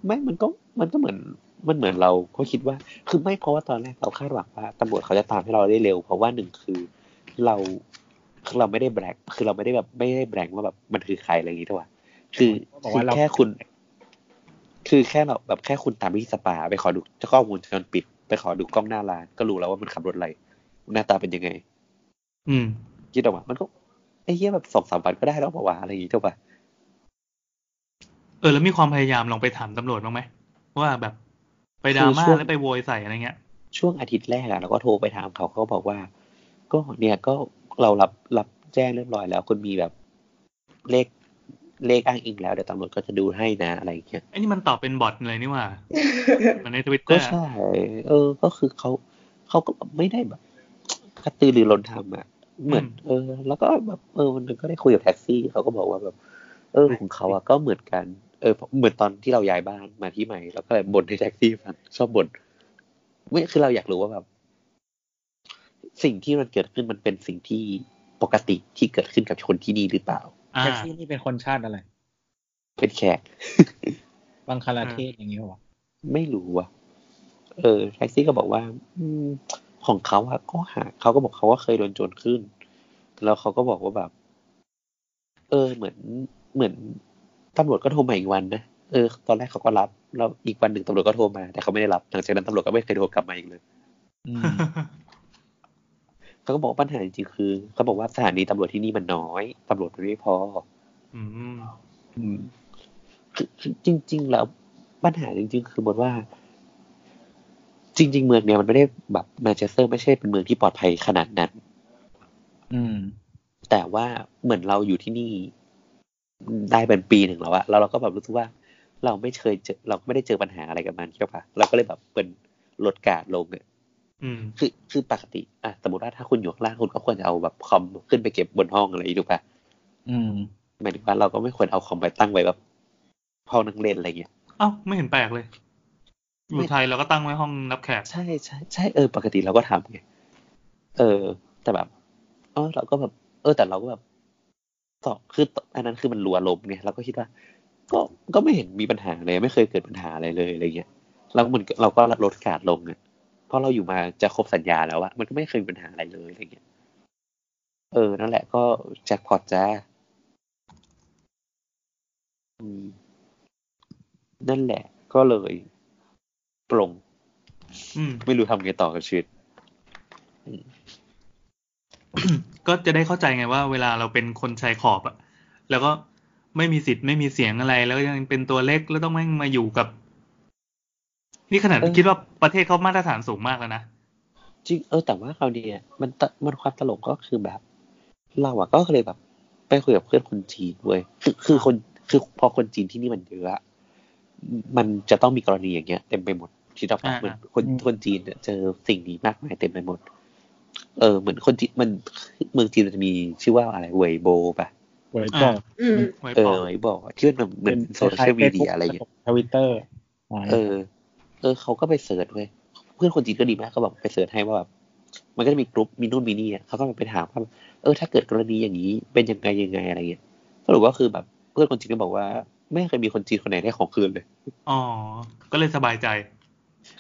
S4: ไม่มันก็ มันก็เหมือน มันเหมือนเราก็คิดว่า คือไม่เพราะว่าตอนแรกเราคาดหวังว่าตำรวจเขาจะตามให้เราได้เร็ว เพราะว่าหนึ่งคือเราคือเราไม่ได้แบล็คคือเราไม่ได้แบบไม่ได้แบล็คว่าแบบมันคือใครอะไรอย่างงี้ทั่วคือ
S6: เขาบอก
S4: คื
S6: ว่า
S4: อ
S6: เรา
S4: แค่คุณ คือแค่เราแบบแค่คุณตามไปที่สปา ไปขอดูกล้องวงจรปิด ไปขอดูกล้องหน้าร้าน ก็รู้แล้วว่ามันขับรถอะไรหน้าตาเป็นยังไง
S5: อืม
S4: คิดออกมามันก็ไอ้เหี้ยแบบสองสามวันก็ได้แล้วเปล่าวะอะไรอย่างงี้ทั่วไป
S5: เออ แล้วมีความพยายามลองไปถามตำรวจบ้างไหมว่าแบบไปดราม่า
S4: คือช่วง
S5: แล้วไปโวยใส่อะไรเงี้ย
S4: ช่วงอาทิตย์แรกอะเราก็โทรไปถามเขาเขาบอกว่า ก็เนี่ยก็เรารับรับแจ้งเรียบร้อยแล้วคุณมีแบบเลขเลขอ้างอิงแล้วเดี๋ยวตำรวจก็จะดูให้นะอะไรอย่างเงี้ย
S5: ไอ้นี่มันตอบเป็นบอทเลยนี่หว่า มันในทวิตเตอ
S4: ก็
S5: ร์
S4: ใช่เออ ก็คือเขาเขาก็ไม่ได้แบบกระตือรือร้นทำอะเหมือน เออ แล้วก็แบบเออวันหนึงก็ได้คุยกับแท็กซี่เขาก็บอกว่าแบบ เออของเขาอะก็เหมือนกันเออเหมือนตอนที่เราย้ายบ้านมาที่ใหม่เราก็เลยบ่นให้แท็กซี่ฟังชอบบ่นไม่คือเราอยากรู้ว่าแบบ สิ่งที่มันเกิดขึ้นมันเป็นสิ่งที่ปกติที่เกิดขึ้นกับคนที่นี่หรือเปล่า
S5: อ่า
S6: แท็กซี่นี่เป็นคนชาติอะไร
S4: เป็นแขก
S6: บังคลาเทศอย่างเงี้ยวะ
S4: ไม่รู้ว่ะ เออแท็กซี่ก็บอกว่า อืมของเขาอะก็หาเขาก็บอกเขาว่าเคยโดนโจรขึ้น แล้วเขาก็บอกว่าแบบ เออ เหมือนเหมือนตำรวจก็โทรมาอีกวันนะเออตอนแรกเขาก็รับแล้วอีกวันหนึ่งตำรวจก็โทรมา แต่เขาไม่ได้รับหลังจากนั้นตำรวจก็ไม่เคยโทรกลับมาอีกเลย
S6: อืม
S4: เขาก็บอกว่าปัญหาจริงๆคือเขาบอกว่าสถานีตำรวจที่นี่มันน้อยตำรวจมันไม่พอ
S5: อืม
S4: อืมคือคือจริง ๆ แล้วปัญหาจริง ๆ คือบทว่า จริง ๆ เมืองเนี้ยมันไม่ได้แบบแมนเชสเตอร์ไม่ใช่เป็นเมืองที่ปลอดภัยขนาดนั้น
S6: อืม
S4: แต่ว่าเหมือนเราอยู่ที่นี่ได้เป็นปีหนึ่งแล้วอะแล้วเราก็แบบรู้สึกว่า เราไม่เคยเจอเราไม่ได้เจอปัญหาอะไรกับมันใช่ปะเราก็เลยแบบเป็นลดการดลงอะ
S5: อืม
S4: คือคือปกติอ่ะสมมติว่าถ้าคุณอยู่ข้างล่างคุณก็ควรจะเอาแบบคอมขึ้นไปเก็บบนห้องอะไรอย่างงี้ถูกปะ
S6: อืม
S4: หมายถึงว่าเราก็ไม่ควรเอาคอมไปตั้งไว้แบบห้องนั่งเล่นอะไรอย่างเงี้ย
S5: เอ้าไม่เห็นแปลกเลยอยู่ไทยเราก็ตั้งไว้ห้องรับแขก
S4: ใช่ใช่ใช่เออปกติเราก็ทำไงเออ แต่แบบเออเราก็แบบ เออ แต่เราก็แบบตอบคืออันนั้นคือมันรัวลมไงเราก็คิดว่า ก็ก็ไม่เห็นมีปัญหาเลย ไม่เคยเกิดปัญหาอะไรเลยอะไรเงี้ยเราก็มันเราก็ลดการลงอะเพราะเราอยู่มาจะครบสัญญาแล้วอะมันก็ไม่เคยมีปัญหาอะไรเลยอะไรเงี้ยเออนั่นแหละก็แจ็คพอตจ้าอืมนั่นแหละ ก็เลยปลง
S5: อืม
S4: ไม่รู้ทำไงต่อกับชีวิต
S5: ก็จะได้เข้าใจไงว่าเวลาเราเป็นคนชายขอบอะแล้วก็ไม่มีสิทธิ์ไม่มีเสียงอะไร แล้วยังเป็นตัวเล็กแล้วต้องแม่งมาอยู่กับ นี่ขนาด
S4: เออ
S5: คิดว่าประเทศเขามาตรฐานสูงมากแล้วนะ
S4: จริงเออแต่ว่าคราวนี้อะมันตะมันความตลกก็คือแบบ เราอะก็เลยแบบ ไปคุยกับเพื่อนคนจีนเว้ยคือคือคนคือพอคนจีนที่นี่มันเยอะอะมันจะต้องมีกรณีอย่างเงี้ยเต็มไปหมดที่เราเหมือนคน
S6: อืม
S4: คนจีนเนี่ยเจอสิ่งนี้มากมายเต็มไปหมด เออเหมือนคนจีนมันเมืองจีนมันจะมีชื่อว่าอะไรเวยโบป่ะ
S6: ไว้ก่อน
S2: อืม
S5: ไว้
S4: เอ
S5: ป
S4: อ
S5: อก
S4: เวยโบอะที่มันเหมือนโซเชียลมีเดียอะไรอย่างเงี้ย
S6: ทวิตเตอร์
S4: เออ เออ เขาก็ไปเสิร์ชเว้ย เพื่อนคนจีนก็ดีมากเขาแบบไปเสิร์ชให้ว่าแบบ มันก็จะมีกรุ๊ปมีนู่นมีนี่อะเขาก็ไปถามว่า เออ ถ้าเกิดกรณีอย่างนี้เป็นยังไงยังไงอะไรเงี้ย สรุปก็คือแบบเพื่อนคนจีนก็บอกว่า ไม่เคยมีคนจีนคนไหนได้ของคืนเลย
S5: อ๋อ ก็เลยสบาย
S4: [LAUGHS]
S5: ใจ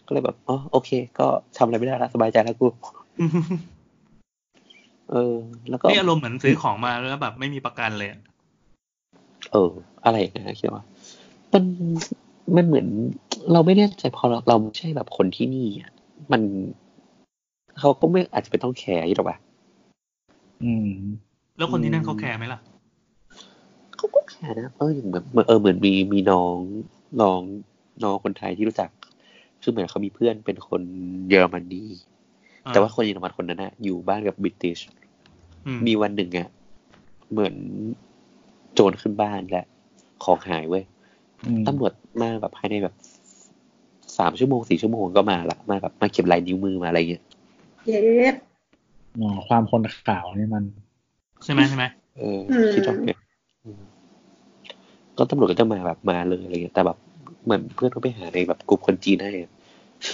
S4: ก็เลยแบบ อ๋อ โอเค ก็ทำอะไรไม่ได้ละสบายใจแล้วกู เออ แล้วก็
S5: นี่อารมณ์เหมือนซื้อของมาแล้วแบบไม่มีประกันเลยอะ
S4: เออ อะไรอย่างเงี้ยคิดว่า มัน มันเหมือน เราไม่แน่ใจพอเราเราไม่ใช่แบบคนที่นี่อะมัน เขาก็ไม่อาจจะไม่ต้องแคร์ยี่หรอกปะ
S6: อืม
S5: แล้วคนที่นั่นเขาแคร์ไหมล่ะ
S4: เขาก็แคร์นะเอออย่างแบบเออเหมือนมีมีน้องน้องน้องคนไทยที่รู้จัก คือเหมือนเขามีเพื่อนเป็นคนเยอรมนี
S5: อ่า
S4: แต่ว่าคนเยอรมันคนนั้นนะอยู่บ้านกับบริติช
S5: อืม
S4: มีวันหนึ่งอะเหมือนโจรขึ้นบ้านและ ของหายเว้ย
S6: อืม
S4: ตำรวจมาแบบภายในแบบสามชั่วโมงสี่ชั่วโมงก็มาละมาแบบมาเก็บลายนิ้วมือมาอะไรเงี้ย
S2: เย็ด
S6: อ๋อความคนขาวนี่มัน
S5: ใช่ไหมใช่ไหม
S4: เออ
S2: อืม
S4: คิดว่าไงอืมก็ตำรวจก็จะมาแบบมาเลยอะไรเงี้ยแต่แบบเหมือนเพื่อนก็ไปหาในแบบกลุ่มคนจีนให้อะ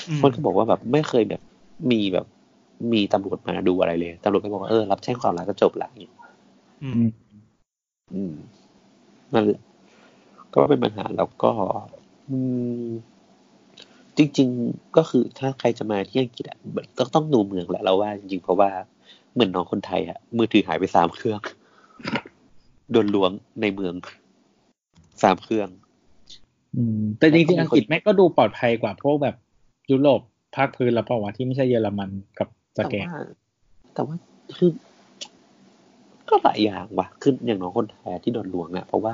S5: อืม
S4: มันก็บอกว่าแบบไม่เคยแบบมีแบบมีตำรวจมาดูอะไรเลยตำรวจก็บอกว่าเออรับแจ้งความแล้วก็จบละอย่างเงี้ย
S5: อืม
S6: อืม
S4: อืมนั่นแหละก็เป็นปัญหาแล้วก็ อืม จริง ๆก็คือถ้าใครจะมาที่อังกฤษอะก็ต้องดูเมืองแหละเราว่าจริงๆเพราะว่าเหมือนน้องคนไทยอะมือถือหายไปสามเครื่องโดนล้วงในเมืองสามเครื่อง
S6: อืม แต่จริงๆอังกฤษแม่งก็ดูปลอดภัยกว่าพวกแบบยุโรปภาคพื้นแล้วเปล่าวะที่ไม่ใช่เยอรมันกับสแกน
S4: แต่ว่าแต่ว่าคือก็หลายอย่างว่ะคืออย่างน้องคนแทยที่โดนลวงอะเพราะว่า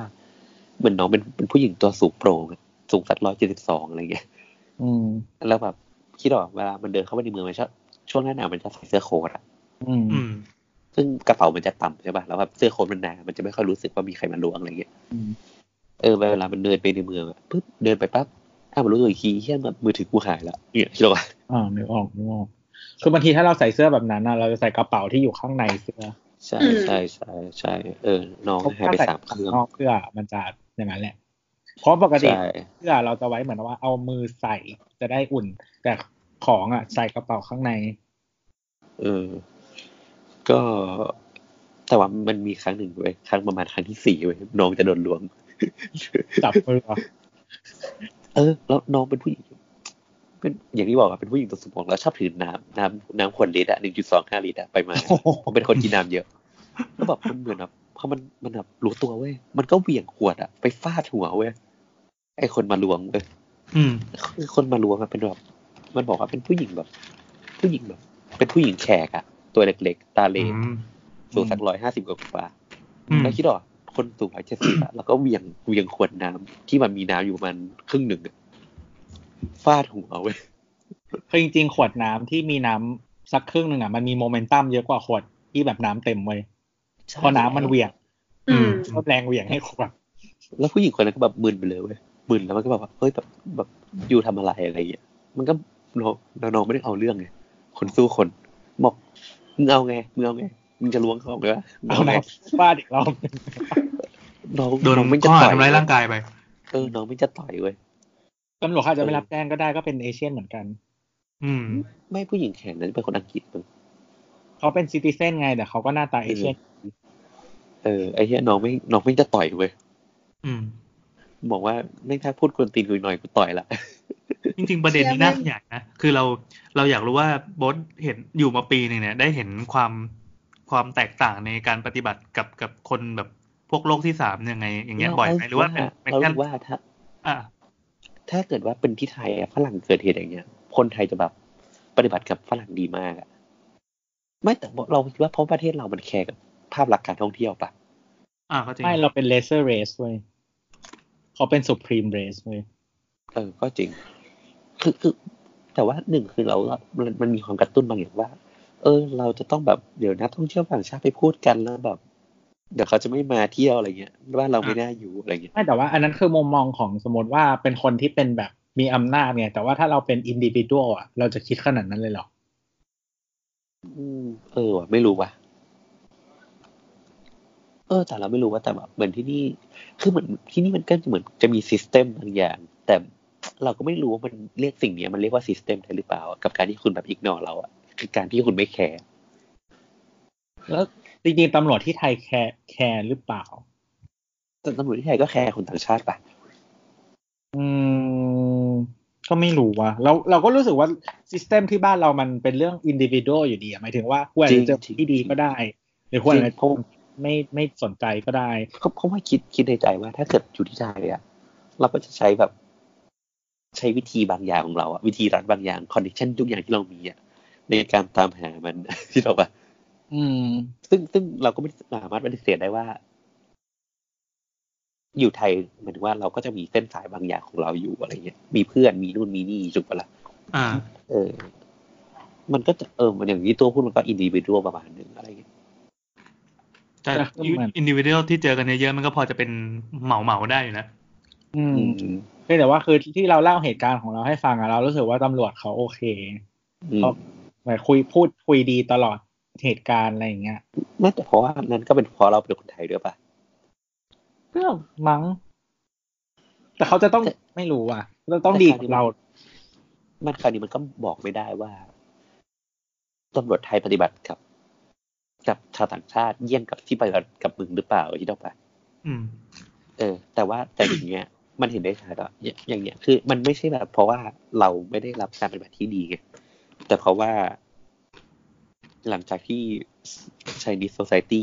S4: เหมือนน้องเป็นเป็นผู้หญิงตัวสูงโปร่งอะสูงสักร้อยเจ็ดสิบสองอะไรเงี้ย
S6: อืม
S4: แล้วแบบคิดออกเวลามันเดินเข้าไปในเมืองมันชอบช่วงหน้าหนาวมันจะใส่เสื้อโค้ทอะ
S6: อืม
S5: อืม
S4: ซึ่งกระเป๋ามันจะต่ำใช่ป่ะแล้วแบบเสื้อโค้ทมันหนามันจะไม่ค่อยรู้สึกว่ามีใครมาลวงอะไรเงี้ย
S6: อืม
S4: เออเวลามันเดินไปในเมืองอะปุ๊บเดินไปปั๊บอ้าวมันรู้ตัวอีกทีเฮี้ยแบบมือถือกูหายละเนี่ยคิดออกปะ
S6: อ่านึกออกนึกออกคือบางทีถ้าเราใส่เสื้อแบบนั้นนะเราจะใส่กระเป๋าที่อยู่ข้างในเสื้อ
S4: ใช่
S2: อืม
S4: ใช่ใช่ใช่เออ น้อง
S6: เพราะ
S4: หาย
S6: ถ้า
S4: ไป
S6: ใส่
S4: สามเครื่อง
S6: นอกเสื้อมันจะอย่างนั้นแหละ เพราะปกติ
S4: ใช่
S6: เสื้อเราจะไว้เหมือนว่าเอามือใส่จะได้อุ่น แต่ของอ่ะใส่กระเป๋าข้างใน
S4: เออ ก็แต่ว่ามันมีครั้งหนึ่งเว้ยครั้งประมาณครั้งที่สี่เว้ยน้องจะโดนลวง
S6: จับมือเหรอ
S4: เออ แล้วน้องเป็นผู้หญิงเป็นอย่างที่บอกอะเป็นผู้หญิงตัวสมองแล้วชอบถือน้ำน้ำน้ำขวดลิตรอะหนึ่งจุดสองห้าลิตรอะไปมาผมเป็นคนกินน้ำเยอะ แล้วแบบมันเหมือนแบบพอมันมันแบบรู้ตัวเว้ยมันก็เหวี่ยงขวดอะไปฟาดหัวเว้ยไอคนมาลวงเว้ย
S5: อืม
S4: คือคนมาลวงอะเป็นแบบมันบอกว่าเป็นผู้หญิงแบบ ผู้หญิงแบบ เป็นผู้หญิงแขกอะตัวเล็กๆ ตาเหลนสูงสักร้อยห้าสิบกว่า
S5: อืม
S4: แล้วคิดหรอคนสูงร้อยเจ็ดสิบอะแล้วก็เหวี่ยงเหวี่ยงขวดน้ำที่มันมีน้ำอยู่ประมันครึ่งหนึ่งอะฟาดหัวเว้ย
S6: คือจริงๆ ขวดน้ำที่มีน้ำสักครึ่งหนึ่งอ่ะมันมีโมเมนตัมเยอะกว่าขวดที่แบบน้ำเต็มเว้ยเพราะน้ำมันเหวี่ยง
S2: อืม
S6: ก็แรงเหวี่ยงให้ขวด
S4: แล้วผู้หญิงคนนั้นก็แบบมึนไปเลยเว้ยมึนแล้วมันก็แบบว่าเฮ้ยแบบแบบอยู่ทำอะไรอะไรอย่างเงี้ยมันก็น้องน้องไม่ได้เอาเรื่องไงคนสู้คนบอกมึงเอาไงมึงเอาไงมึงจะล้วงเขาไหมวะ
S6: [LAUGHS] เอาไหนฟาดอี [LAUGHS] กรอบหนึ่ง
S4: น้อง
S5: โดน
S4: น้องไม่จะ
S5: ข้อหา
S4: ต่อย
S5: ทำร้ายร่างกายไป
S4: เออน้องไม่จะต่อยเว้ย
S6: ตำรวจเขาอาจจะไม่รับแจ้งก็ได้ก็เป็นเอเชียนเหมือนกัน
S5: อืม
S4: ไม่ผู้หญิงแขนนั้นเป็นคนอังกฤษมึง
S6: เขาเป็นซิติเซนไงแต่เขาก็หน้าตาเอเชียน
S4: เออไอ้เหี้ยน้องไม่น้องไม่จะต่อยเว้ย
S5: อืม
S4: บอกว่าไม่งถ้าพูดกวนตีนกูหน่อยกูต่อยละ
S5: จริงๆประเด็นนี้
S2: เชื่อไหม
S5: น่าขยายนะ คือเราเราอยากรู้ว่าโบอสเห็นอยู่มาปีหนึ่งเนี่ย ได้เห็นความความแตกต่างในการปฏิบัติกับกับคนแบบพวกโลกที่สามยังไง อย่างเงี้ยบ่อยไหมหรือว่าเป็นเป็น
S4: เรา
S5: แค่
S4: รู้ว่าถ้า
S5: อ่ะ
S4: ถ้าเกิดว่าเป็นที่ไทยอะฝรั่งเกิดเหตุอย่างเงี้ย คนไทยจะแบบปฏิบัติกับฝรั่งดีมากอะไม่แต่เราคิดว่าเพราะประเทศเรามันแคร์กับภาพลักษณ์การท่องเที่ยวปะ
S5: อ่ะก็จริง
S6: ไม่เราเป็นเลเซอร์เรสเว้ยเขาเป็นสุพรีมเรสเว้ย
S4: เออ ก็จริง คือคือ แต่ว่าหนึ่งคือเรามันมันมีความกระตุ้นบางอย่างว่า เออ เราจะต้องแบบเดี๋ยวนักท่องเที่ยวต่างชาติไปพูดกันแล้วแบบ เดี๋ยวเขาจะไม่มาเที่ยวอะไรเงี้ยว่าเราไม่น่าอยู่อะไรเงี้ย
S6: ไม่แต่ว่าอันนั้นคือมุมมองของสมมติว่าเป็นคนที่เป็นแบบมีอำนาจไงแต่ว่าถ้าเราเป็นอินดิวิวอ่ะเราจะคิดขนาดนั้นเลยเหรอ
S4: อืมเออว่ะไม่รู้ว่ะ เออ แต่เราไม่รู้ว่าแต่แบบเหมือนที่นี่ คือเหมือนที่นี่มันก็เหมือนจะมีซิสเต็มบางอย่าง แต่เราก็ไม่รู้ว่ามันเรียกสิ่งเนี้ยมันเรียกว่าซิสเต็มได้หรือเปล่า กับการที่คุณแบบอิกนอเราอ่ะคือการที่คุณไม่แคร์
S6: แล้วจริงๆตำรวจที่ไทยแคร์แคร์หรือเปล่า
S4: แต่ตำรวจที่ไทยก็แคร์คนต่างชาติป่ะ
S6: อืม ก็ไม่รู้ว่ะเราเราก็รู้สึกว่าซิสเต็มที่บ้านเรามันเป็นเรื่องอินดิวิโดอยู่ดีอะหมายถึงว่าควรจะเจอคนที่ดีก็ได้ หรือควรอะไรที่ไม่ไม่สนใจก็ได้
S4: เขาเขาว่าคิดคิดในใจว่า ถ้าเกิดอยู่ที่ไทยอ่ะเราก็จะใช้แบบ ใช้วิธีบางอย่างของเราอ่ะวิธีรัดบางอย่างคอนดิชันทุกอย่างที่เรามีอ่ะในการตามหามัน [LAUGHS] ที่เราว่า
S6: อืม
S4: ซึ่งซึ่งเราก็ไม่สามารถปฏิเสธได้ว่า อยู่ไทยหมายถึงว่าเราก็จะมีเส้นสายบางอย่างของเราอยู่อะไรเงี้ยมีเพื่อนมีนู่นมีนี่จุกปะละ
S5: อ่า
S4: เออ มันก็จะเออมันอย่างที่ตัวพูดมันก็อินดิวิดวประมาณหนึ่งอะไรเงี้ย
S5: แต่
S6: แต่ก็เหมือน
S5: อินดิวิเดียลที่เจอกันเยอะๆมันก็พอจะเป็นเหมาเหมาๆได้อยู่นะ
S6: อืม
S4: อืม
S6: เพียงแต่ว่าคือที่เราเล่าเหตุการณ์ของเราให้ฟังอะเรารู้สึกว่าตำรวจเขาโอเค
S4: อืม
S6: เหมือนคุยพูดคุยดีตลอดเหตุการณ์อะไรอย่างเงี้ย
S4: น่าจะเพราะว่านั้นก็เป็นเพราะเราเป็นคนไทยด้วยปะ
S6: ก็มั้งแต่เขาจะต้องไม่รู้อ่ะเราต้องดีกับเรา
S4: มันคราวนี้มันก็บอกไม่ได้ว่าตำรวจไทยปฏิบัติกับ กับชาวต่างชาติเยี่ยงกับที่ปฏิบัติกับมึงหรือเปล่าที่ต้องไปะ
S5: อืม
S4: เออแต่ว่าแต่อย่างเงี้ย มันเห็นได้ชัดอะอย่าอย่างเงี้ยคือ มันไม่ใช่แบบ เพราะว่าเราไม่ได้รับการปฏิบัติที่ดีไงแต่เพราะว่า หลังจากที่ Chinese Society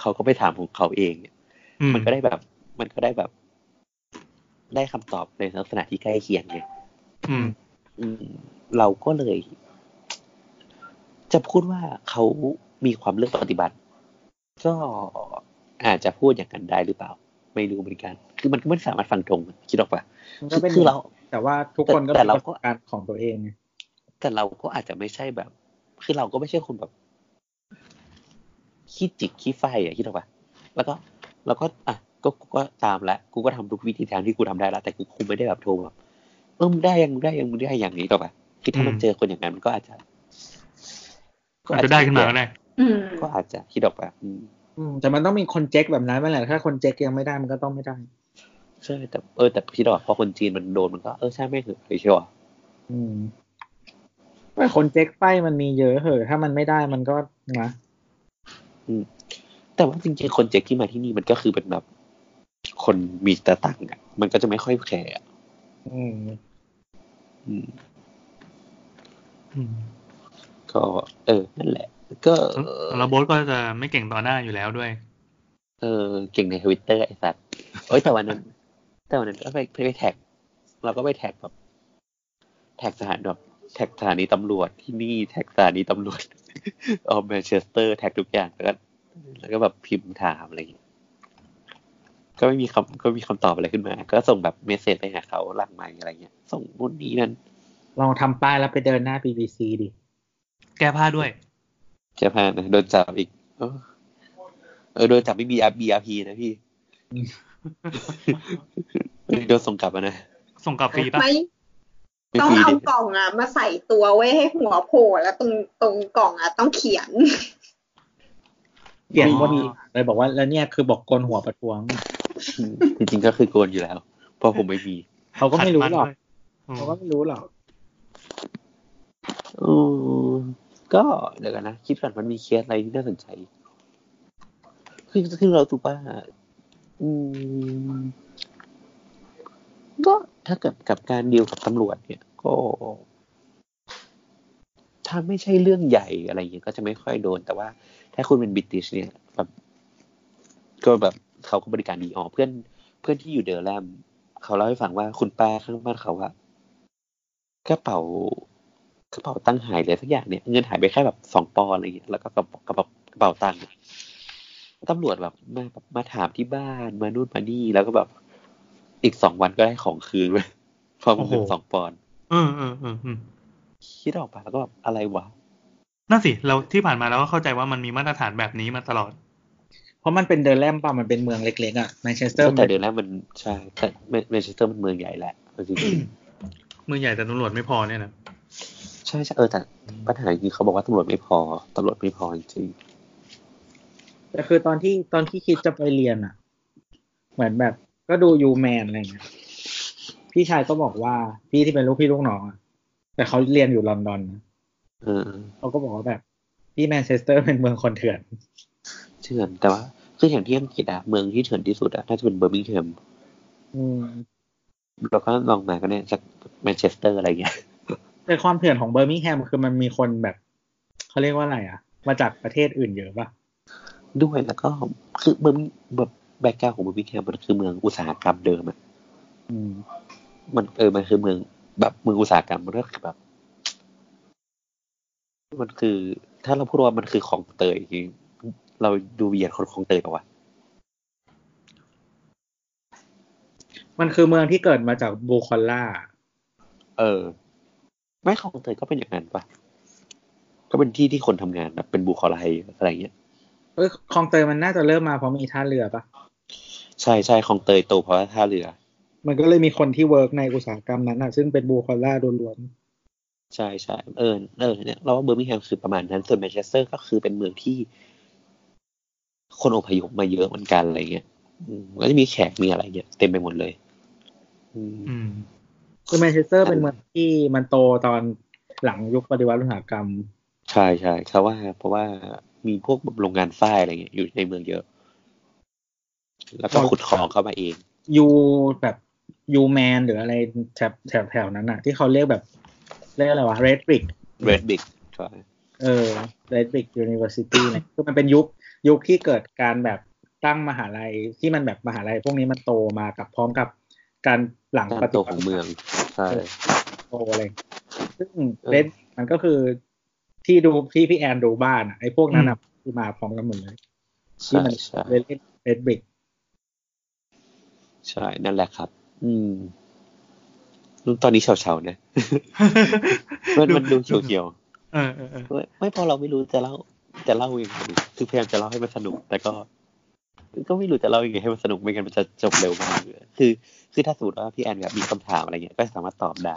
S4: เขาก็ไปถามของเขาเองเนี่ย
S5: อืม
S4: มันก็ได้แบบ มันก็ได้แบบ ได้คำตอบในลักษณะที่ใกล้เคียงไง
S5: อืม
S4: อืม เราก็เลย จะพูดว่าเขามีความเลือกปฏิบัติ ก็อาจจะพูดอย่างกันได้หรือเปล่า ไม่รู้เหมือนกัน คือมันก็ไม่สามารถฟังตรงคิดออกปะ
S6: มันก็เป็น
S4: คือเรา
S6: แต่ว่าทุกคนก็
S4: แต่
S6: มี
S4: เรา
S6: ประส
S4: ก็
S6: บการณ์ของตัวเองไง
S4: แต่เราก็อาจจะไม่ใช่แบบ คือเราก็ไม่ใช่คนแบบขี้จิกขี้ไฟอะคิดออกปะแล้วก็แล้วก็อ่ะก็กูก็ตามละกูก็ทำทุกวิธีทางที่กูทำได้ละแต่กูคงไม่ได้แบบโทรแบบเออมึงได้ยังมึงได้ยังมึงได้อย่างนี้ต่อไปะคือถ้ามัน
S5: อืม
S4: เจอคนอย่างนั้นมันก็อาจจะ
S5: อาจจะได้ขึ้นมาก็ได้
S2: อืม
S4: ก็อาจจะคิดออกปะอืม
S6: อืมแต่มันต้องมีคนเจ๊กแบบนั้นมาแหละถ้าคนเจ๊กยังไม่ได้มันก็ต้องไม่ได้
S4: ใช่แต่เออแต่พี่ดอกพอคนจีนมันโดนมันก็เออใช่ไม่งเหอะเลยใช่ป่ะ
S6: อืมแต่คนเจ๊กไฟมันมีเยอะเหอะถ้ามันไม่ได้มันก็นะ
S4: แต่ว่าจริงๆคนเจ็กที่มาที่นี่มันก็คือเป็นแบบ คนมีแต่ตังค์อะมันก็จะไม่ค่อยแคร์อะ
S6: อืม
S4: อืม
S5: อืม
S4: ก็ เออ นั่นแหละ ก็
S5: แล้วโบทก็จะไม่เก่งต่อหน้าอยู่แล้วด้วย
S4: เออเก่งในทวิตเตอร์ไอ้สัตว์เอ้ยแต่วัน [LAUGHS] นั้น แต่วันนั้นก็ไปไปแท็ก เราก็ไปแท็กแบบ แท็กสถานแบบแท็กสถานีตำรวจที่นี่แท็กสถานีตำรวจ [LAUGHS] ออฟแมนเชสเตอร์แท็กทุกอย่างแล้วก็แล้วก็แบบพิมพ์ถามอะไรอย่างเงี้ยก็ไม่มีคำก็ไม่มีคำตอบอะไรขึ้นมา ก็ส่งแบบเมสเซจไปหาเขาหลังไมค์อะไรเงี้ย ส่งนู่นนี่นั่น
S6: ลองทำป้ายแล้วไปเดินหน้า BBC ดิ
S5: แก้ผ้าด้วย
S4: แค่พานนะโดนจับอีก เออเออโดนจับไม่มีอาบีอาพีนะ [LAUGHS] พี่ โดนส่งกลับอะนะ
S5: ส่งกลับฟรีปะ
S2: ไม่
S4: ไม่
S2: ต้อง
S4: ฟรี
S2: เอา
S4: ดิ
S2: กล่องอะมาใส่ตัวไว้ให้หัวโผล่แล้วตรงตรงกล่องอะต้องเขียน
S6: เขียนว่ามีเลยบอกว่าแล้วเนี่ยคือบอกโกนหัวประท้วง
S4: จริงๆก็คือโกนอยู่แล้ว เพราะผมไม่มี
S6: เขาก็ไม่รู้หรอก
S5: ขัดน
S6: เขา
S5: ด้
S6: ก็
S5: วย
S6: ไม่รู้หรอก
S4: อืมก็เดี๋ยวกันนะคิดก่อนมันมีเคสอะไรที่น่าสนใจคือคือเราถูกป่ะอืมก็ถ้าเกิดกับการดีลกับตำรวจเนี่ย ก็ ถ้าไม่ใช่เรื่องใหญ่อะไรอย่างเงี้ยก็จะไม่ค่อยโดน แต่ว่า ถ้าคุณเป็นบริติชเนี่ยแบบ ก็แบบเขาก็บริการดีอ๋อเพื่อนเพื่อนที่อยู่เดอร์แลมเขาเล่าให้ฟังว่าคุณป้าข้างบ้านเขาว่ากระเป๋ากระเป๋าตังค์หายเลยสักอย่างเนี่ยเงินหายไปแค่แบบสองปอนด์อะไรเงี้ยแล้วก็กระเป๋ากระเป๋ากระเป๋าตังค์อะตำรวจแบบมาแบบมาถามที่บ้านมานู่นมานี่แล้วก็แบบอีกสองวันก็ได้ของคืนเว้ยพร้อมกับเงินสองปอนด์
S5: เออเออเออเออ
S4: คิดออกปะแล้วก็แบบอะไรวะ
S5: นั่นสิเราที่ผ่านมาเราก็เข้าใจว่ามันมีมาตรฐานแบบนี้มาตลอด
S6: เพราะมันเป็นเดอร์แลมป่ะมันเป็นเมืองเล็กๆอ่ะแมนเชสเตอร์
S4: แต่เดือนแรกมันใช่แต่แมนเชสเตอร์มันเมืองใหญ่แหละเอาจริง
S5: มือใหญ่แต่ตำรวจไม่พอเนี่ยนะ
S4: ๆ ใช่ใช่เออแต่ปัญหาคือเขาบอกว่าตำรวจไม่พอตำรวจไม่พอจริง
S6: แต่คือตอนที่ตอนที่คิดจะไปเรียนอ่ะ เหมือนแบบก็ดูยูแมนอะไรเงี้ยพี่ชายก็บอกว่าพี่ที่เป็นลูกพี่ลูกน้องอะแต่เขาเรียนอยู่ลอนดอนนะ
S4: ๆเออ
S6: เขาก็บอกว่าแบบที่แมนเชสเตอร์เป็นเมืองคนเถื่อน
S4: เชื่อนแต่ว่าคืออย่างที่อังกฤษอะเมืองที่เถื่อนที่สุดอะน่าจะเป็นเบอร์มิงแฮม
S6: อืม
S4: แล้วก็ลองมาก็เนี่ยจากแมนเชสเตอร์อะไรเงี้ย
S6: แต่ความเถื่อนของเบอร์มิงแฮมคือมันมีคนแบบเขาเรียกว่าอะไรอ่ะ มาจากประเทศอื่นเยอะป่ะ
S4: ด้วยแล้วก็คือเบอร์มิงแบบแบ็กกราวของเบอร์มิงแฮมมันคือเมืองอุตสาหกรรมเดิมอะ
S6: อืม
S4: มันเออมันคือเมืองแบบเมืองอุตสาหกรรมมันก็คือแบบ มันคือ ถ้าเราพูดว่ามันคือของเตยจริงเราดูเหยียดคนของเตยปะวะ
S6: มันคือเมืองที่เกิดมาจากบูคอลล่า
S4: เออไม่ของเตยก็เป็นอย่างนั้นปะก็เป็นที่ที่คนทำงานแบบเป็นบุคลากรอะไรเงี้ย
S6: เอยคลองเตยมันน่าจะเริ่มมาเพราะมีท่าเรือปะ
S4: ใช่ใช่ของเตยโตเพราะว่าท่าเรือ
S6: มันก็เลยมีคนที่เวิร์กในอุตสาหกรรมนั้นอ่ะ ซึ่งเป็นบูคอลล่าล้วน
S4: ใช่ใช่เออเออเนี่ยเราว่าเบอร์มิงแฮมคือประมาณนั้นส่วนแมนเชสเตอร์ก็คือเป็นเมืองที่ คนอพยพมาเยอะเหมือนกันอะไรเงี้ยอืมก็จะมีแขกมีอะไรเงี้ยเต็มไปหมดเลย อืม
S5: อืม
S6: ๆคือแมนเชสเตอร์เป็นเมืองที่มันโตตอนหลังยุคปฏิวัติอุตสาหกรรม
S4: ใช่ใช่เขาว่า เพราะว่ามีพวกแบบโรงงานทรายอะไรเงี้ยอยู่ในเมืองเยอะ แล้วก็ขุดของเข้ามาเอง
S6: ยูแบบยูแมนหรืออะไรแถบแถบแถวนั้นอ่ะ ที่เขาเรียกแบบเรียกอะไรวะเรดบริก
S4: เรดบิกใช่
S6: เออเรดบริกยูนิเวอร์ซิตี้เนี่ยคือมันเป็นยุคยุคที่เกิดการแบบตั้งมหาลัยที่มันแบบมหาลัยพวกนี้มันโตมากับพร้อมกับการหลัง
S4: การ
S6: ป
S4: โต
S6: ฏิ
S4: ข
S6: วั
S4: อง
S6: ติ
S4: เมืองใช่
S6: โตเลยซึ่ง
S4: เออ
S6: เรดมันก็คือที่ดูที่พี่แอนดูบ้านอะไอ้พวกนั้นอะที่มาพร้อมกันหมดเลยที่
S4: ใช่
S6: มัน
S4: ใช่
S6: เล่นเรดบริก
S4: ใช่ นั่นแหละครับ อืมตอนนี้เฉาๆนะมันมันดูเขียว
S5: เออเออเออ
S4: ๆไม่ไม่เพอเราไม่รู้จะเล่าจะเล่ายังไงดีคือพยายามจะเล่าให้มันสนุก แต่ก็ ก็ไม่รู้จะเล่ายังไงให้มันสนุกไม่งั้นมันจะจบเร็วมากคือ คือถ้าสมมติว่าพี่แอนแบบมีคำถามอะไรเงี้ยก็สามารถตอบได้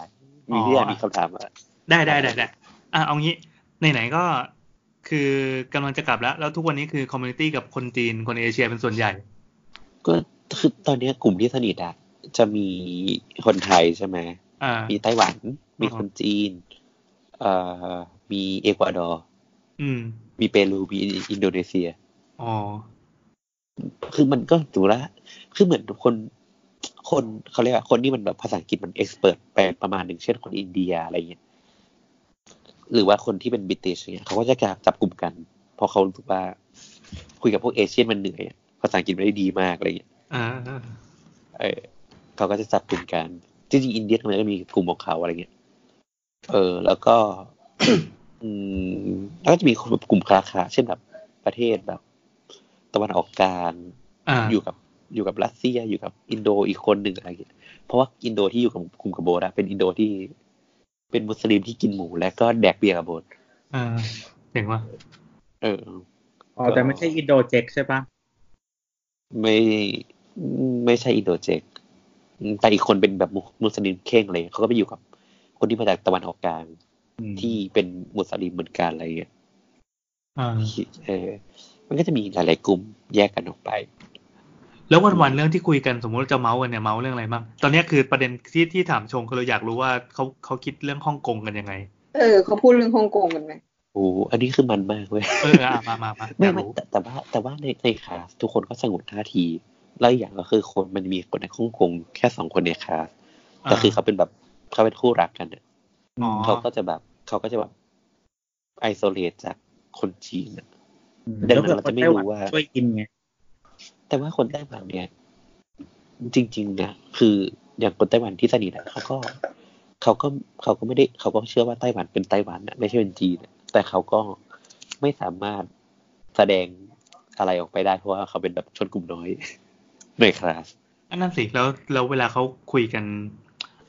S4: มีพี่แอนมีคำถามอะไร
S5: ได้ได้ได้ได้อ่ะเอางี้ไหนๆก็คือกำลังจะกลับแล้ว แล้วทุกวันนี้คือคอมมูนิตี้กับคนจีนคนเอเชียเป็นส่วนใหญ่
S4: ก็คือตอนเนี้ยกลุ่มที่สนิทอะจะมีคนไทยใช่ไหม
S5: อ่า
S4: มีไต้หวัน มี
S5: อ่าฮะ
S4: คนจีน เอ่อ มีเอกวาดอร์
S5: อืม
S4: มีเปรู มีอินโดนีเซีย
S5: อ๋อ
S4: คือมันก็ถือว่า คือเหมือนคนคนเขาเรียกว่าคนที่มันแบบภาษาอังกฤษมันเอ็กซ์เพรสไปประมาณหนึ่งเช่นคนอินเดียอะไรเงี้ยหรือว่าคนที่เป็นบริติชเนี่ยเขาก็จะจับกลุ่มกันเพราะเขารู้สึกว่า คุยกับพวกเอเชียนมันเหนื่อยอะภาษาอังกฤษไม่ได้ดีมากอะไรเงี้ย
S5: อ่า
S4: เออเขาก็จะจับกลุ่มกันจริงๆอินเดียมันก็มีกลุ่มของเขาอะไรเงี้ยเออ แล้วก็ [COUGHS] อืมแล้วก็จะมีคนแบบกลุ่มค้าขาเช่นแบบประเทศแบบ ตะวันออกกลาง
S5: อ่า
S4: อยู่กับอยู่กับรัสเซียอยู่กับอินโดอีกคนหนึ่งอะไรเงี้ยเพราะว่าอินโดที่อยู่กับกลุ่มกับโบสอะเป็นอินโดที่ เป็นมุสลิมที่กินหมูและก็แดกเบียร์กับโบส
S5: อ่าเจ๋งว่ะ
S4: เออ
S6: อ๋อแต่ไม่ใช่อินโดเจกใช่ปะ
S4: ไม่ไม่ใช่อินโดเจกแต่อีกคนเป็นแบบมุมุสลิมเข่งเลยเขาก็ไปอยู่กับ คนที่มาจากตะวันออกกลาง
S6: อืม
S4: ที่เป็นมุสลิมเหมือนกันอะไรเงี้ย
S5: อ่า
S4: เออ มันก็จะมีหลายๆกลุ่มแยกกันออกไป
S5: แล้ววันวันๆเรื่องที่คุยกันสมมติเราจะเมาส์กันเนี่ยเมาส์เรื่องอะไรบ้างตอนเนี้ยคือประเด็นที่ที่ถามชงคือเราอยากรู้ว่าเขาเขาคิดเรื่องฮ่องกงกันยังไง
S3: เออเขาพูดเรื่องฮ่องกงกันไหม
S4: โอ้โหอันนี้คือมันมากเว้ย
S5: เอออ่ะมามามาอ
S4: ไม่
S5: ยาก
S4: ไม่
S5: รู้
S4: แต่แต่ว่าแต่ว่าในในคลาสทุกคนก็สงบท่าที แล้วอีกอย่างก็คือคนมันมีคนในฮ่องกงแค่สองคนในคลาสแต่คือเขาเป็นแบบเขาเป็นคู่รักกันอะ
S5: อ๋อ
S4: เขาก็จะแบบเขาก็จะแบบไอโซเลตจากคนจีนอะ
S6: อืม
S4: ดังนั้นเราจะไม่รู้ว่า
S6: ช่วยกินไง
S4: แต่ว่าคนไต้หวันเนี่ย จริงๆนะคืออย่างคนไต้หวันที่สนิทอะเขาก็เขาก็เขาก็ไม่ได้เขาก็เชื่อว่าไต้หวันเป็นไต้หวันนะไม่ใช่เป็นจีนอะแต่เขาก็ไม่สามารถแสดงอะไรออกไปได้เพราะว่าเขาเป็นแบบชนกลุ่มน้อย [LAUGHS] ในคลาส
S5: อันนั้นสิแล้วแล้วเวลาเขาคุยกัน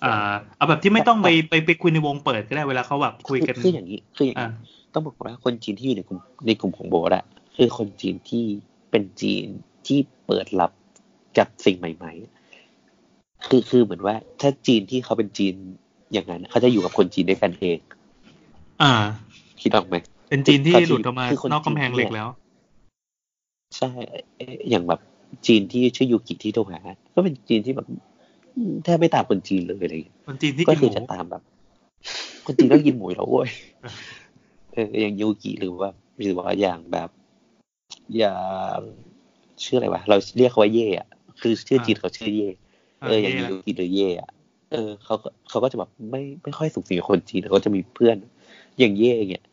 S5: อ่าเอาแบบที่ไม่ต้องไปไปไปคุยในวงเปิดก็ได้เวลาเขาแบบคุยกัน
S4: คือคืออย่างนี้คืออย่าง
S5: อ่า
S4: นี้ต้องบอกว่าคนจีนที่อยู่ในกลุ่มในกลุ่มของโบสอะคือคนจีนที่เป็นจีนที่เปิดรับกับสิ่งใหม่ ๆ คือคือเหมือนว่า ถ้าจีนที่เขาเป็นจีนอย่างนั้นเขาจะอยู่กับคนจีนด้วยกันเอง
S5: อ่า
S4: คิดออกไหม
S5: เป็นจีนที่หลุดออกมา
S4: คือคนจีน
S5: นอกกำแพงเหล็กแล้ว
S4: ใช่เอ่ออย่างแบบจีนที่ชื่อยูกิที่โทรหาก็เป็นจีนที่แบบอืมแทบไม่ตามคนจีนเลยอะไรอย่างเงี้ย
S5: คนจีนที่
S4: ก็
S5: กินห
S4: คือ
S5: มู
S4: จะตามแบบ คนจีนก็กินหมูอยู่แล้วเว้ย
S5: [LAUGHS]
S4: เอออย่างยูกิหรือว่าหรือว่าอย่างแบบ อย่างชื่ออะไรวะเราเรียกเขาว่าเย่อะคือชื่อจีนเขาชื่อเย่เอออย่างยูกิหรือเย่อะเออเขาก็เขาก็จะแบบไม่ไม่ค่อยสุขสิงกับคนจีนเขาจะมีเพื่อน อย่างเย่เนี่ย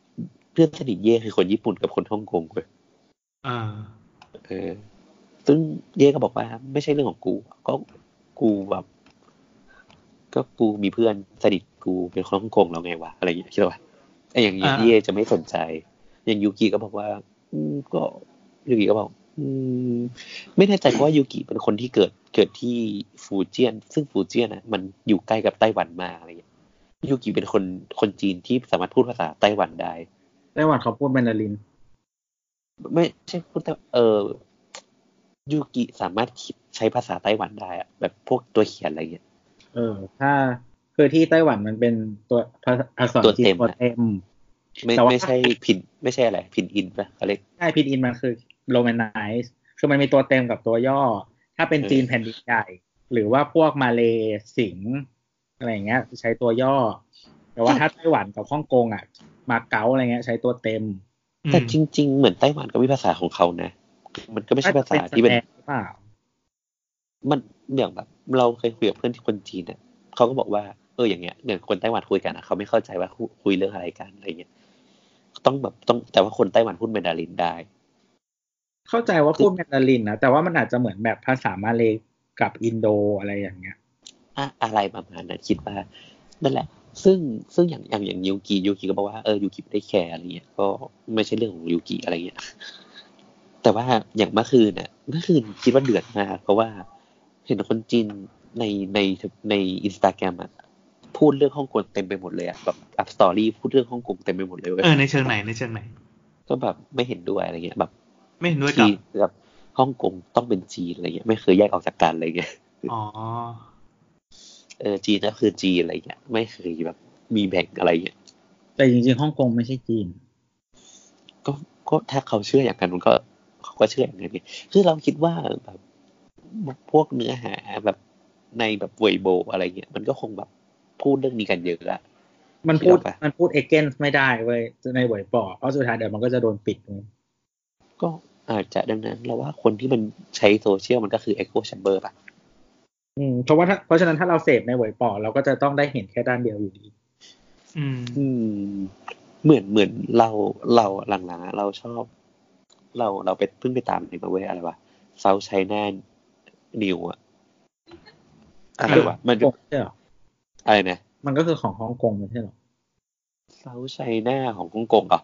S4: เพื่อนสนิทเย่คือคนญี่ปุ่นกับคนฮ่องกงเว้ย
S5: อ่า
S4: เออ ซึ่งเย่ก็บอกว่า ไม่ใช่เรื่องของกู ก็กูแบบ ก็กูมีเพื่อนสนิทกูเป็นคนฮ่องกงแล้วไงวะอะไรอย่างเงี้ยคิดว่าไอ้อย่างเงี้ย
S5: อ่า
S4: เย่จะไม่สนใจ อย่างยูกิก็บอกว่า อืมก็ยูกิก็บอก อืม ไม่แน่ใจเพราะว่ายูกิเป็นคนที่เกิดเกิดที่ฟูเจียน ซึ่งฟูเจียนนะมันอยู่ใกล้กับไต้หวันมากอะไรอย่างเงี้ยยูกิเป็นคนคนจีนที่สามารถพูดภาษาไต้หวันได้
S6: ไต้หวันเขาพูดแมนดาริน
S4: ไม่ใช่พูดแต่เออยูกิสามารถคิดใช้ภาษาไต้หวันได้อะแบบพวกตัวเขียนอะไรเงี้ย
S6: เออ ถ้าคือที่ไต้หวันมันเป็นตัวภาษาอักษร
S4: ตัว
S6: จี
S4: เต็
S6: น
S4: ม
S6: ตัวเต็ม
S4: ไม่
S6: แต่ว่า
S4: ไม่ใช่พินไม่ใช่อะไรพินอินปะเขาเรียก
S6: ใช่พินอินมันคือโรแมนไนซ์คือมันมีตัวเต็มกับตัวย่อ ถ้าเป็น
S4: เออ
S6: จีนแผ่นดินใหญ่ หรือว่าพวกมาเลสิงห์อะไรอย่างเงี้ย ใช้ตัวย่อ แต่ว่าถ้าไต้หวันกับฮ่องกงอ่ะ มาเก๊าอะไรเงี้ย ใช้ตัวเต็ม
S5: อืม
S4: แต่จริง ๆ เหมือนไต้หวันก็มีภาษาของเขานะ มันก็ไม่ใช่ภาษา
S6: น่จะ
S4: ที่เป็น
S6: สแลงหรือเปล่า
S4: มันอย่างแบบ เราเคยคุยกับเพื่อนที่คนจีนเนี่ยเขาก็บอกว่าเอออย่างเงี้ยอย่างคนไต้หวันคุยกันอะเขาไม่เข้าใจว่าคุคุยเรื่องอะไรกันอะไรเงี้ยต้องแบบต้องแต่ว่าคนไต้หวันพูดแมนดารินได้
S6: เข้าใจว่าพูดแมนดารินนะ แต่ว่ามันอาจจะเหมือนแบบภาษามาเลกับอินโดอะไรอย่างเงี้ย
S4: อะอะไรประมาณนั้นคิดว่านั่นแหละ ซึ่งซึ่งอย่างอย่างอย่างยูกิยูกิก็บอกว่าเออยูกิไม่ได้แคร์อะไรเงี้ยก็ไม่ใช่เรื่องของยูกิอะไรเงี้ยแต่ว่าอย่างเมื่อคืนน่ะเมื่อคืนคิดว่าเดือดมากเพราะว่า เห็นคนจีนในในในอินสตาแกรมอะพูดเรื่องฮ่องกงเต็มไปหมดเลยอะแบบอัพสตอรี่พูดเรื่องฮ่องกงเต็มไปหมดเลยเว้ย
S5: เออในเชิงไหนในเชิงไหน
S4: ก็แบบไม่เห็นด้วยอะไรเงี้ยแบบ
S5: ไม่เห็นด้วยกับ
S4: ที่แบบฮ่องกงต้องเป็นจีนอะไรเงี้ยไม่เคยแยกออกจากกันอะไรเงี้ย
S5: อ๋อ
S4: เออจีนก็คือจีนอะไรเงี้ยไม่เคยแบบมีแบ่งอะไรเงี้ย
S6: แต่จริงๆฮ่องกงไม่ใช่จีน
S4: ก็ก็ถ้าเขาเชื่ออย่างนั้นมันก็เขาก็เชื่ออย่างนั้นไงคือเราคิดว่าแบบพวกเนื้อหาแบบในแบบเวยโบอะไรเงี้ยมันก็คงแบบพูดเรื่องนี้กันเยอะอะ
S6: มันพู
S4: คิดอ
S6: ด
S4: อกปะ
S6: มันพูดเอเกนไม่ได้เว้ยในหวยปอเพราะสุดท้ายเดี๋ยวมันก็จะโดนปิดเว้ย
S4: ก็ อาจจะดังนั้นเราว่าคนที่มันใช้โซเชียลมันก็คือ Echo Chamber ป่ะ
S6: อืมเพราะว่าถ้าเพราะฉะนั้นถ้าเราเสพในเวยปอเราก็จะต้องได้เห็นแค่ด้านเดียวอยู่ดี
S5: อืม
S4: อืม เหมือนเหมือนเราเราหลังๆอะเราชอบ เราเราไปเพิ่งไปตามในมาเวยอะไรวะ South China New อะอะไรวะมัน
S6: ฮ่องกงใช่เหรอ
S4: อะไรนะ
S6: มันก็คือของฮ่องกงไม่ใช่เหรอ
S4: South China ของฮ่องกงเหรอ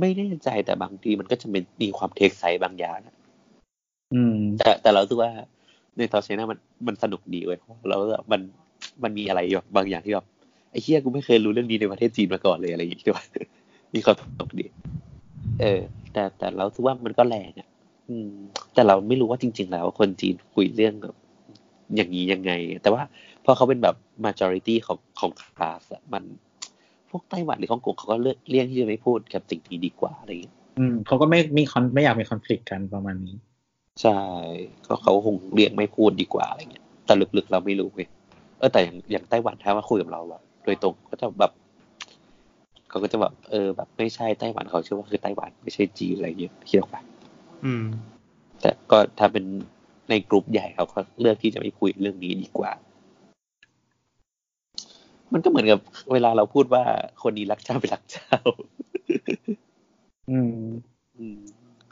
S4: ไม่แน่ใจแต่บางทีมันก็จะเป็นมีความเทคไซบางอย่างนะ
S6: อืม
S4: แต่แต่เราคิดว่าในซาวเชน่ามันมันสนุกดีเว้ยเพราะเราแบบมันมันมีอะไรแบบบางอย่างที่แบบไอ้เฮียกูไม่เคยรู้เรื่องนี้ในประเทศจีนมาก่อนเลยอะไรอย่าง [LAUGHS] งี้ด้วย มีความสนุกดี เออ แต่แต่เราคิดว่ามันก็แรงอ่ะ อืม แต่เราไม่รู้ว่าจริง ๆ แล้วคนจีนคุยเรื่องแบบอย่างนี้ยังไง แต่ว่าพอเขาเป็นแบบ majority ของของคลาสอะมัน พวกไต้หวันหรือฮ่องกงเขาก็เลือกเลี่ยงที่จะไม่พูดกับสิ่งนี้ดีกว่าอะไรอย่างเงี้ย
S6: อืมเขาก็ไม่มีคอนไม่อยากมีคอน FLICT กันประมาณนี้
S4: ใช่ก็เขาคงเรียกไม่พูดดีกว่าอะไรเงี้ยแต่ลึกๆเราไม่รู้เว้ยเออแต่อย่างอย่างไต้หวันถ้ามาคุยกับเราอะโดยตรงก็จะแบบเขาก็จะแบบเออ แบบไม่ใช่ไต้หวันเขาเชื่อว่าคือไต้หวันไม่ใช่จีนอะไรเงี้ยคิดออกปะ
S5: อืม
S4: แต่ก็ถ้าเป็นในกลุ่มใหญ่เขาก็เลือกที่จะไม่คุยเรื่องนี้ดีกว่า มันก็เหมือนกับ เวลาเราพูดว่าคนนี้รักเจ้า [LAUGHS] ไปรักเจ้า
S6: อืม
S4: อืม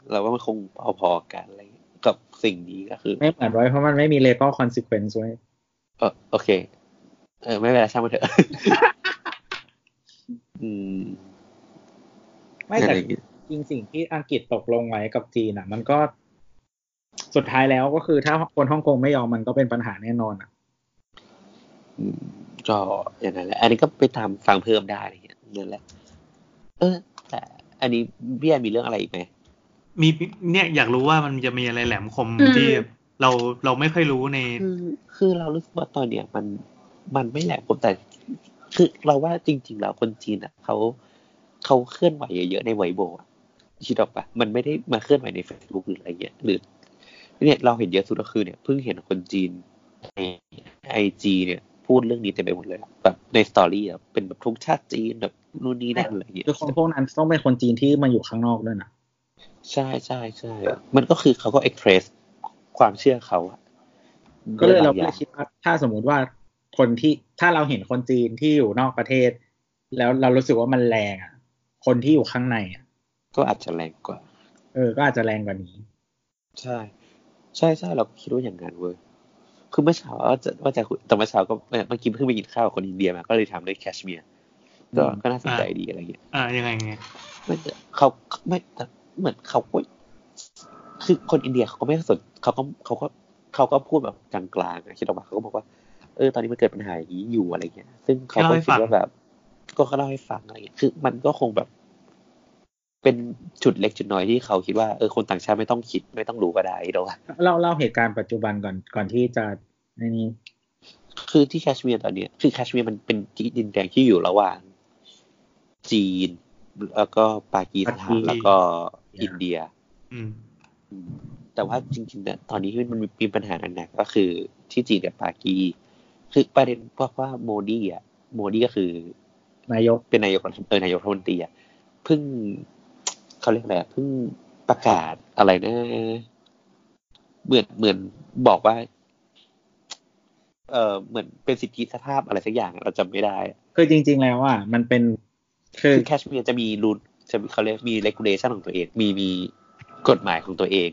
S4: เราว่ามันคงพอๆกันอะไรเงี้ยกับสิ่งนี้ก็คือ
S6: ไม่เหมือนไว้เพราะมันไม่มี legal consequence ไว้
S4: เออโอเค เออไม่เป็นไรช่างมันเถอะ อืม
S6: ไม่แต่
S4: อะไรอย่างงี้
S6: จริงสิ่งที่อังกฤษตกลงไว้กับจีนอ่ะ มันก็สุดท้ายแล้วก็คือถ้าคนฮ่องกงไม่ยอมมันก็เป็นปัญหาแน่นอนอ่ะ
S4: อืมก็อย่างนั้นแหละ อันนี้ก็ไปตามฟังเพิ่มได้อะไรอย่างเงี้ยนั่นแหละ เออ แต่อันนี้พี่แอนมีเรื่องอะไรอีกไหม
S5: มีเนี่ยอยากรู้ว่ามันจะมีอะไรแหลมคม
S2: อืม
S5: ที่เราเราไม่ค่อยรู้ใน
S4: คือคือเรารู้สึกว่าตอนเนี้ยมันมันไม่แหลมคมแต่ คือเราว่าจริง ๆ แล้วคนจีนอ่ะเขาเขาเคลื่อนไหวเยอะๆในไวโบอะคิดออกปะมันไม่ได้มาเคลื่อนไหวใน Facebook หรืออะไรเงี้ยหรือเนี่ยเราเห็นเยอะสุดก็คือเนี่ยเพิ่งเห็นคนจีนในไอจีเนี่ย พูดเรื่องนี้เต็มไปหมดเลยอะแบบในสตอรี่อะเป็นแบบทุกชาติจีนแบบนู่นนี่นั่นอะไรเงี้ย
S6: คือคนพวกนั้นต้องเป็นคนจีนที่มาอยู่ข้างนอกด้วยนะ
S4: ใช่ใช่ใช่มันก็คือเขาก็เอ็กเพรสความเชื่อเขาอะ
S6: ก็เลยเรา
S4: บง
S6: ก็
S4: อ
S6: เล
S4: ย่าย ง
S6: คิดว่าถ้าสมมุติว่าคนที่ถ้าเราเห็นคนจีนที่อยู่นอกประเทศ แล้วเรารู้สึกว่ามันแรงอ่ะ คนที่อยู่ข้างในอ่ะ
S4: ก็อาจจะแรงกว่า
S6: เออก็อาจจะแรงกว่านี้
S4: ใช่ ใช่ใช่เราก็คิดว่าอย่างนั้นเว้ยคือเมื่อเช้าว่าจะว่าจะคุยแต่เมื่อเช้าก็เอ่อเมื่อกี้เพิ่งไปกินข้าวกับคนอินเดียมาก็เลยถามเรื่องแคชเมียร์ก็
S6: อืม
S4: ก็น่าสนใจดีอะไรเงี้ย
S5: อ่ายังไงไง
S4: ไม่แต่เขาไม่แต่เหมือนเขาก็คือคนอินเดียเขาก็ไม่สนเขาก็เขาก็เขาก็พูดแบบกลางๆอะคิดออกมาเขาก็บอกว่า เออตอนนี้มันเกิดปัญหาอย่างนี้อยู่อะไรเงี้ย ซึ่งเขาก็คิดว่าแบบ ก็เขาเล่าให้ฟังอะไรเงี้ยคือมันก็คงแบบ เป็นจุดเล็กจุดน้อยที่เขาคิดว่าเออคนต่างชาติไม่ต้องคิดไม่ต้องรู้ก็ได้หรอก
S6: เราเล่าเหตุการณ์ปัจจุบันก่อนก่อนที่จะในนี้
S4: คือที่แคชเมียร์ตอนเนี้ยคือแคชเมียร์มันเป็นที่ดินแดนที่อยู่ระหว่าง จีน แล้วก็ปากีสถาน แล้วก็อินเดีย
S5: อืม
S4: แต่ว่าจริงๆเนี่ยตอนนี้ที่มันมีปัญหาหนักๆก็คือที่จีนกับปากี คือประเด็นเพราะว่าโมดีอ่ะ โมดีก็คือ
S6: นายก
S4: เป็นนายกรัฐเออนายกรัฐมนตรีอ่ะเพิ่งเขาเรียกอะไรอะเพิ่งประกาศอะไรนะเหมือนเหมือนบอกว่า เออเหมือนเป็นสิทธิสภาพอะไรสักอย่างอะเราจำไม่ได้
S6: คือจริง ๆ แล้วอ่ะมันเป็นคือ
S4: คือแคชเมียร์จะมีรูนจะมีเขาเรียกมีเลกูเลชันของตัวเอง มีมีกฎหมายของตัวเอง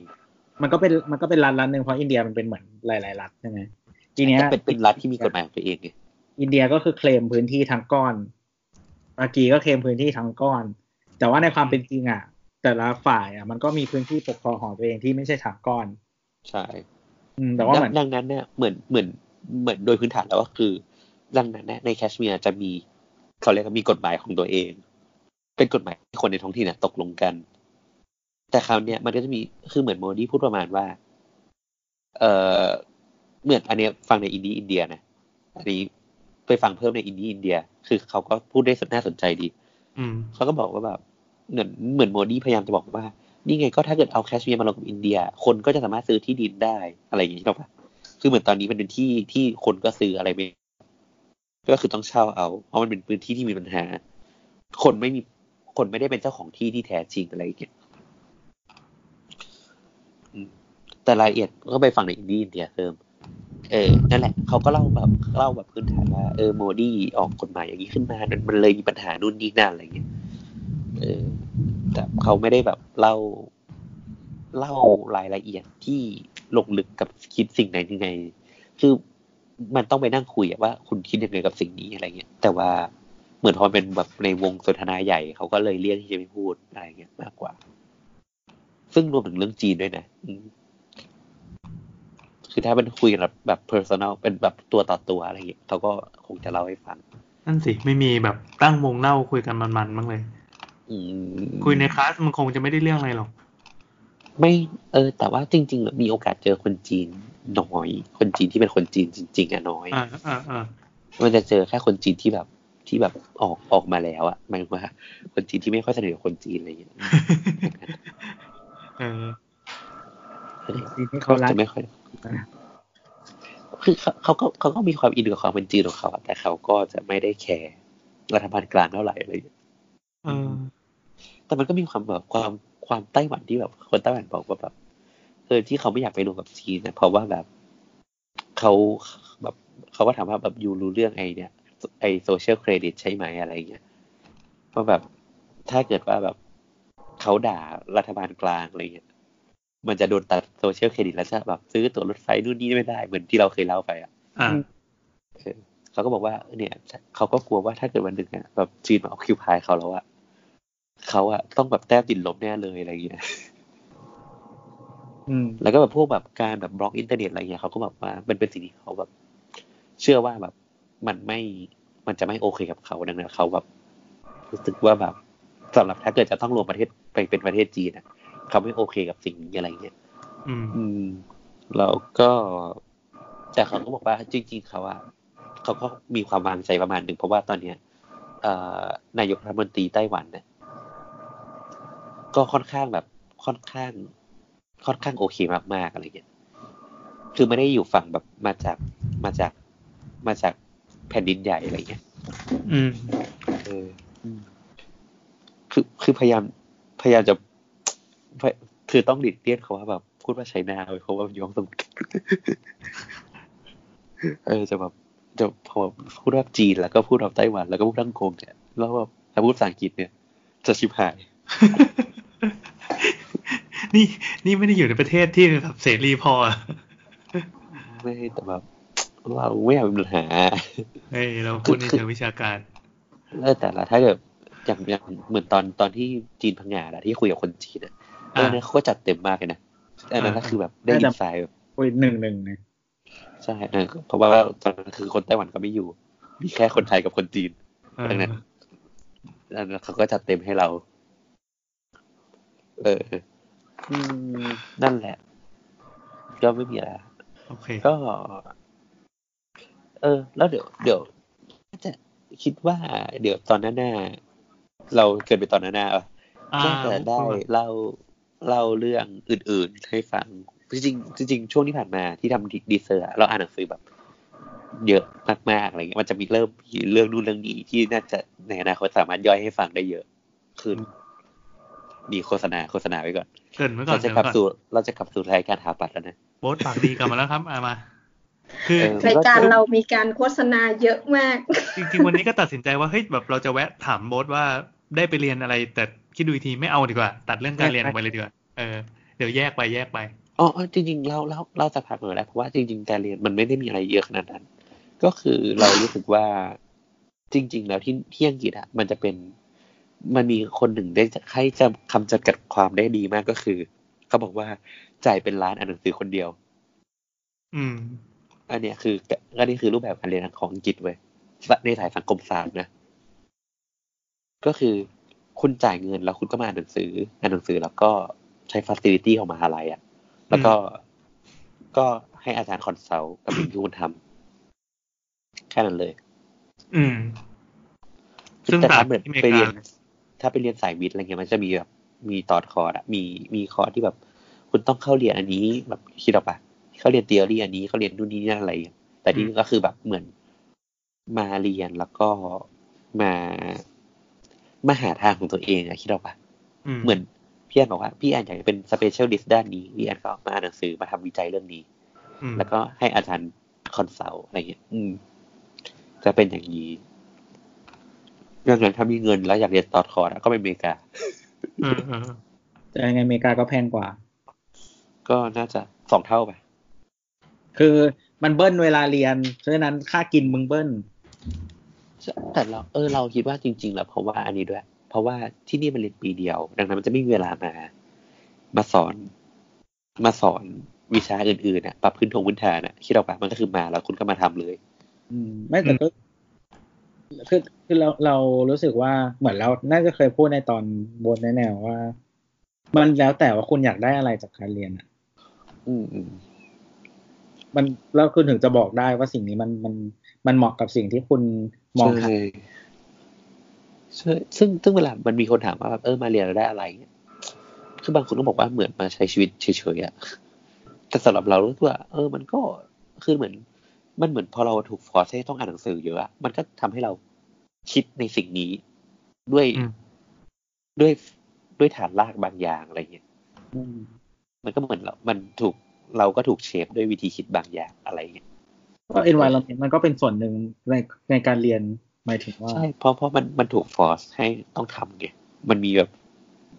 S6: มันก็เป็นมันก็เป็นรัฐรัฐหนึ่งเพราะอินเดียมันเป็นเหมือนหลายๆรัฐใช่ไหมทีเนี้ย
S4: แต่เป็นเป็นรัฐที่มีกฎหมายของตัวเองไง
S6: อินเดียก็คือเคลมพื้นที่ทั้งก้อนปากีก็เคลมพื้นที่ทั้งก้อน แต่ว่าในความเป็นจริงอ่ะ แต่ละฝ่ายอ่ะมันก็มีพื้นที่ปกครองของตัวเองที่ไม่ใช่ทั้งก้อน
S4: ใช่
S6: อืมแต่ว่าเหมื
S4: ดั
S6: อน
S4: งดังนั้นเนี่ยเหมือนเหมือนเหมือนโดยพื้นฐานแล้วก็คือ ดังนั้นเนี่ยในแคชเมียร์จะมีเขาเรียกว่ามีกฎหมายของตัวเอง เป็นกฎหมายที่คนในท้องถิ่นน่ะตกลงกัน แต่คราวเนี้ยมันก็จะมีคือเหมือนโมดีพูดประมาณว่า เออเหมือนอันเนี้ยฟังในอินดี้อินเดียนะอันนี้ไปฟังเพิ่มในอินดี้อินเดีย คือเขาก็พูดได้สนน่าสนใจดี
S5: อืม
S4: เขาก็บอกว่าแบบเหมือนเหมือนโมดีพยายามจะบอกว่า นี่ไงก็ถ้าเกิดเอาแคชเมียร์มาลงกับอินเดีย คนก็จะสามารถซื้อที่ดินได้อะไรอย่างนี้ใช่ปะคือเหมือนตอนนี้มันเป็นที่ที่คนก็ซื้ออะไรไม่ก็คือต้องเช่าเอา เพราะมันเป็นพื้นที่ที่มีปัญหา คนไม่มีคนไม่ได้เป็นเจ้าของที่ที่แท้จริงอะไรอย่างเงี้ย แต่รายละเอียดก็ไปฟังในอินดี้อินเดียเพิ่มเออนั่นแหละเขาก็เล่าแบบเล่าแบบพื้นฐานว่าเออโมดีออกกฎหมายอย่างนี้ขึ้นมามันมันเลยมีปัญหานู่นนี่นั่นอะไรเงี้ยเออแต่เขาไม่ได้แบบเล่าเล่ารายละเอียดที่ลงลึกกับคิดสิ่งไหนยังไง คือมันต้องไปนั่งคุยอะว่า คุณคิดยังไงกับสิ่งนี้อะไรเงี้ยแต่ว่าเหมือนพอเป็นแบบในวงสนทนาใหญ่เขาก็เลยเลี่ยงที่จะไม่พูดอะไรเงี้ยมากกว่า ซึ่งรวมถึงเรื่องจีนด้วยนะอืมคือถ้าเป็นคุยกันแบบแบบ personal เป็นแบบตัวต่อตัวอะไรอย่างเงี้ยเขาก็คงจะเล่าให้ฟัง
S5: นั่นสิไม่มีแบบตั้งวงเล่าคุยกันมันๆบ้างเลย
S4: อืม
S5: คุยในคลาสมันคงจะไม่ได้เรื่องอะไรหรอก
S4: ไม่ เออ แต่ว่าจริงๆ มีโอกาสเจอคนจีนน้อย คนจีนที่เป็นคนจีนจริง ๆอะน้อย
S5: อ่าอ่าอ่า
S4: มันจะเจอแค่คนจีนที่แบบที่แบบออกออกมาแล้วอะหมายถึงว่า คนจีนที่ไม่ค่อยสนิทกับคนจีนอะไรอย่างเงี้ย
S5: เออ
S6: ที่เขารัก
S4: จะไม่ค่อย คือเขาเขาก็เขาก็มีความอินกับความเป็นจีนของเขาอะแต่เขาก็จะไม่ได้แคร์รัฐบาลกลางเท่าไหร่อะไรอย่างเงี้ย
S5: เออ
S4: แต่มันก็มีความแบบความความไต้หวันที่แบบ คนไต้หวันบอกว่าแบบเออที่เขาไม่อยากไปรวมกับจีนนะเพราะว่าแบบเขาแบบเขาก็ถามว่าแบบยูรู้เรื่องไอเนี่ย ไอโซเชียลเครดิตใช่ไหมอะไรอย่างเงี้ยว่าแบบถ้าเกิดว่าแบบเขาด่ารัฐบาลกลางอะไรอย่างเงี้ยมันจะโดนตัดโซเชียลเครดิตแล้วจะแบบซื้อตั๋วรถไฟนู่นนี่ไม่ได้เหมือนที่เราเคยเล่าไปอะ
S5: อ่า
S4: เขาก็บอกว่าเนี่ยเขาก็กลัวว่าถ้าเกิดวันหนึ่งอะแบบจีนมาเอาคิวพายเขาแล้วอะเขาอะต้องแบบแต้มติดลบแน่เลยอะไรอย่างเงี้ย
S6: อืม
S4: แล้วก็แบบพวกแบบการแบบบล็อกอินเทอร์เน็ตอะไรเงี้ยเขาก็แบบว่ามันเป็นสิ่งที่เขาแบบ เชื่อว่าแบบมันไม่มันจะไม่โอเคกับเขาดังนั้นเขาแบบรู้สึกว่าแบบสำหรับถ้าเกิดจะต้องรวมประเทศไปเป็นประเทศจีนอะเขาไม่โอเคกับสิ่งนี้อะไรเงี้ย
S5: อืม
S4: อืมแล้วก็แต่เขาก็บอกว่าจริง ๆ เขาอะเขาก็มีความวางใจประมาณหนึ่งเพราะว่าตอนเนี้ยเอ่อนายกรัฐมนตรีไต้หวันเนี่ยก็ค่อนข้างแบบค่อนข้าง ค่อนข้างโอเคมากๆอะไรเงี้ยคือไม่ได้อยู่ฝั่งแบบมาจากมาจากมาจากแผ่นดินใหญ่อะไรเงี้ย
S5: อืม
S4: เอออืมคือคือพยายามพยายามจะพยคือต้องดิดเลี่ยนเขาว่าแบบ พูดว่าใช้นาเพราะว่ามันอยู่ห้องสมุด [LAUGHS] เออจะแบบจะพอพูดว่าจีนแล้วก็พูดว่าไต้หวันแล้วก็พูดว่าฮ่องกงเนี่ยแล้วแบบถ้าพูดภาษาอังกฤษเนี่ย จะชิบหาย
S5: นี่นี่ไม่ได้อยู่ในประเทศที่แบบเสรีพออะ
S4: ไม่แต่แบบ เราไม่อยากมีปัญหา
S5: เฮ้ยเราพูดในเชิงวิชาการ
S4: เออแต่ละถ้าเกิดอย่างอย่างเหมือนตอนตอนที่จีนพังงาอะที่คุยกับคนจีนอะเออ
S5: อ่า
S4: เนี่ยเขาก็จัดเต็มมากเลยนะอันนั้นก็คือแบบได้อินไซด์แบบ
S6: คุยหนึ่งหนึ่งเนี่ย
S4: ใช่เออเพราะว่าตอนนั้นคือคนไต้หวันก็ไม่อยู่ มีแค่คนไทยกับคนจีน
S5: เออ
S4: ดังนั้น อันนั้นเขาก็จัดเต็มให้เรา เอออืมนั่นแหละ ก็ไม่มีอะไร
S5: โอเค
S4: ก็ เออ แล้วเดี๋ยว เดี๋ยวน่าจะคิดว่า เดี๋ยวตอนหน้าๆเราเกิดไปตอนหน้าๆอ่ะ
S5: อ่า
S4: น่าจะได้เล่าเล่าเรื่องอื่นๆให้ฟัง จริงๆจริงๆช่วงที่ผ่านมาที่ทำดีเซอร์อะเราอ่านหนังสือแบบ เยอะมากๆอะไรเงี้ยมันจะมีเริ่มมีเรื่องนู่นเรื่องนี้ที่น่าจะในอนาคตสามารถย่อยให้ฟังได้เยอะขึ้นมีโฆษณาโฆษณาไว้ก่อน
S5: เกรินไว้ก่อ
S4: เรา
S5: น
S4: จะ
S5: เดี๋ยว
S4: กลับ
S5: ก่อน
S4: สู่เราจะกลับสู่รายการหาปัดแล้วนะ
S5: โบ๊ทปากดีกลับมาแล้วครับอ่ะมา คือ
S4: เออ
S2: รายการเรามีการโฆษณาเยอะมาก
S5: จริงๆวันนี้ก็ตัดสินใจว่าเฮ้ยแบบเราจะแวะถามโบ๊ทว่าได้ไปเรียนอะไร แต่คิดดูอีกทีไม่เอาดีกว่า ตัดเรื่องการเรียนออกไปเลยดีกว่าเออเดี๋ยวแยกไปแยกไป
S4: อ๋อเออจริงๆ เราเราเราจะพักหน่อยแล้วเพราะว่าจริง ๆ การเรียนมันไม่ได้มีอะไรเยอะขนาดนั้น ก็คือเรารู้สึกว่าจริง ๆ แล้วที่ที่อังกฤษอ่ะ มันจะเป็นมันมีคนหนึ่งได้ให้จำคำจำกัดความได้ดีมากก็คือเขาบอกว่าจ่ายเป็นล้านอ่านหนังสือคนเดียว
S5: อืม
S4: อันเนี้ยคืออันนี้คือรูปแบบการเรียนของอังกฤษเว้ยในสายสังคมศาสตร์นะ ก็คือคุณจ่ายเงินแล้วคุณก็มาอ่านหนังสืออ่านหนังสือแล้วก็ใช้ฟัสติลิตี้ของมหาลัยอ่ะ แล้วก็ก็ให้อาจารย์คอนซัลท์กับสิ่งที่คุณทำแค่นั้นเลย
S5: อืม ซึ่ง
S4: แต่
S5: ต่า
S4: ถ้าง เหมือน
S5: ที่อเมริ
S4: ไป
S5: กา
S4: เรียน
S5: เลย
S4: ถ้าไปเรียนสายวิทย์อะไรเงี้ยมันจะมีแบบมีตอดคอร์สอะมีมีคอร์สที่แบบ คุณต้องเข้าเรียนอันนี้แบบคิดออกปะเข้าเรียนเทอรี่อันนี้เข้าเรียนนู่นนี่นั่นอะไรอย่างเงี้ยแต่ที่
S5: อืม
S4: ก็คือแบบเหมือนมาเรียนแล้วก็มามาหาทางของตัวเองอะคิดออกปะ เหมือน พี่แอนบอกว่าพี่แอนอยากจะเป็นสเปเชียลิสต์ด้านนี้พี่แอนก็มาอ่านหนังสือมาทำวิจัยเรื่องนี้
S5: อืม
S4: แล้วก็ให้อาจารย์คอนซัลท์อะไรเงี้ยอืม จะเป็นอย่างนี้เรื่องนั้นถ้ามีเงินแล้วอยากเรียนต่อคอร์สอะก็ไปอเมริกา
S5: อืมอืม
S6: แต่ยังไงอเมริกาก็แพงกว่า
S4: ก็น่าจะสองเท่าไป
S6: คือมันเบิ้ลเวลาเรียนเพราะฉะนั้นค่ากินมึงเบิ้ล
S4: แต่เราเออเราคิดว่าจริง ๆ แล้วเพราะว่าอันนี้ด้วย เพราะว่าที่นี่มันเรียนปีเดียว ดังนั้นมันจะไม่มีเวลามา มาสอน มาสอนวิชาอื่นๆนะปรับพื้นทงพื้นฐานนะคิดออกปะมันก็คือมาแล้วคุณก็มาทำเลย
S6: อืมไม่แต่ก็คือคือเราเรารู้สึกว่าเหมือนเราน่าจะเคยพูดในตอนบนแนวๆว่า มันแล้วแต่ว่าคุณอยากได้อะไรจากการเรียนอ่ะ
S4: อืมอืม
S6: มันแล้วคุณถึงจะบอกได้ว่าสิ่งนี้มันมันมันเหมาะกับสิ่งที่คุณมองหา
S4: ใช่ใช่ซึ่งซึ่งเวลามันมีคนถามว่าแบบเออมาเรียนแล้วได้อะไรเนี่ยคือบางคนก็บอกว่าเหมือนมาใช้ชีวิตเฉยๆอะแต่สำหรับเรารู้สึกว่า เออ มันก็คือเหมือน มันเหมือนพอเราถูกฟอร์สให้ต้องอ่านหนังสือเยอะอะมันก็ทำให้เราคิดในสิ่งนี้ด้วย
S5: อืม
S4: ด้วยด้วยฐานรากบางอย่างอะไรเงี้ย
S6: อืม
S4: มันก็เหมือนเรา มันถูกเราก็ถูกเชฟด้วยวิธีคิดบางอย่างอะไรเงี้ย
S6: ก็ environment มันก็เป็นส่วนหนึ่งในในการเรียนหมายถึงว่า
S4: ใช่ เพราะเพราะมันมันถูกฟอร์สให้ต้องทำไง มันมีแบบ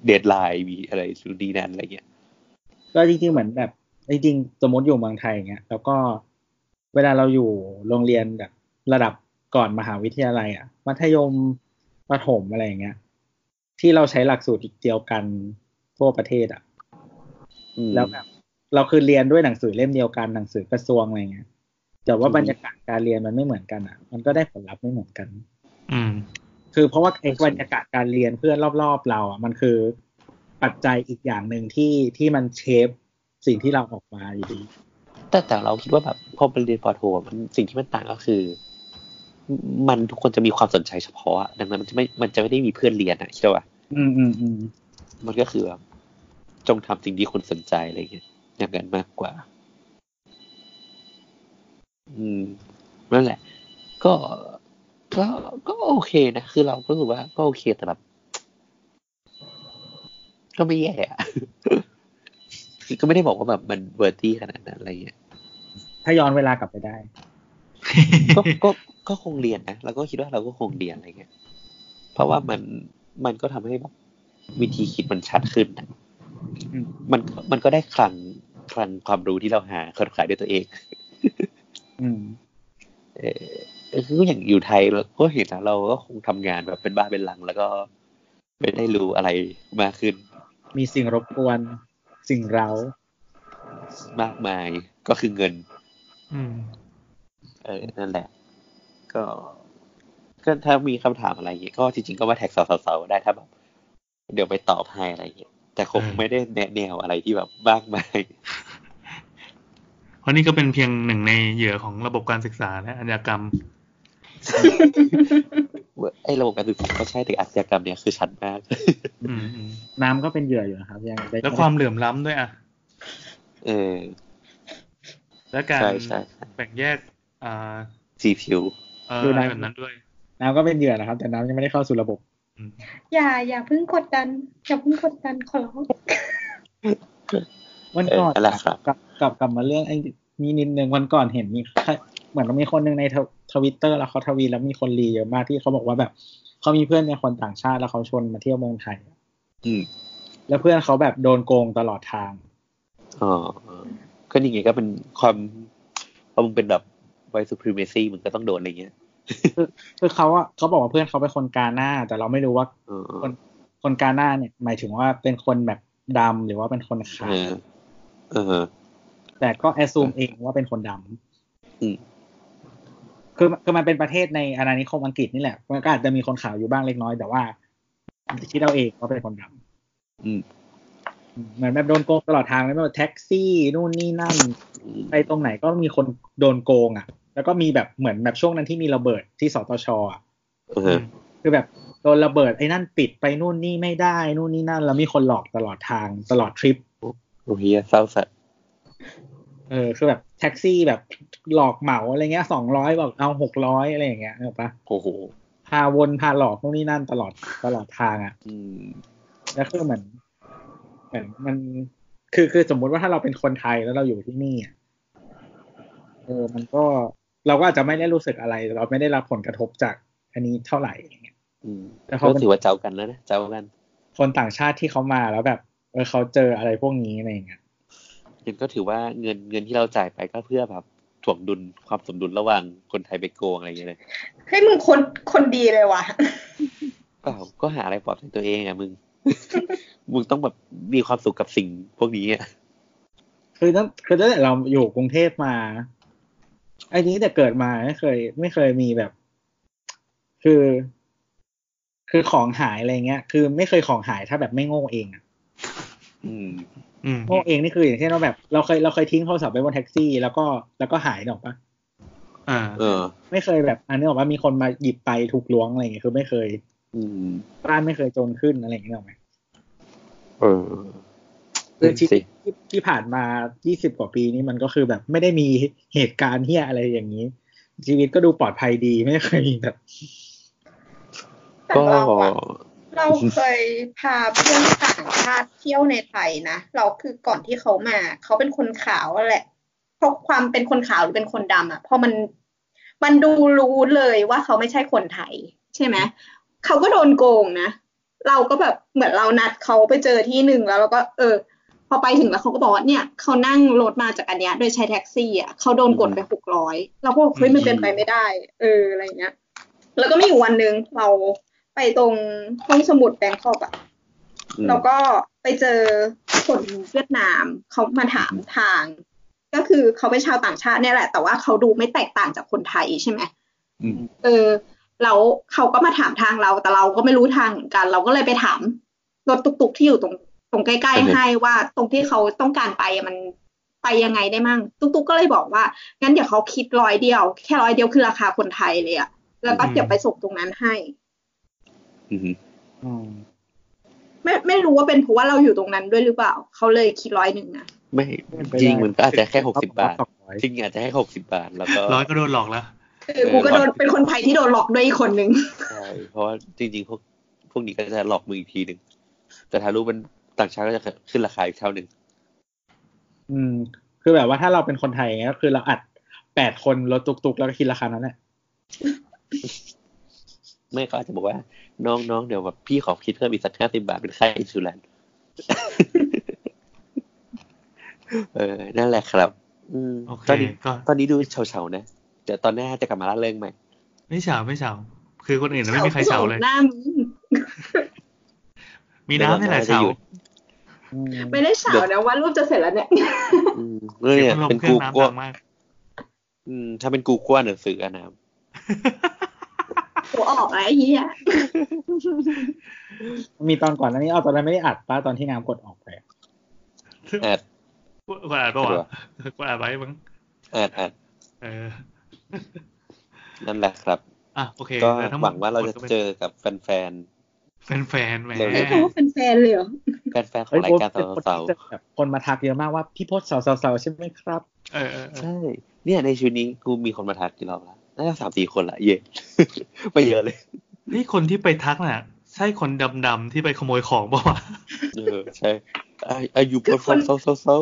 S4: เดทไลน์มีอะไรสุดีนั่นอะไรเงี้ย
S6: ก็จริงๆเหมือนแบบจริงๆสมมติอยู่เมืองไทยอย่างเงี้ยแล้วก็เวลาเราอยู่โรงเรียนแบบ ระดับก่อนมหาวิทยาลัย อ่ะ มัธยมประถมอะไรอย่างเงี้ย ที่เราใช้หลักสูตรเดียวกันทั่วประเทศอ่ะ
S4: อืม
S6: แล้วแบบเราคือเรียนด้วยหนังสือเล่มเดียวกันหนังสือกระทรวงอะไรเงี้ยแต่ว่า
S4: อืม
S6: บรรยากาศการเรียนมันไม่เหมือนกันอ่ะ มันก็ได้ผลลัพธ์ไม่เหมือนกัน
S5: อืม
S6: คือเพราะว่าไอ้บรรยากาศการเรียนเพื่อนรอบๆเราอ่ะมันคือปัจจัยอีกอย่างหนึ่งที่ที่มันเชฟสิ่งที่เราออกมาอยู่ดี
S4: แต่แต่เราคิดว่าแบบพอไปเรียนปอโทอะมันสิ่งที่มันต่างก็คือ มันทุกคนจะมีความสนใจเฉพาะอะดังนั้นมันจะไม่ มันจะไม่ได้มีเพื่อนเรียนอะเชื่อป่ะ
S6: อืมอืมอืม
S4: มันก็คือแบบจงทำสิ่งที่คนสนใจอะไรเงี้ยอย่างนั้นมากกว่า อืมนั่นแหละ ก็ก็ก็โอเคนะคือเราก็รู้สึกว่าก็โอเคแต่แบบ ก็ไม่แย่อะ [LAUGHS] คือก็ไม่ได้บอกว่าแบบมันเวอร์ตี้ขนาดนั้นอะไรเงี้ย
S6: ถ้าย้อนเวลากลับไปได้
S4: ก็ [LAUGHS] ก็ก็คงเรียนนะเราก็คิดว่าเราก็คงเรียนอะไรเงี้ย เพราะว่ามันมันก็ทำให้แบบวิธีคิดมันชัดขึ้นนะ
S6: อืม
S4: มันมันก็ได้คลังคลังความรู้ที่เราหาค้นคว้าด้วยตัวเอง
S6: อืม
S4: เออคืออย่างอยู่ไทยเราก็เห็นนะเราก็คงทำงานแบบเป็นบ้าเป็นหลัง แล้วก็ไม่ได้รู้อะไรมากขึ้น
S6: มีสิ่งรบกวน สิ่งเร้าม
S4: ากมายก็คือเงิน
S5: อืม
S4: เออ นั่นแหละ ก็ ก็ถ้ามีคำถามอะไรอย่างเงี้ย ก็จริงๆ ก็มาแท็กสาวๆได้ถ้าแบบ เดี๋ยวไปตอบให้อะไรอย่างเงี้ย แต่คง
S5: อืม
S4: ไม่ได้แนะแนวอะไรที่แบบมากมาย [LAUGHS]
S5: เพราะนี่ก็เป็นเพียงหนึ่งในเหยื่อของระบบการศึกษาและอาชญากรรม
S4: ไอ้ระบบการศึกษาก็ใช่แต่อาชญากรรมเนี่ยคือชัดมาก [LAUGHS]
S5: อืมอืม
S6: น้ำก็เป็นเหยื่ออยู่นะครับ ยังได้
S5: แล้วความเหลื่อมล้ำด้วยอ่ะ
S4: เออ
S5: และการ
S4: ใช่ใช่ใช่
S5: แบ่งแยกอ่า
S4: สีผิว
S5: เอออะไรแบบนั้นด้วย
S6: น้ำก็เป็นเหยื่อนะครับ แต่น้ำยังไม่ได้เข้าสู่ระบบ
S5: อืม
S7: [LAUGHS] อย่าอย่าเพิ่งกดดัน อย่าเพิ่งกดดันขอร้อง
S6: วันก่อน
S4: เออนั่นแหละครับ
S6: กลับกลับกลับมาเรื่องไอ้นี้นิดนึงวันก่อนเห็นมีเหมือนมีคนหนึ่งในทวิตเตอร์แล้วเขาทวีตแล้วมีคนรีเยอะมากที่เขาบอกว่าแบบเขามีเพื่อนเป็นคนต่างชาติแล้วเขาชวนมาเที่ยวเมืองไทย
S4: อืม
S6: แล้วเพื่อนเขาแบบโดนโกงตลอดทาง
S4: อ๋อก็นี่ไงก็เป็นความพอมึงเป็นแบบไวซูพรีเมซีมึงก็ต้องโดนอะไรเงี้ย
S6: คือเขาอะเขาบอกว่าเพื่อนเขาเป็นคนกาหน้า แต่เราไม่รู้ว่า
S4: เออ
S6: คนคนกาหน้าเนี่ย หมายถึงว่าเป็นคนแบบดำหรือว่าเป็นคน
S4: เอ
S6: ขาว
S4: อ เออ
S6: แต่ก็แอ u m มเองว่าเป็นคนดำ
S4: อืม
S6: คือคือมันเป็นประเทศในอาณานิคมอังกฤษนี่แหละมันก็อาจจะมีคนขาวอยู่บ้างเล็กน้อย แต่ว่าคิดเอาเองว่าเป็นคนดำ
S4: อืม
S6: เหมือนแบบโดนโกงตลอดทางเลยไม่ว่าแท็กซี่นู่นนี่นั่น
S4: อืม
S6: ไปตรงไหนก็มีคนโดนโกงอ่ะ แล้วก็มีแบบเหมือนแบบช่วงนั้นที่มีระเบิดที่สตชอ่ะ
S4: เอ
S5: อื
S4: อ
S5: ม
S6: คือแบบโดนระเบิดไอ้นั่นปิดไปนู่นนี่ไม่ได้นู่นนี่นั่น แล้วมีคนหลอกตลอดทางตลอดทริป
S4: โอ้เฮียเศร้าสัตว์
S6: เออคือแบบแท็กซี่แบบหลอกเหมาอะไรเงี้ยสองร้อยบอกเอาหกร้อยอะไรอย่างเงี้ยเหรอปะ
S4: โอ้โห
S6: พาวนพาหลอกนู่นนี่นั่นตลอดตลอดทางอะ่ะ
S4: อืม
S6: แล้วคือเหมือน มือนมันคือคือสมมุติว่าถ้าเราเป็นคนไทยแล้วเราอยู่ที่นี่อะเออมันก็เราก็อาจจะไม่ได้รู้สึกอะไร เราไม่ได้รับผลกระทบจากอันนี้เท่าไหร่อะไรเงี้ย
S4: อืม
S6: แต่เขา
S4: ก็ถือว่าเจ้ากันแล้วนะเจ้ากัน
S6: คนต่างชาติที่เขามาแล้วแบบเออเขาเจออะไรพวกนี้อะไรเงี้ย
S4: ยังก็ถือว่าเงินเงินที่เราจ่ายไปก็เพื่อแบบถ่วงดุลความสมดุลระหว่างคนไทยไปโกงอะไรอย่างเงี้ยเลย
S7: เฮ้ยมึงคนคนดีเลยว่ะ [LAUGHS]
S4: เปล่าก็หาอะไรปลอบใจตัวเองอ่ะมึง [LAUGHS] มึงต้องแบบมีความสุขกับสิ่งพวกนี้อ่ะ
S6: คือตั้งคือตั้งแต่เราอยู่กรุงเทพมา ไอ้นี้แต่เกิดมาไม่เคย ไม่เคยมีแบบ คือ คือของหายอะไรเงี้ย คือไม่เคยของหายถ้าแบบไม่โง่เองอะ
S4: อืม
S5: อืม
S6: โง่เองนี่คืออย่างเช่นเราแบบเราเคยเราเคยทิ้งโทรศัพท์ไว้บนแท็กซี่ แล้วก็แล้วก็หายหรอกปะ
S5: อ่า
S4: เออ
S6: ไม่เคยแบบอันนี้บอกว่ามีคนมาหยิบไปถูกล้วงอะไรอย่างเงี้ยคือไม่เคย
S4: อืม
S6: บ้านไม่เคยจนขึ้นอะไรอย่างเงี้ยหรอกไหม
S4: เออ
S6: คือชีวิ
S4: สิ
S6: ตที่ที่ผ่านมา 20 กว่าปีนี่มันก็คือแบบไม่ได้มีเหตุการณ์เฮียอะไรอย่างนี้ ชีวิตก็ดูปลอดภัยดีไม่เคยมีแบบ
S7: แต่
S4: ก็
S7: เราอะ [LAUGHS] เราเคยพาเพื่อนต่างชาติเที่ยวในไทยนะเราคือก่อนที่เขามา เขาเป็นคนขาวแหละเพราะความเป็นคนขาวหรือเป็นคนดำอะพอมันมันดูรู้เลยว่าเขาไม่ใช่คนไทย
S2: ใช่ไหมเขาก็โดนโกงนะ เราก็แบบเหมือนเรานัดเขาไปเจอที่หนึ่งแล้วเราก็เออ พอไปถึงแล้วเขาก็บอกว่าเนี่ยเขานั่งรถมาจากอันเนี้ยโดยใช้แท็กซี่อ่ะเขาโดนกดไปหกร้อยเราก็บอกเฮ้ยมันเป็นไปไม่ได้ เอออะไรเงี้ย แล้วก็มีอยู่วันหนึ่งเราไปตรงห้องสมุดแบงคอกอ่ะ
S4: อืม
S2: แล้วก็ไปเจอคนเวียดนามเขามาถามทาง ก็คือเขาเป็นชาวต่างชาติเนี่ยแหละ แต่ว่าเขาดูไม่แตกต่างจากคนไทยใช่ไหม
S4: อืม
S2: เออแล้วเขาก็มาถามทางเราแต่เราก็ไม่รู้ทางเหมือนกัน เราก็เลยไปถามรถตุกๆที่อยู่ตรงตรงใกล้
S4: อือฮึ
S2: ๆให้ว่าตรงที่เขาต้องการไปอะมันไปยังไงได้มั่งตุกๆก็เลยบอกว่างั้นเดี๋ยวเขาคิดร้อยเดียว แค่ร้อยเดียวคือราคาคนไทยเลยอะแล้วก็เดี๋ยวไปส่งตรงนั้นให้
S4: อืม
S6: อืม
S2: ไม่ไม่รู้ว่าเป็นเพราะว่าเราอยู่ตรงนั้นด้วยหรือเปล่า เขาเลยคิดร้อยหนึ่งนะ
S4: ไม่
S6: เป็นไป
S4: จริง
S6: ได้
S4: มันก็อาจจะแค่หกสิบาท
S6: เขอกว่า
S4: จริงอาจจะให้หกสิบาท แล้วก็
S5: ร้อยก็โดนหลอกแล้ว
S2: คือกูก็โดน
S4: เออ
S2: เป็นคนไทยที่โดนหลอกด้วยอีกคนนึง
S4: ใช่เพราะว่าจริงๆพวกพวกนี้ก็จะหลอกมึงอีกทีหนึ่งแต่ถ้ารู้มันต่างชาติก็จะขึ้นราคาอีกเท่าหนึ่ง
S6: อืม คือแบบว่าถ้าเราเป็นคนไทยอย่างเงี้ยก็คือเราอัดแปดคนรถตุกๆ แล้วก็คิดราคานั้นแหละ
S4: ไม่ก็อาจจะบอกว่า น้องๆเดี๋ยวแบบพี่ขอคิดเพิ่มอีกสักห้าสิบาทเป็นค่าอินซูลัน [LAUGHS] เออนั่นแหละครับ อืม
S5: โอเค
S4: ตอนนี้
S5: ก็
S4: ตอนนี้ดูเฉาๆนะเดี๋ยวตอนหน้าจะกลับมาล่าเริงใหม่
S5: ไม่เฉาไม่เฉาคือคนอื่นไม่มีใครเฉาเลย
S2: หน้ามึง
S5: มีน้ำนี่แหละเฉา
S6: อืม
S2: ไม่ได้เฉานะว่ารูปจะเสร็จแล้วเนี่ย
S4: อืมเนี่ย
S5: สีงพัดลม
S4: เป็น
S5: เครื่
S4: กู
S5: องน้ำ
S4: กลัว
S5: ดังมาก [LAUGHS]
S4: อืมถ้าเป็นกูกลัวหนังสืออะน้ำ
S2: ตัวออกอะไรเหี้ย
S6: มีตอนก่อนหน้านี้เอาตอนนั้นไม่ได้อัดป้าตอนที่น้ำกดออกไปอะ
S4: แอด
S5: กูกูอ่านปะ
S4: เออ
S5: วะกูอ่านไว้มั้ง
S4: อ่านอ่าน
S5: เออ
S4: นั่นแหละครับ
S5: อ่ะโอเค
S4: ก็
S5: แล้วทั้ม
S4: ห
S5: ด
S4: วังว่าเราจะ
S5: ก็ป็น
S4: เจอกับแฟน
S5: แฟนๆแหม
S4: เร็ว
S2: ไม่รู้ว่าเป็นแฟนเลยเหรอ
S4: ๆแฟนๆของรายการ
S6: เฮ้ยโพส
S4: เสา
S6: ต์เป็นคนที่จะแบบคนมาทักเยอะมากว่าพี่โพสต์สาวๆๆใช่ไหมครับ
S5: เออเออเออ
S4: ๆใช่ เนี่ยในชีวิตนี้กูมีคนมาทักกี่รอบละน่าจะสามสี่คนละเย่ [LAUGHS] ไปเยอะเลย
S5: นี่คนที่ไปทักน่ะ ใช่คนดำๆที่ไปขโมยของปะวะ
S4: เออใช่ไอ้ไอายุโพสต์เศร้าๆเศร้า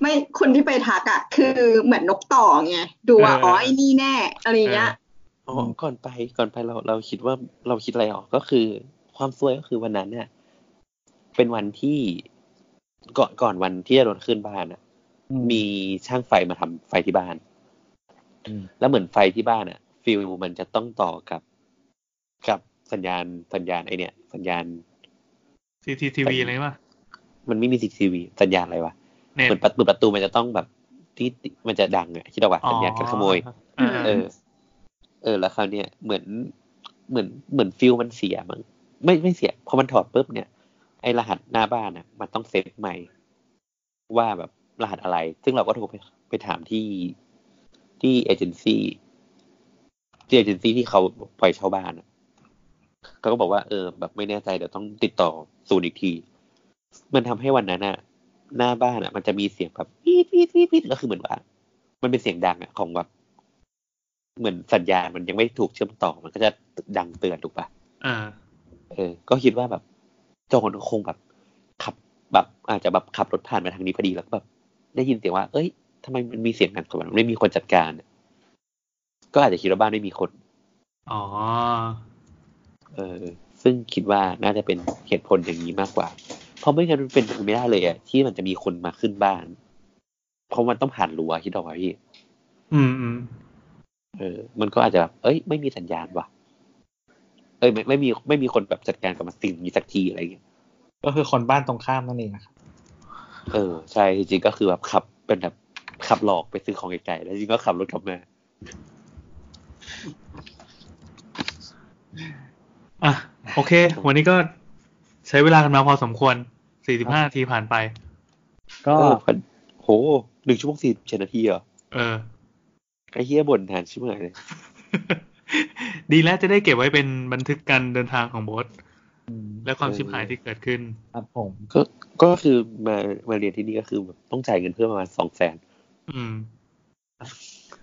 S2: ไม่คนที่ไปทักอ่ะคือเหมือนนกต่อไงดูว่าอ๋อไอ้นี่แน่อะไรเงี้ย
S4: ๆอ๋อก่อนไปก่อนไปเราเราคิดว่าเราคิดอะไรออกก็คือ ความซวยก็คือวันนั้นเนี่ยเป็นวันที่ก่อนก่อนวันที่จะโดนขึ้นบ้านอะ มีช่างไฟมาทำไฟที่บ้าน
S6: อืม
S4: แล้วเหมือนไฟที่บ้านอะฟิลมันจะต้องต่อกับ กับสัญญาณสัญญาณไอเนี่ย สัญญาณ
S5: ซีทีทีวีอะไรปะ
S4: มันไม่มีซีทีวีสัญญาณอะไรวะ
S5: เน็ต
S4: เหมือนประตูประตูมันจะต้องแบบที่มันจะดังอะคิดเอาว่าสัญญาณการขโมย
S5: อ๋อ
S4: เออ เออ แล้วคราวเนี่ยเหมือนเหมือนเหมือนฟิลมันเสียมั้งไม่ไม่เสียพอมันถอดปุ๊บเนี่ย ไอรหัสหน้าบ้านอ่ะ มันต้องเซฟใหม่ ว่าแบบรหัสอะไร ซึ่งเราก็โทรไปไปถามที่ที่เอเจนซี่ที่เอเจนซี่ที่เขาปล่อยเช่าบ้านอะเขาก็บอกว่าเออ แบบไม่แน่ใจเดี๋ยวต้องติดต่อศูนย์อีกที มันทำให้วันนั้นอ่ะ หน้าบ้านอ่ะ มันจะมีเสียงแบบปี๊ดปี๊ดปี๊ดปี๊ดแล้วคือเหมือนว่า มันเป็นเสียงดังอ่ะของแบบ เหมือนสัญญาณมันยังไม่ถูกเชื่อมต่อ มันก็จะดังเตือนถูกปะ
S5: เออ
S4: เออ ก็คิดว่าแบบโจรคงแบบ ขับ แบบอาจจะแบบขับรถผ่านมาทางนี้พอดีแล้วก็แบบได้ยินเสียงว่า เอ้ยทำไมมันมีเสียงหนักขนาดนั้นไม่มีคนจัดการอะก็อาจจะคิดว่าบ้านไม่มีคน
S5: อ๋อ
S4: เออซึ่งคิดว่าน่าจะเป็นเหตุผลอย่างนี้มากกว่า เพราะไม่งั้นมันเป็นไปไม่ได้เลยอะที่มันจะมีคนมาขึ้นบ้าน เพราะมันต้องผ่านรั้วคิดออกไหมพี่
S5: อืมอืม
S4: เออ มันก็อาจจะแบบเอ้ย ไม่มีสัญญาณว่ะ เอ้ยไม่ไม่มีไม่มีคนแบบจัดการกับมันสิ่งนี้สักทีอะไรเงี้ย
S6: ก็คือคนบ้านตรงข้ามนั่นเองนะครับ
S4: เออ ใช่จริงๆก็คือแบบขับเป็นแบบขับหลอกไปซื้อของไกลๆแล้วจริงๆก็ขับรถกลับมา
S5: อ่ะ โอเค วันนี้ก็ใช้เวลากันมาพอสมควร 45นาทีผ่านไป
S6: ก็
S4: ก็โหหนึ่งชั่วโมงสี่เจ็ดนาทีเหรอ
S5: เออ [LAUGHS]
S4: ไอ้เฮียบ่นนานชิบหายเลย
S5: ดีแล้วจะได้เก็บไว้เป็นบันทึกการเดินทางของโบส
S6: อืม
S5: และความชิบหายที่เกิดขึ้น
S6: ครับผม
S4: ก็ก็คือมามาเรียนที่นี่ก็คือแบบต้องจ่ายเงินเพิ่มประมาณสองแสน
S5: อืม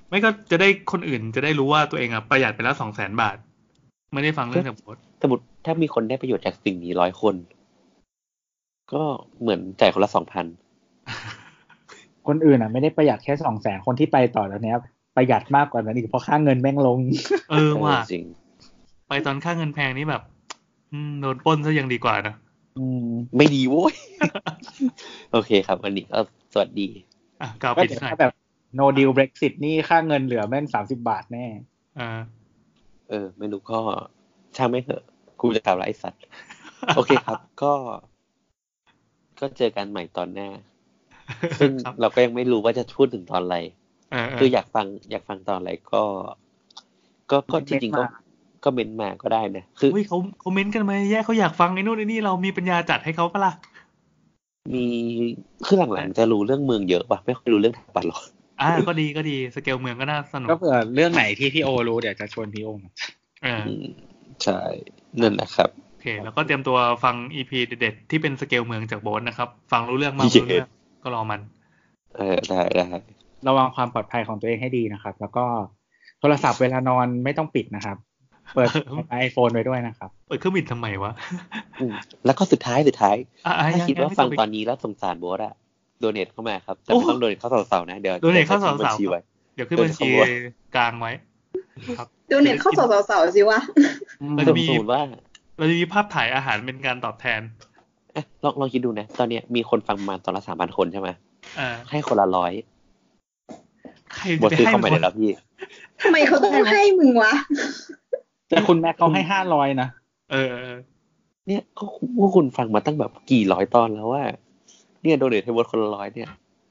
S5: ไม่ก็จะได้คนอื่นจะได้รู้ว่าตัวเองอ่ะประหยัดไปแล้วสองแสนบาท ไม่ได้ฟังเรื่องจากโบส
S4: สมมติถ้ามีคนได้ประโยชน์จากสิ่งนี้ร้อยคน ก็เหมือนจ่ายคนละสองพัน
S6: คนอื่นอ่ะไม่ได้ประหยัดแค่สองแสนคนที่ไปต่อแล้วเนี้ยประหยัดมากกว่านั้นอีกเพราะค่าเงินแม่งลง
S5: เออว่ะ
S4: จริง
S5: ไปตอนค่าเงินแพงนี่แบบ อืมโดนปล้นซะยังดีกว่านะ
S6: อืม
S4: ไม่ดีโว้ย [LAUGHS] โอเคครับวันนี้ก็สวัสดี
S5: อ่ะกล่าว
S6: ก็
S5: ปิด
S6: เดี๋ยว
S5: หน่อย
S6: ถ้าแบบ no deal brexit นี่ค่าเงินเหลือแม่งสามสิบาทแน่
S5: อ่า
S4: เออ ไม่รู้ก็ช่างไม่เถอะกูจะกล่าวร้าย [LAUGHS] สัตว์ โอเคครับ ก็ ก็เจอกันใหม่ตอนหน้า ซึ่ง
S5: ครับ
S4: เราก็ยังไม่รู้ว่าจะพูดถึงตอนอะไร
S5: เเ
S4: คืออยากฟังอยากฟังตอนอะไรก็ ก็ก็จ
S6: เม้นต์
S4: ริงๆก็
S6: มา
S4: ก็เม้นต์มาก็ได้นะคือ
S5: เฮ้ยเขาเขาเม้นต์กันมาแย่เขาอยากฟังไอ้นู่นไอ้นี่เรามีปัญญาจัดให้เขาปะล่ะ
S4: มีคือหลังๆจะรู้เรื่องเมืองเยอะว่ะไม่ค่อยรู้เรื่องถาปัตย์หรอก
S5: อ่า ก็ดีก็ดีสเกลเมืองก็น่าสนุก
S6: ก็เผื่อเรื่องไหนที่พี่โอรู้เดี๋ยวจะชวนพี่โอมา
S5: เออ
S4: อืมใช่นั่นแหละครับ
S5: โอเค แล้วก็เตรียมตัวฟังอีพีเด็ดๆที่เป็นสเกลเมืองจากโบสนะครับ ฟังรู้เรื่องมาก
S4: เย้
S5: รู้เรื่องก็รอมัน
S4: เออได้ได้
S6: ระวังความปลอดภัยของตัวเองให้ดีนะครับ แล้วก็โทรศัพท์เวลานอนไม่ต้องปิดนะครับ เปิดไอโฟนไว้ด้วยนะครับ
S5: เปิดเครื่องบินทำไมวะ
S4: อืมแล้วก็สุดท้ายสุดท้าย
S5: อ่ะอ่ะ
S4: ถ้า
S5: ยั
S4: คิดว่า
S5: ยั
S4: ฟัง
S5: ไม่จบ
S4: ต
S5: ก
S4: อนนี้แล้วสงสารโบสอะโดเนทเข้ามาครับแต่
S5: โอ้
S4: ไม่ต้องโดเนทเข้าสาวๆนะ เดี๋ยว
S5: donate เข้า
S4: จะทิ้งบัญ
S5: สาวๆ
S4: ชีไว้
S5: เดี๋ยวขึ้นบัญชี
S4: เดี๋ยวจะขโมย
S5: กลางไว้ครับ
S7: โดเน็ตเข้าสาวสาวๆสิวะ
S5: เรา
S4: ส
S5: จะ
S4: ม
S5: มี
S4: มติว่า
S5: เราจะมีภาพถ่ายอาหารเป็นการตอบแทน
S4: เอ๊ะลองลองคิดดูนะ ตอนเนี้ยมีคนฟังประมาณตอนละสามพันคนใช่ไหม
S5: อ่า
S4: ให้คนละร้อย
S5: ใคร
S4: โบส
S5: จะไป
S4: ซื้อ
S5: ให้
S4: เข้ามา
S5: ค
S4: เดี๋
S5: น
S4: ยวแล้วพี่
S7: ทำไมเขาต้องให้มึงวะ
S6: แต่คุณแม็กเขาให้ห้าร้อยนะ
S5: เออเออ
S4: เนี่ยก็พวกคุณฟังมาตั้งแบบกี่ร้อยตอนแล้วว่า เนี่ยโดเนทให้โบสคนละร้อยเนี่ย [LAUGHS]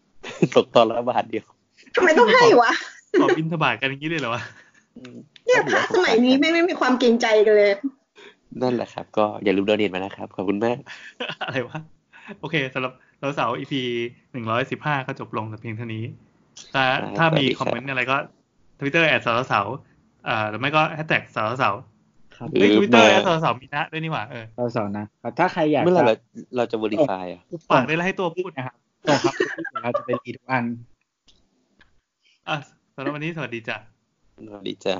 S4: ตกตอนละบาทเดียว
S7: ทำไมต้องให้วะ
S5: ตอบบินทบาทกันอย่างนี้เลยเหรอวะ [LAUGHS]
S7: เนี่ยพระสมัยนี้ไม่งไม่มีความเกรงใจกันเลย
S4: นั่นแหละครับ ก็อย่าลืมโดเนทมานะครับ ขอบคุณมาก
S5: อะไรวะโอเคสำหรับเราเสาอีพีหนึ่งร้อยสิบห้าก็จบลงแต่เพียงเท่านี้ ถ้า
S4: ครับ
S5: ถ้ามี
S4: สวัสดีครับ
S5: คอมเมนต์อะไรก็ทวิตเตอร์แอดสาวสาวเอ่อหรือไม่ก็แฮชแท็กสาวสาว
S6: ครับ
S4: หรื
S5: เฮ้ย
S4: อ
S5: ทวิตเตอร์แอดสา
S4: มา
S5: วสาวมีนะด้วยนี่หว่าเออ
S6: เราสอนนะครับถ้าใครอยาก
S4: เมื่อไหร่
S6: จะ
S4: เราเราจะ verify อ่ะ
S5: ฝากได้แล้วให้ตัวพูด
S6: นะครับส่งครับเดี๋ยวเราจะไปรีทุกอัน
S5: อ่ะสำหรับวันนี้สวัสดีจ้ะ
S4: สวัสดีจ้า